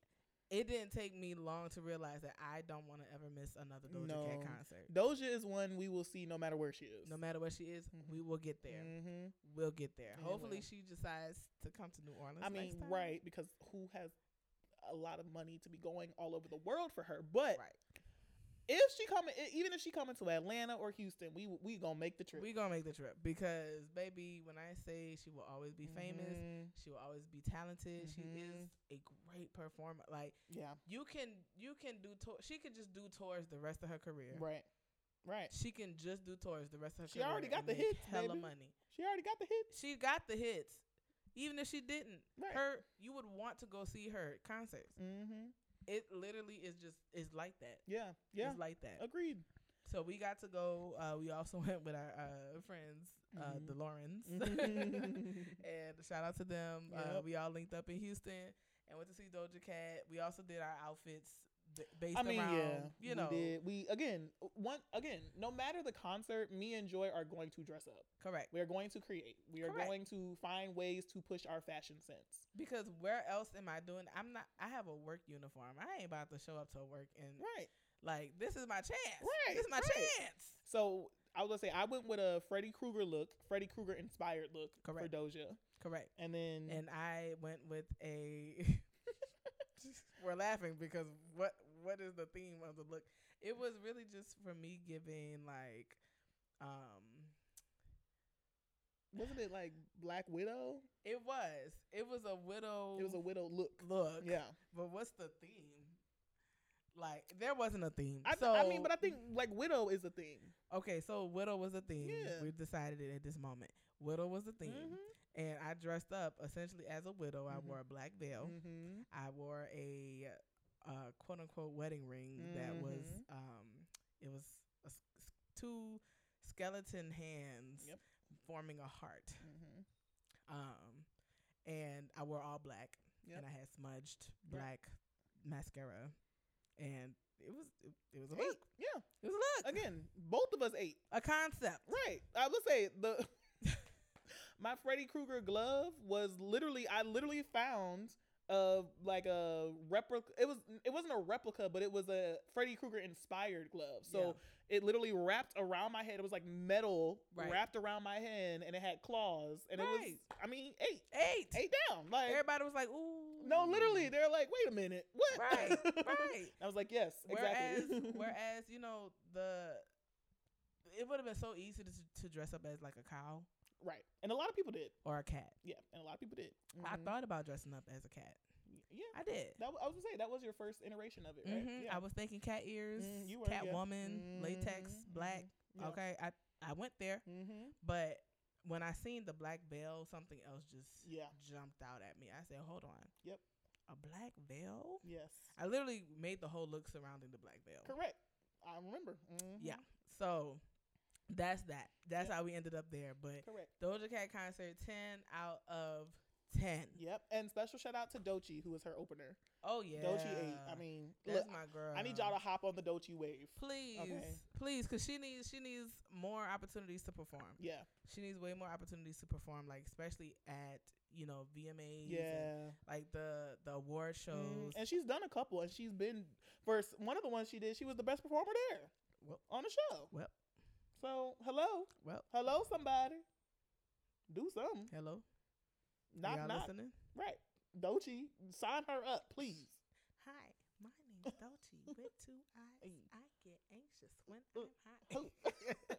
[SPEAKER 2] it didn't take me long to realize that I don't want to ever miss another Doja Cat
[SPEAKER 3] No.
[SPEAKER 2] concert.
[SPEAKER 3] Doja is one we will see no matter where she is.
[SPEAKER 2] No matter where she is,
[SPEAKER 3] Mhm.
[SPEAKER 2] we will get there.
[SPEAKER 3] Mhm.
[SPEAKER 2] We'll get there.
[SPEAKER 3] Yeah,
[SPEAKER 2] Hopefully,
[SPEAKER 3] well.
[SPEAKER 2] she decides to come to New Orleans.
[SPEAKER 3] I
[SPEAKER 2] next
[SPEAKER 3] mean,
[SPEAKER 2] time.
[SPEAKER 3] right? Because who has a lot of money to be going all over the world for her? But
[SPEAKER 2] Right.
[SPEAKER 3] if she coming, e- even if she coming to Atlanta or Houston, we we gonna make the trip.
[SPEAKER 2] We gonna make the trip because, baby, when I say she will always be famous,
[SPEAKER 3] Mhm.
[SPEAKER 2] she will always be talented. She is
[SPEAKER 3] Mhm.
[SPEAKER 2] a great performer. Like
[SPEAKER 3] Yeah.
[SPEAKER 2] you can, you can do. tour she could just do tours the rest of her career.
[SPEAKER 3] Right. Right.
[SPEAKER 2] She can just do tours the rest of her
[SPEAKER 3] She
[SPEAKER 2] career.
[SPEAKER 3] already got
[SPEAKER 2] and
[SPEAKER 3] the
[SPEAKER 2] make
[SPEAKER 3] hits,
[SPEAKER 2] Hella
[SPEAKER 3] baby.
[SPEAKER 2] money.
[SPEAKER 3] She already got the hits.
[SPEAKER 2] She got the hits. Even if she didn't,
[SPEAKER 3] Right.
[SPEAKER 2] her you would want to go see her concerts.
[SPEAKER 3] Mm-hmm.
[SPEAKER 2] It literally is just is like that.
[SPEAKER 3] Yeah. Yeah.
[SPEAKER 2] It's like that.
[SPEAKER 3] Agreed.
[SPEAKER 2] So we got to go. Uh, we also went with our uh, friends, uh,
[SPEAKER 3] Mhm.
[SPEAKER 2] the Laurens,
[SPEAKER 3] Mhm.
[SPEAKER 2] and shout out to them. Uh,
[SPEAKER 3] Yep.
[SPEAKER 2] we all linked up in Houston and went to see Doja Cat. We also did our outfits b- based
[SPEAKER 3] I mean,
[SPEAKER 2] around,
[SPEAKER 3] yeah,
[SPEAKER 2] you know,
[SPEAKER 3] we did. We again, one again, no matter the concert, me and Joy are going to dress up.
[SPEAKER 2] correct.
[SPEAKER 3] We are going to create. We are
[SPEAKER 2] Correct.
[SPEAKER 3] going to find ways to push our fashion sense.
[SPEAKER 2] Because where else am I doing? I'm not. I have a work uniform. I ain't about to show up to work and
[SPEAKER 3] Right.
[SPEAKER 2] like this is my chance.
[SPEAKER 3] Right,
[SPEAKER 2] This is my
[SPEAKER 3] right.
[SPEAKER 2] chance.
[SPEAKER 3] So I was gonna say I went with a Freddy Krueger look, Freddy Krueger inspired look
[SPEAKER 2] Correct.
[SPEAKER 3] for Doja,
[SPEAKER 2] Correct.
[SPEAKER 3] and then
[SPEAKER 2] and I went with a. we're laughing because what what is the theme of the look? It was really just for me giving like, um,
[SPEAKER 3] wasn't it like Black Widow?
[SPEAKER 2] it was it was a widow.
[SPEAKER 3] It was a widow look.
[SPEAKER 2] look.
[SPEAKER 3] Yeah,
[SPEAKER 2] But what's the theme? Like there wasn't a theme.
[SPEAKER 3] I,
[SPEAKER 2] so
[SPEAKER 3] I mean, but I think like widow is a thing.
[SPEAKER 2] okay. So widow was a theme.
[SPEAKER 3] Yeah.
[SPEAKER 2] We decided it at this moment. Widow was a theme,
[SPEAKER 3] Mm-hmm.
[SPEAKER 2] and I dressed up essentially as a widow. I
[SPEAKER 3] Mhm.
[SPEAKER 2] wore a black veil.
[SPEAKER 3] Mm-hmm.
[SPEAKER 2] I wore a uh, quote unquote wedding ring that was
[SPEAKER 3] Mhm.
[SPEAKER 2] um, it was a s s two skeleton hands
[SPEAKER 3] Yep.
[SPEAKER 2] forming a heart.
[SPEAKER 3] Mm-hmm.
[SPEAKER 2] Um, and I wore all black,
[SPEAKER 3] Yep.
[SPEAKER 2] and I had smudged
[SPEAKER 3] Yep.
[SPEAKER 2] black mascara, and it was it, it was a
[SPEAKER 3] Eight.
[SPEAKER 2] look.
[SPEAKER 3] Yeah.
[SPEAKER 2] It was a look.
[SPEAKER 3] Again, both of us ate.
[SPEAKER 2] A concept.
[SPEAKER 3] Right. I would say the my Freddy Krueger glove was literally I literally found uh like a replica it was it wasn't a replica but it was a Freddy Krueger inspired glove. So it literally wrapped around my head. It was like metal
[SPEAKER 2] Right.
[SPEAKER 3] wrapped around my hand and it had claws and it was
[SPEAKER 2] Right.
[SPEAKER 3] I mean eight
[SPEAKER 2] Eight.
[SPEAKER 3] eight down like
[SPEAKER 2] Everybody was like, "Ooh."
[SPEAKER 3] no literally they're like wait a minute what
[SPEAKER 2] Right. right.
[SPEAKER 3] I was like yes
[SPEAKER 2] Whereas,
[SPEAKER 3] exactly
[SPEAKER 2] whereas you know the, it would have been so easy to, to dress up as like a cow
[SPEAKER 3] right and a lot of people did
[SPEAKER 2] or a cat.
[SPEAKER 3] yeah and a lot of people did
[SPEAKER 2] I
[SPEAKER 3] Mhm.
[SPEAKER 2] thought about dressing up as a cat.
[SPEAKER 3] yeah
[SPEAKER 2] I did.
[SPEAKER 3] That wa- I was gonna say that was your first iteration of it, right?
[SPEAKER 2] Mhm.
[SPEAKER 3] Yeah.
[SPEAKER 2] I was thinking cat ears,
[SPEAKER 3] Mm, you were,
[SPEAKER 2] cat
[SPEAKER 3] yeah.
[SPEAKER 2] woman, latex,
[SPEAKER 3] Mhm,
[SPEAKER 2] black.
[SPEAKER 3] mhm, yeah.
[SPEAKER 2] Okay, I I went there,
[SPEAKER 3] Mm-hmm.
[SPEAKER 2] but when I seen the black veil, something else just
[SPEAKER 3] Yeah.
[SPEAKER 2] jumped out at me. I said, "Hold on."
[SPEAKER 3] Yep.
[SPEAKER 2] A black veil.
[SPEAKER 3] Yes.
[SPEAKER 2] I literally made the whole look surrounding the black veil.
[SPEAKER 3] Correct. I remember. Mhm.
[SPEAKER 2] Yeah. So that's that. That's
[SPEAKER 3] Yep.
[SPEAKER 2] how we ended up there. But
[SPEAKER 3] Correct.
[SPEAKER 2] Doja Cat concert, ten out of ten.
[SPEAKER 3] Yep. And special shout out to Dochi, who was her opener.
[SPEAKER 2] Oh yeah,
[SPEAKER 3] Dochi eight. I mean,
[SPEAKER 2] that's
[SPEAKER 3] look,
[SPEAKER 2] my girl.
[SPEAKER 3] I need y'all to hop on the Dochi wave.
[SPEAKER 2] please,
[SPEAKER 3] Okay.
[SPEAKER 2] please, because she needs she needs more opportunities to perform.
[SPEAKER 3] Yeah.
[SPEAKER 2] She needs way more opportunities to perform, like especially at you know VMAs, and,
[SPEAKER 3] Yeah.
[SPEAKER 2] like the the award
[SPEAKER 3] Mm.
[SPEAKER 2] shows.
[SPEAKER 3] And she's done a couple, and she's been first. One of the ones she did, she was the best performer there
[SPEAKER 2] Well-
[SPEAKER 3] on the show.
[SPEAKER 2] well.
[SPEAKER 3] So hello,
[SPEAKER 2] well,
[SPEAKER 3] hello, somebody, do something.
[SPEAKER 2] hello,
[SPEAKER 3] Knock
[SPEAKER 2] y'all
[SPEAKER 3] knock.
[SPEAKER 2] listening?
[SPEAKER 3] Right. Dochi, sign her up, please.
[SPEAKER 2] Hi, my name's Dolce with two eyes. I get anxious when I'm high.
[SPEAKER 3] Who-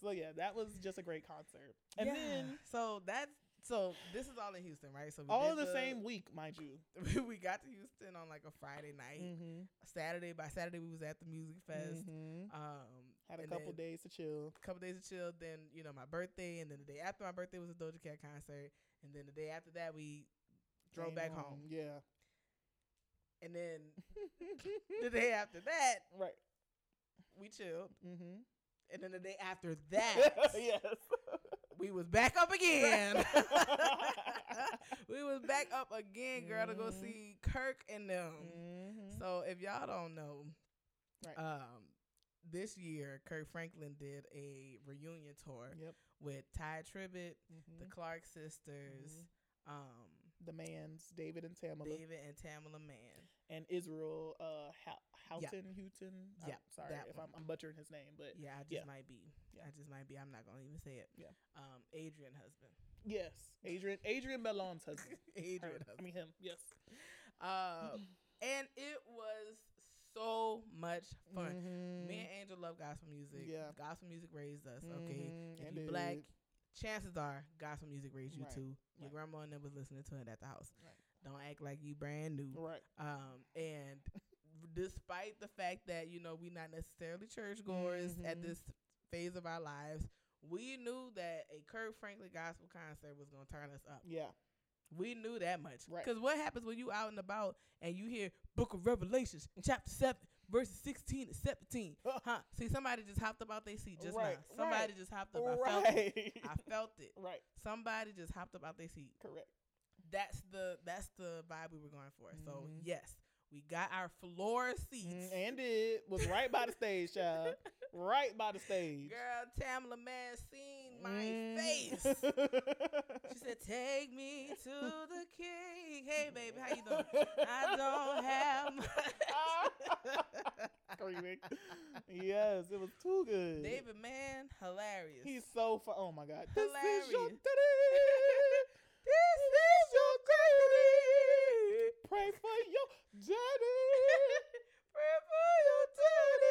[SPEAKER 3] so yeah, that was just a great concert. And
[SPEAKER 2] Yeah.
[SPEAKER 3] then
[SPEAKER 2] so that's so this is all in Houston, right? So we
[SPEAKER 3] all in
[SPEAKER 2] did
[SPEAKER 3] the same week, mind you.
[SPEAKER 2] We got to Houston on like a Friday night.
[SPEAKER 3] Mm-hmm.
[SPEAKER 2] Saturday by Saturday we was at the music fest. Um,
[SPEAKER 3] Had a
[SPEAKER 2] and
[SPEAKER 3] couple
[SPEAKER 2] then
[SPEAKER 3] days to chill.
[SPEAKER 2] couple days of chill. Then you know my birthday, and then the day after my birthday was a Doja Cat concert, and then the day after that we drove
[SPEAKER 3] Came
[SPEAKER 2] back home.
[SPEAKER 3] Yeah.
[SPEAKER 2] And then the day after that,
[SPEAKER 3] right.
[SPEAKER 2] we chilled.
[SPEAKER 3] Mm-hmm.
[SPEAKER 2] And then the day after that, we was back up again. we was back up again, girl, to go
[SPEAKER 3] Mhm.
[SPEAKER 2] see Kirk and them.
[SPEAKER 3] mm-hmm.
[SPEAKER 2] So if y'all don't know,
[SPEAKER 3] Right.
[SPEAKER 2] um, this year Kirk Franklin did a reunion tour
[SPEAKER 3] Yep.
[SPEAKER 2] with Ty Tribbett,
[SPEAKER 3] hmm
[SPEAKER 2] the Clark sisters,
[SPEAKER 3] Mm-hmm.
[SPEAKER 2] um,
[SPEAKER 3] The man's David and Tamala
[SPEAKER 2] David and Tamala Mann.
[SPEAKER 3] and Israel uh Hou-
[SPEAKER 2] Yeah.
[SPEAKER 3] Houghton Houghton. I'm
[SPEAKER 2] Yeah,
[SPEAKER 3] sorry
[SPEAKER 2] that
[SPEAKER 3] if
[SPEAKER 2] one.
[SPEAKER 3] I'm, I'm butchering his name, but
[SPEAKER 2] Yeah, I just
[SPEAKER 3] Yeah.
[SPEAKER 2] might be.
[SPEAKER 3] Yeah.
[SPEAKER 2] I just might be. I'm not gonna even say it.
[SPEAKER 3] Yeah.
[SPEAKER 2] Um, Adrian husband.
[SPEAKER 3] yes, Adrian Adrian Bellon's husband.
[SPEAKER 2] Adrian
[SPEAKER 3] Her- I
[SPEAKER 2] husband.
[SPEAKER 3] mean him. Yes.
[SPEAKER 2] Uh, and it was so much fun. Me and Angel love gospel music.
[SPEAKER 3] Mm-hmm. Yeah.
[SPEAKER 2] Gospel music raised us. Okay. If
[SPEAKER 3] Mhm, and
[SPEAKER 2] you black,
[SPEAKER 3] it-
[SPEAKER 2] chances are gospel music raised you
[SPEAKER 3] Right,
[SPEAKER 2] too. Your
[SPEAKER 3] right.
[SPEAKER 2] grandma and them was listening to it at the house.
[SPEAKER 3] Right.
[SPEAKER 2] Don't act like you brand new.
[SPEAKER 3] Right.
[SPEAKER 2] Um, and despite the fact that you know we not necessarily churchgoers at
[SPEAKER 3] Mhm.
[SPEAKER 2] this phase of our lives, we knew that a Kirk Franklin gospel concert was gonna turn us up.
[SPEAKER 3] Yeah.
[SPEAKER 2] We knew that much.
[SPEAKER 3] Right.
[SPEAKER 2] Because what happens when you out and about and you hear Book of Revelations, chapter 7, verses 16 to 17.
[SPEAKER 3] Huh.
[SPEAKER 2] Huh. See, somebody just hopped up out their seat just
[SPEAKER 3] Right,
[SPEAKER 2] now. Somebody
[SPEAKER 3] right,
[SPEAKER 2] just hopped up. I felt it.
[SPEAKER 3] Right.
[SPEAKER 2] I felt it.
[SPEAKER 3] right.
[SPEAKER 2] Somebody just hopped up out their seat.
[SPEAKER 3] Correct.
[SPEAKER 2] That's the that's the vibe we were going for. So
[SPEAKER 3] Mhm.
[SPEAKER 2] yes, we got our floor seats.
[SPEAKER 3] Mm, and it was right by the stage, child. Right by the stage.
[SPEAKER 2] Girl, Tamla man seen my
[SPEAKER 3] Mm.
[SPEAKER 2] face. She said, "Take me to the king." Hey, baby, how you doing?
[SPEAKER 3] Mm-hmm.
[SPEAKER 2] I don't have much.
[SPEAKER 3] Screaming. Yes, it was too good.
[SPEAKER 2] David Mann, hilarious.
[SPEAKER 3] He's so fun. Oh my God. This is your
[SPEAKER 2] Hilarious.
[SPEAKER 3] daddy. This is your daddy. Pray for your daddy.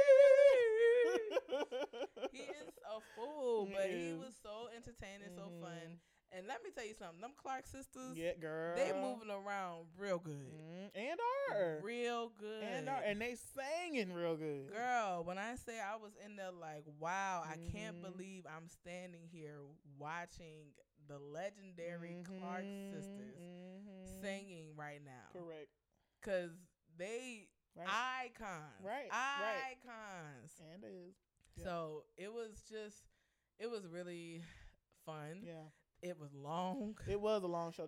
[SPEAKER 2] Pray
[SPEAKER 3] Pray for your daddy.
[SPEAKER 2] he is a fool,
[SPEAKER 3] He
[SPEAKER 2] but he
[SPEAKER 3] is.
[SPEAKER 2] was so entertaining, so fun.
[SPEAKER 3] Mhm.
[SPEAKER 2] And let me tell you something, them Clark sisters,
[SPEAKER 3] Yeah, girl.
[SPEAKER 2] they moving around real good,
[SPEAKER 3] Mm, and her.
[SPEAKER 2] real good.
[SPEAKER 3] And her. And they singing real good.
[SPEAKER 2] Girl, when I say I was in there like, wow, I can't
[SPEAKER 3] Mhm.
[SPEAKER 2] believe I'm standing here watching the legendary Clark sisters
[SPEAKER 3] Mhm.
[SPEAKER 2] singing right now.
[SPEAKER 3] Correct.
[SPEAKER 2] Because they
[SPEAKER 3] Right.
[SPEAKER 2] icons.
[SPEAKER 3] Right, right.
[SPEAKER 2] Icons.
[SPEAKER 3] and is. Yeah.
[SPEAKER 2] So it was just, it was really fun.
[SPEAKER 3] Yeah.
[SPEAKER 2] It was long.
[SPEAKER 3] It was a long show.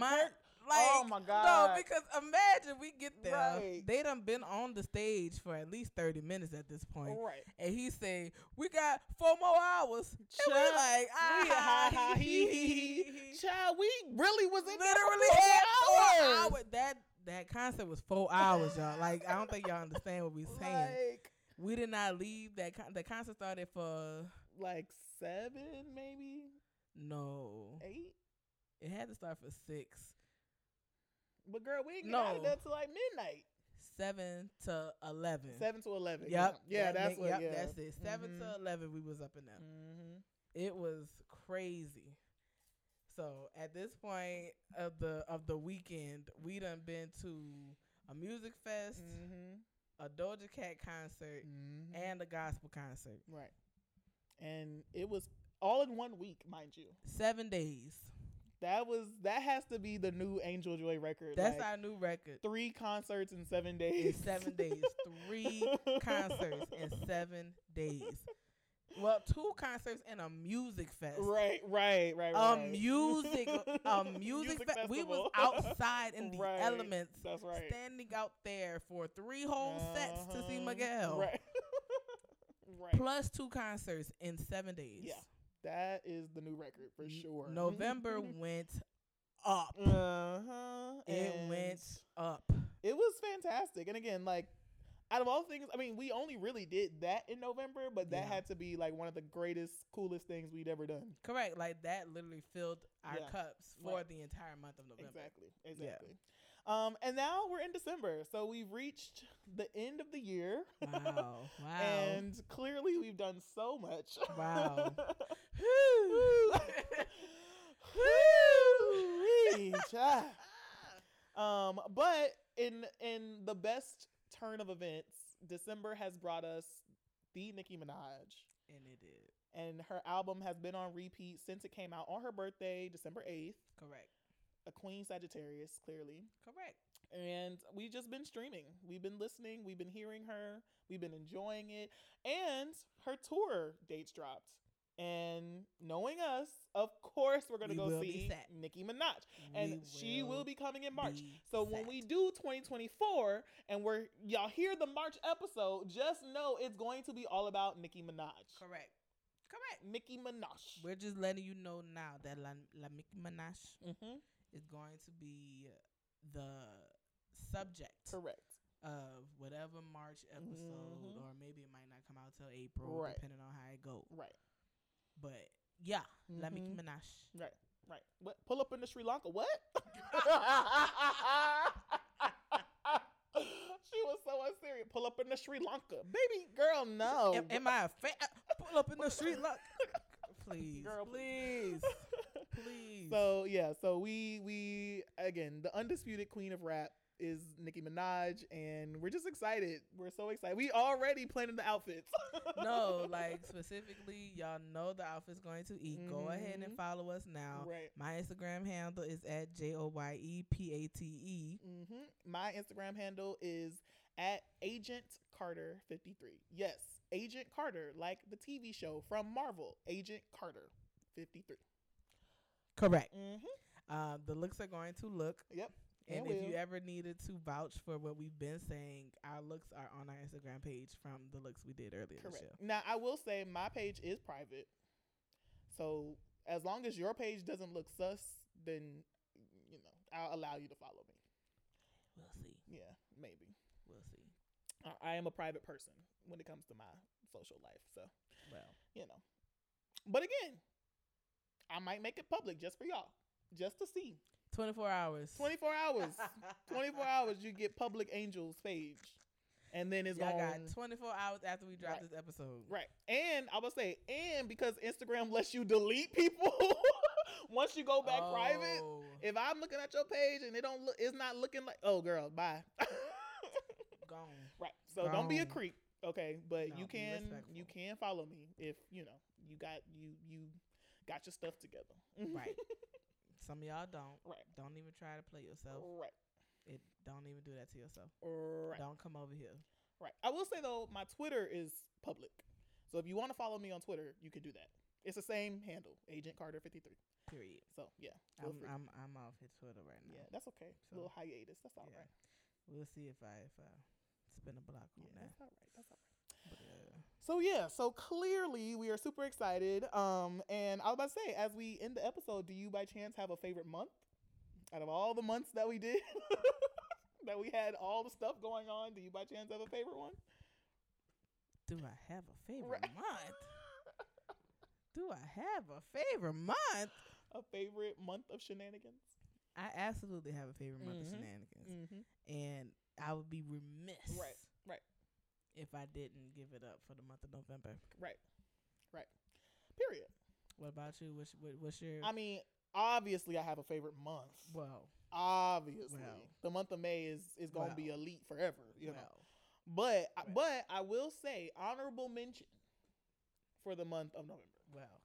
[SPEAKER 2] My-
[SPEAKER 3] Kirk-
[SPEAKER 2] Like,
[SPEAKER 3] oh my God.
[SPEAKER 2] No, because imagine we get there.
[SPEAKER 3] Right.
[SPEAKER 2] They done been on the stage for at least 30 minutes at this point.
[SPEAKER 3] right.
[SPEAKER 2] and he say, "We got four more hours." And we
[SPEAKER 3] Child,
[SPEAKER 2] like, ah,
[SPEAKER 3] we ha ha he he he. Child, we really was in there for
[SPEAKER 2] literally
[SPEAKER 3] four
[SPEAKER 2] had four
[SPEAKER 3] hours.
[SPEAKER 2] hours. That that concert was four hours, y'all. Like, I don't think y'all understand what we saying.
[SPEAKER 3] Like,
[SPEAKER 2] we did not leave that. Con- the concert started for
[SPEAKER 3] like seven, maybe
[SPEAKER 2] no.
[SPEAKER 3] eight.
[SPEAKER 2] It had to start for six,
[SPEAKER 3] But girl, we didn't get out
[SPEAKER 2] No.
[SPEAKER 3] of there till like midnight,
[SPEAKER 2] seven to eleven.
[SPEAKER 3] seven to eleven.
[SPEAKER 2] Yep.
[SPEAKER 3] Yeah,
[SPEAKER 2] that
[SPEAKER 3] that's
[SPEAKER 2] make-
[SPEAKER 3] what.
[SPEAKER 2] Yep,
[SPEAKER 3] yeah.
[SPEAKER 2] that's it. 7 to
[SPEAKER 3] Mhm.
[SPEAKER 2] eleven, we was up in there.
[SPEAKER 3] Mm-hmm.
[SPEAKER 2] It was crazy. So at this point of the of the weekend, we done been to a music fest,
[SPEAKER 3] Mm-hmm.
[SPEAKER 2] a Doja Cat concert, and a gospel concert.
[SPEAKER 3] right, and it was all in one week, mind you.
[SPEAKER 2] Seven days.
[SPEAKER 3] That was that has to be the new Angel Joy record.
[SPEAKER 2] That's
[SPEAKER 3] like,
[SPEAKER 2] our new record.
[SPEAKER 3] three concerts in seven
[SPEAKER 2] In
[SPEAKER 3] days.
[SPEAKER 2] seven days, three concerts in seven days. Well, two concerts and a music fest.
[SPEAKER 3] Right, right, right,
[SPEAKER 2] A
[SPEAKER 3] right.
[SPEAKER 2] music, a music, fe- We was
[SPEAKER 3] festival.
[SPEAKER 2] outside in the
[SPEAKER 3] Right.
[SPEAKER 2] elements.
[SPEAKER 3] That's right.
[SPEAKER 2] standing out there for three whole sets to see
[SPEAKER 3] Uh-huh.
[SPEAKER 2] Miguel,
[SPEAKER 3] Right. right.
[SPEAKER 2] plus two concerts in seven days.
[SPEAKER 3] Yeah, that is the new record for
[SPEAKER 2] N-
[SPEAKER 3] sure. Mm-hmm.
[SPEAKER 2] November went up.
[SPEAKER 3] uh huh.
[SPEAKER 2] It went up.
[SPEAKER 3] Mm-hmm. It was fantastic, and again, like. Out of all things, I mean, we only really did that in November, but that
[SPEAKER 2] Yeah.
[SPEAKER 3] had to be like one of the greatest, coolest things we'd ever done.
[SPEAKER 2] Correct. Like that literally filled our
[SPEAKER 3] Yeah.
[SPEAKER 2] cups for
[SPEAKER 3] Right.
[SPEAKER 2] the entire month of November.
[SPEAKER 3] Exactly.
[SPEAKER 2] Yeah.
[SPEAKER 3] Exactly. Um, and now we're in December, so we've reached the end of the year.
[SPEAKER 2] Wow. Wow.
[SPEAKER 3] and clearly we've done so much.
[SPEAKER 2] Wow.
[SPEAKER 3] Woo-wee, child. um, but in in the best turn of events, December has brought us the Nicki Minaj.
[SPEAKER 2] and it did.
[SPEAKER 3] And her album has been on repeat since it came out on her birthday, December 8th.
[SPEAKER 2] Correct.
[SPEAKER 3] a Queen Sagittarius, clearly.
[SPEAKER 2] Correct.
[SPEAKER 3] And we've just been streaming. We've been listening. We've been hearing her. We've been enjoying it. And her tour dates dropped. And knowing us, of course, we're going to
[SPEAKER 2] We
[SPEAKER 3] go
[SPEAKER 2] will be
[SPEAKER 3] see
[SPEAKER 2] set.
[SPEAKER 3] Nicki Minaj. And
[SPEAKER 2] We
[SPEAKER 3] she will be coming in March.
[SPEAKER 2] be
[SPEAKER 3] So when
[SPEAKER 2] set.
[SPEAKER 3] we do 2024 and we're y'all hear the March episode, just know it's going to be all about Nicki Minaj.
[SPEAKER 2] correct, correct,
[SPEAKER 3] Nicki Minaj.
[SPEAKER 2] we're just letting you know now that La, La Nicki Minaj
[SPEAKER 3] Mm-hmm.
[SPEAKER 2] is going to be the subject
[SPEAKER 3] Correct.
[SPEAKER 2] of whatever March episode,
[SPEAKER 3] Mhm.
[SPEAKER 2] or maybe it might not come out till April,
[SPEAKER 3] Right.
[SPEAKER 2] depending on how it go.
[SPEAKER 3] Right.
[SPEAKER 2] But yeah, La Nicki
[SPEAKER 3] Mhm.
[SPEAKER 2] Minaj.
[SPEAKER 3] Right. Right. What? Pull up into Sri Lanka. What? she was so unserious. Pull up into Sri Lanka. Baby girl, no.
[SPEAKER 2] Am, am I a fan? Uh, Pull up in the street, look. Please,
[SPEAKER 3] Girl,
[SPEAKER 2] please, please.
[SPEAKER 3] So yeah, so we we again the undisputed queen of rap is Nicki Minaj, and we're just excited. We're so excited. We already planning the outfits.
[SPEAKER 2] no, like specifically, y'all know the outfit's going to eat. Go ahead and
[SPEAKER 3] Mhm.
[SPEAKER 2] follow us now.
[SPEAKER 3] right.
[SPEAKER 2] My Instagram handle is at J O Y E P A T E.
[SPEAKER 3] hmm My Instagram handle is at Agent Carter fifty three. Yes, Agent Carter, like the TV show from Marvel. Agent Carter fifty
[SPEAKER 2] Correct.
[SPEAKER 3] Mm-hmm.
[SPEAKER 2] Uh, the looks are going to look.
[SPEAKER 3] Yep.
[SPEAKER 2] And
[SPEAKER 3] And
[SPEAKER 2] if you
[SPEAKER 3] will.
[SPEAKER 2] ever needed to vouch for what we've been saying, our looks are on our Instagram page from the looks we did earlier this
[SPEAKER 3] Correct.
[SPEAKER 2] year.
[SPEAKER 3] Now I will say my page is private, so as long as your page doesn't look sus, then you know I'll allow you to follow me.
[SPEAKER 2] We'll see.
[SPEAKER 3] Yeah, maybe.
[SPEAKER 2] We'll see.
[SPEAKER 3] I- I am a private person when it comes to my social life, so
[SPEAKER 2] Well,
[SPEAKER 3] you know. But again, I might make it public just for y'all, just to see.
[SPEAKER 2] 24 hours.
[SPEAKER 3] Twenty four hours, twenty four hours. You get public angels page, and then it's
[SPEAKER 2] Y'all
[SPEAKER 3] gone.
[SPEAKER 2] got 24 hours after we drop
[SPEAKER 3] Right.
[SPEAKER 2] this episode.
[SPEAKER 3] Right. And I would say, and because Instagram lets you delete people once you go back private.
[SPEAKER 2] Oh,
[SPEAKER 3] If I'm looking at your page and it don't look, it's not looking like, oh girl, bye.
[SPEAKER 2] Gone.
[SPEAKER 3] right. So don't be a
[SPEAKER 2] Gone.
[SPEAKER 3] creep, okay? But
[SPEAKER 2] No,
[SPEAKER 3] you
[SPEAKER 2] be
[SPEAKER 3] can you
[SPEAKER 2] respectful.
[SPEAKER 3] can follow me if you know you got you you got your stuff together.
[SPEAKER 2] Right. Some of y'all don't.
[SPEAKER 3] right.
[SPEAKER 2] Don't even try to play yourself.
[SPEAKER 3] Right.
[SPEAKER 2] It don't even do that to yourself.
[SPEAKER 3] Right.
[SPEAKER 2] Don't come over here.
[SPEAKER 3] Right. I will say though, my Twitter is public, so if you want to follow me on Twitter, you can do that. It's the same handle, Agent Carter fifty three.
[SPEAKER 2] Period.
[SPEAKER 3] So yeah, feel
[SPEAKER 2] I'm,
[SPEAKER 3] free.
[SPEAKER 2] I'm I'm off his Twitter right now.
[SPEAKER 3] Yeah, that's okay.
[SPEAKER 2] So-
[SPEAKER 3] little hiatus. That's all
[SPEAKER 2] Yeah.
[SPEAKER 3] right.
[SPEAKER 2] We'll see if I if I spin a block on
[SPEAKER 3] Yeah,
[SPEAKER 2] that.
[SPEAKER 3] that's all right. That's all right.
[SPEAKER 2] But, uh,
[SPEAKER 3] So yeah, so clearly we are super excited. Um, and I was about to say, as we end the episode, do you by chance have a favorite month out of all the months that we did? that we had all the stuff going on. Do you by chance have a favorite one?
[SPEAKER 2] do I have a favorite
[SPEAKER 3] Right.
[SPEAKER 2] month? Do I have a favorite month?
[SPEAKER 3] A favorite month of shenanigans?
[SPEAKER 2] I absolutely have a favorite month
[SPEAKER 3] Mhm.
[SPEAKER 2] of shenanigans,
[SPEAKER 3] Mm-hmm.
[SPEAKER 2] and I would be remiss,
[SPEAKER 3] Right, right.
[SPEAKER 2] if I didn't give it up for the month of November.
[SPEAKER 3] Right, right. Period.
[SPEAKER 2] What about you? What's what, what's your
[SPEAKER 3] I mean, obviously, I have a favorite month.
[SPEAKER 2] well?
[SPEAKER 3] Obviously,
[SPEAKER 2] Well.
[SPEAKER 3] the month of May is is gonna be
[SPEAKER 2] Well.
[SPEAKER 3] elite forever. You know.
[SPEAKER 2] well,
[SPEAKER 3] But I
[SPEAKER 2] Right.
[SPEAKER 3] but I will say honorable mention for the month of November
[SPEAKER 2] well,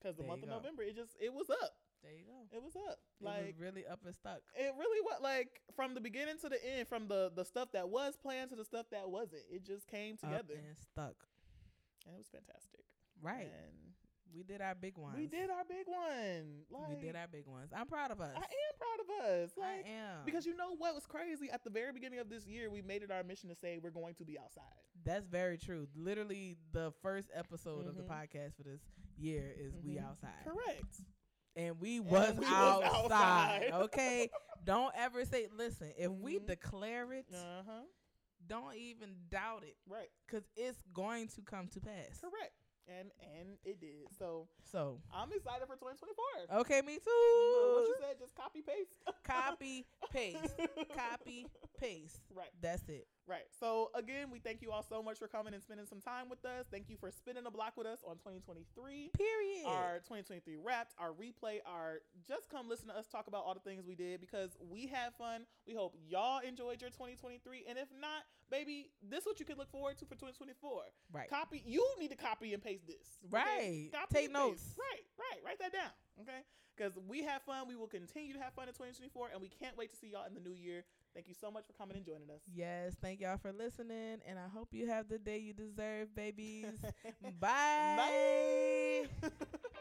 [SPEAKER 3] because the
[SPEAKER 2] There
[SPEAKER 3] month
[SPEAKER 2] you
[SPEAKER 3] of
[SPEAKER 2] go.
[SPEAKER 3] November it just it was up.
[SPEAKER 2] there you go.
[SPEAKER 3] It was up.
[SPEAKER 2] it
[SPEAKER 3] Like
[SPEAKER 2] was really up and stuck.
[SPEAKER 3] it really was like from the beginning to the end, from the the stuff that was planned to the stuff that wasn't. It just came
[SPEAKER 2] Up
[SPEAKER 3] together,
[SPEAKER 2] and stuck.
[SPEAKER 3] and it was fantastic.
[SPEAKER 2] Right.
[SPEAKER 3] And
[SPEAKER 2] We did our big ones.
[SPEAKER 3] we did our big one. Like
[SPEAKER 2] we did our big ones. I'm proud of us.
[SPEAKER 3] I am proud of us.
[SPEAKER 2] I
[SPEAKER 3] Like
[SPEAKER 2] am.
[SPEAKER 3] because you know what was crazy at the very beginning of this year, we made it our mission to say we're going to be outside.
[SPEAKER 2] That's very true. Literally, the first episode of the
[SPEAKER 3] Mhm.
[SPEAKER 2] podcast for this year is we
[SPEAKER 3] Mhm.
[SPEAKER 2] outside,
[SPEAKER 3] Correct.
[SPEAKER 2] and we
[SPEAKER 3] And
[SPEAKER 2] was,
[SPEAKER 3] we was
[SPEAKER 2] outside.
[SPEAKER 3] outside.
[SPEAKER 2] okay, don't ever say. Listen, if we
[SPEAKER 3] Mhm.
[SPEAKER 2] declare it,
[SPEAKER 3] Uh huh.
[SPEAKER 2] don't even doubt it,
[SPEAKER 3] Right.
[SPEAKER 2] cause it's going to come to pass.
[SPEAKER 3] Correct. And and it did. So
[SPEAKER 2] So,
[SPEAKER 3] I'm excited for 2024.
[SPEAKER 2] okay, me
[SPEAKER 3] Look, what
[SPEAKER 2] too.
[SPEAKER 3] you said, just copy paste.
[SPEAKER 2] Copy paste, copy paste.
[SPEAKER 3] Right.
[SPEAKER 2] That's it.
[SPEAKER 3] Right. So again, we thank you all so much for coming and spending some time with us. Thank you for spinning the block with us on 2023.
[SPEAKER 2] Period.
[SPEAKER 3] Our 2023 wrapped, our replay, our just come listen to us talk about all the things we did because we had fun. We hope y'all enjoyed your 2023. And if not, baby, this what you could look forward to for 2024.
[SPEAKER 2] right.
[SPEAKER 3] Copy you need to copy and paste this.
[SPEAKER 2] Right.
[SPEAKER 3] Copy
[SPEAKER 2] Take
[SPEAKER 3] and paste.
[SPEAKER 2] notes.
[SPEAKER 3] Right, right. Write that down. Okay. Because we have fun. We will continue to have fun in 2024 and we can't wait to see y'all in the new year. Thank you so much for coming and joining us.
[SPEAKER 2] Yes, thank y'all for listening, and I hope you have the day you deserve, babies. Bye.
[SPEAKER 3] Bye.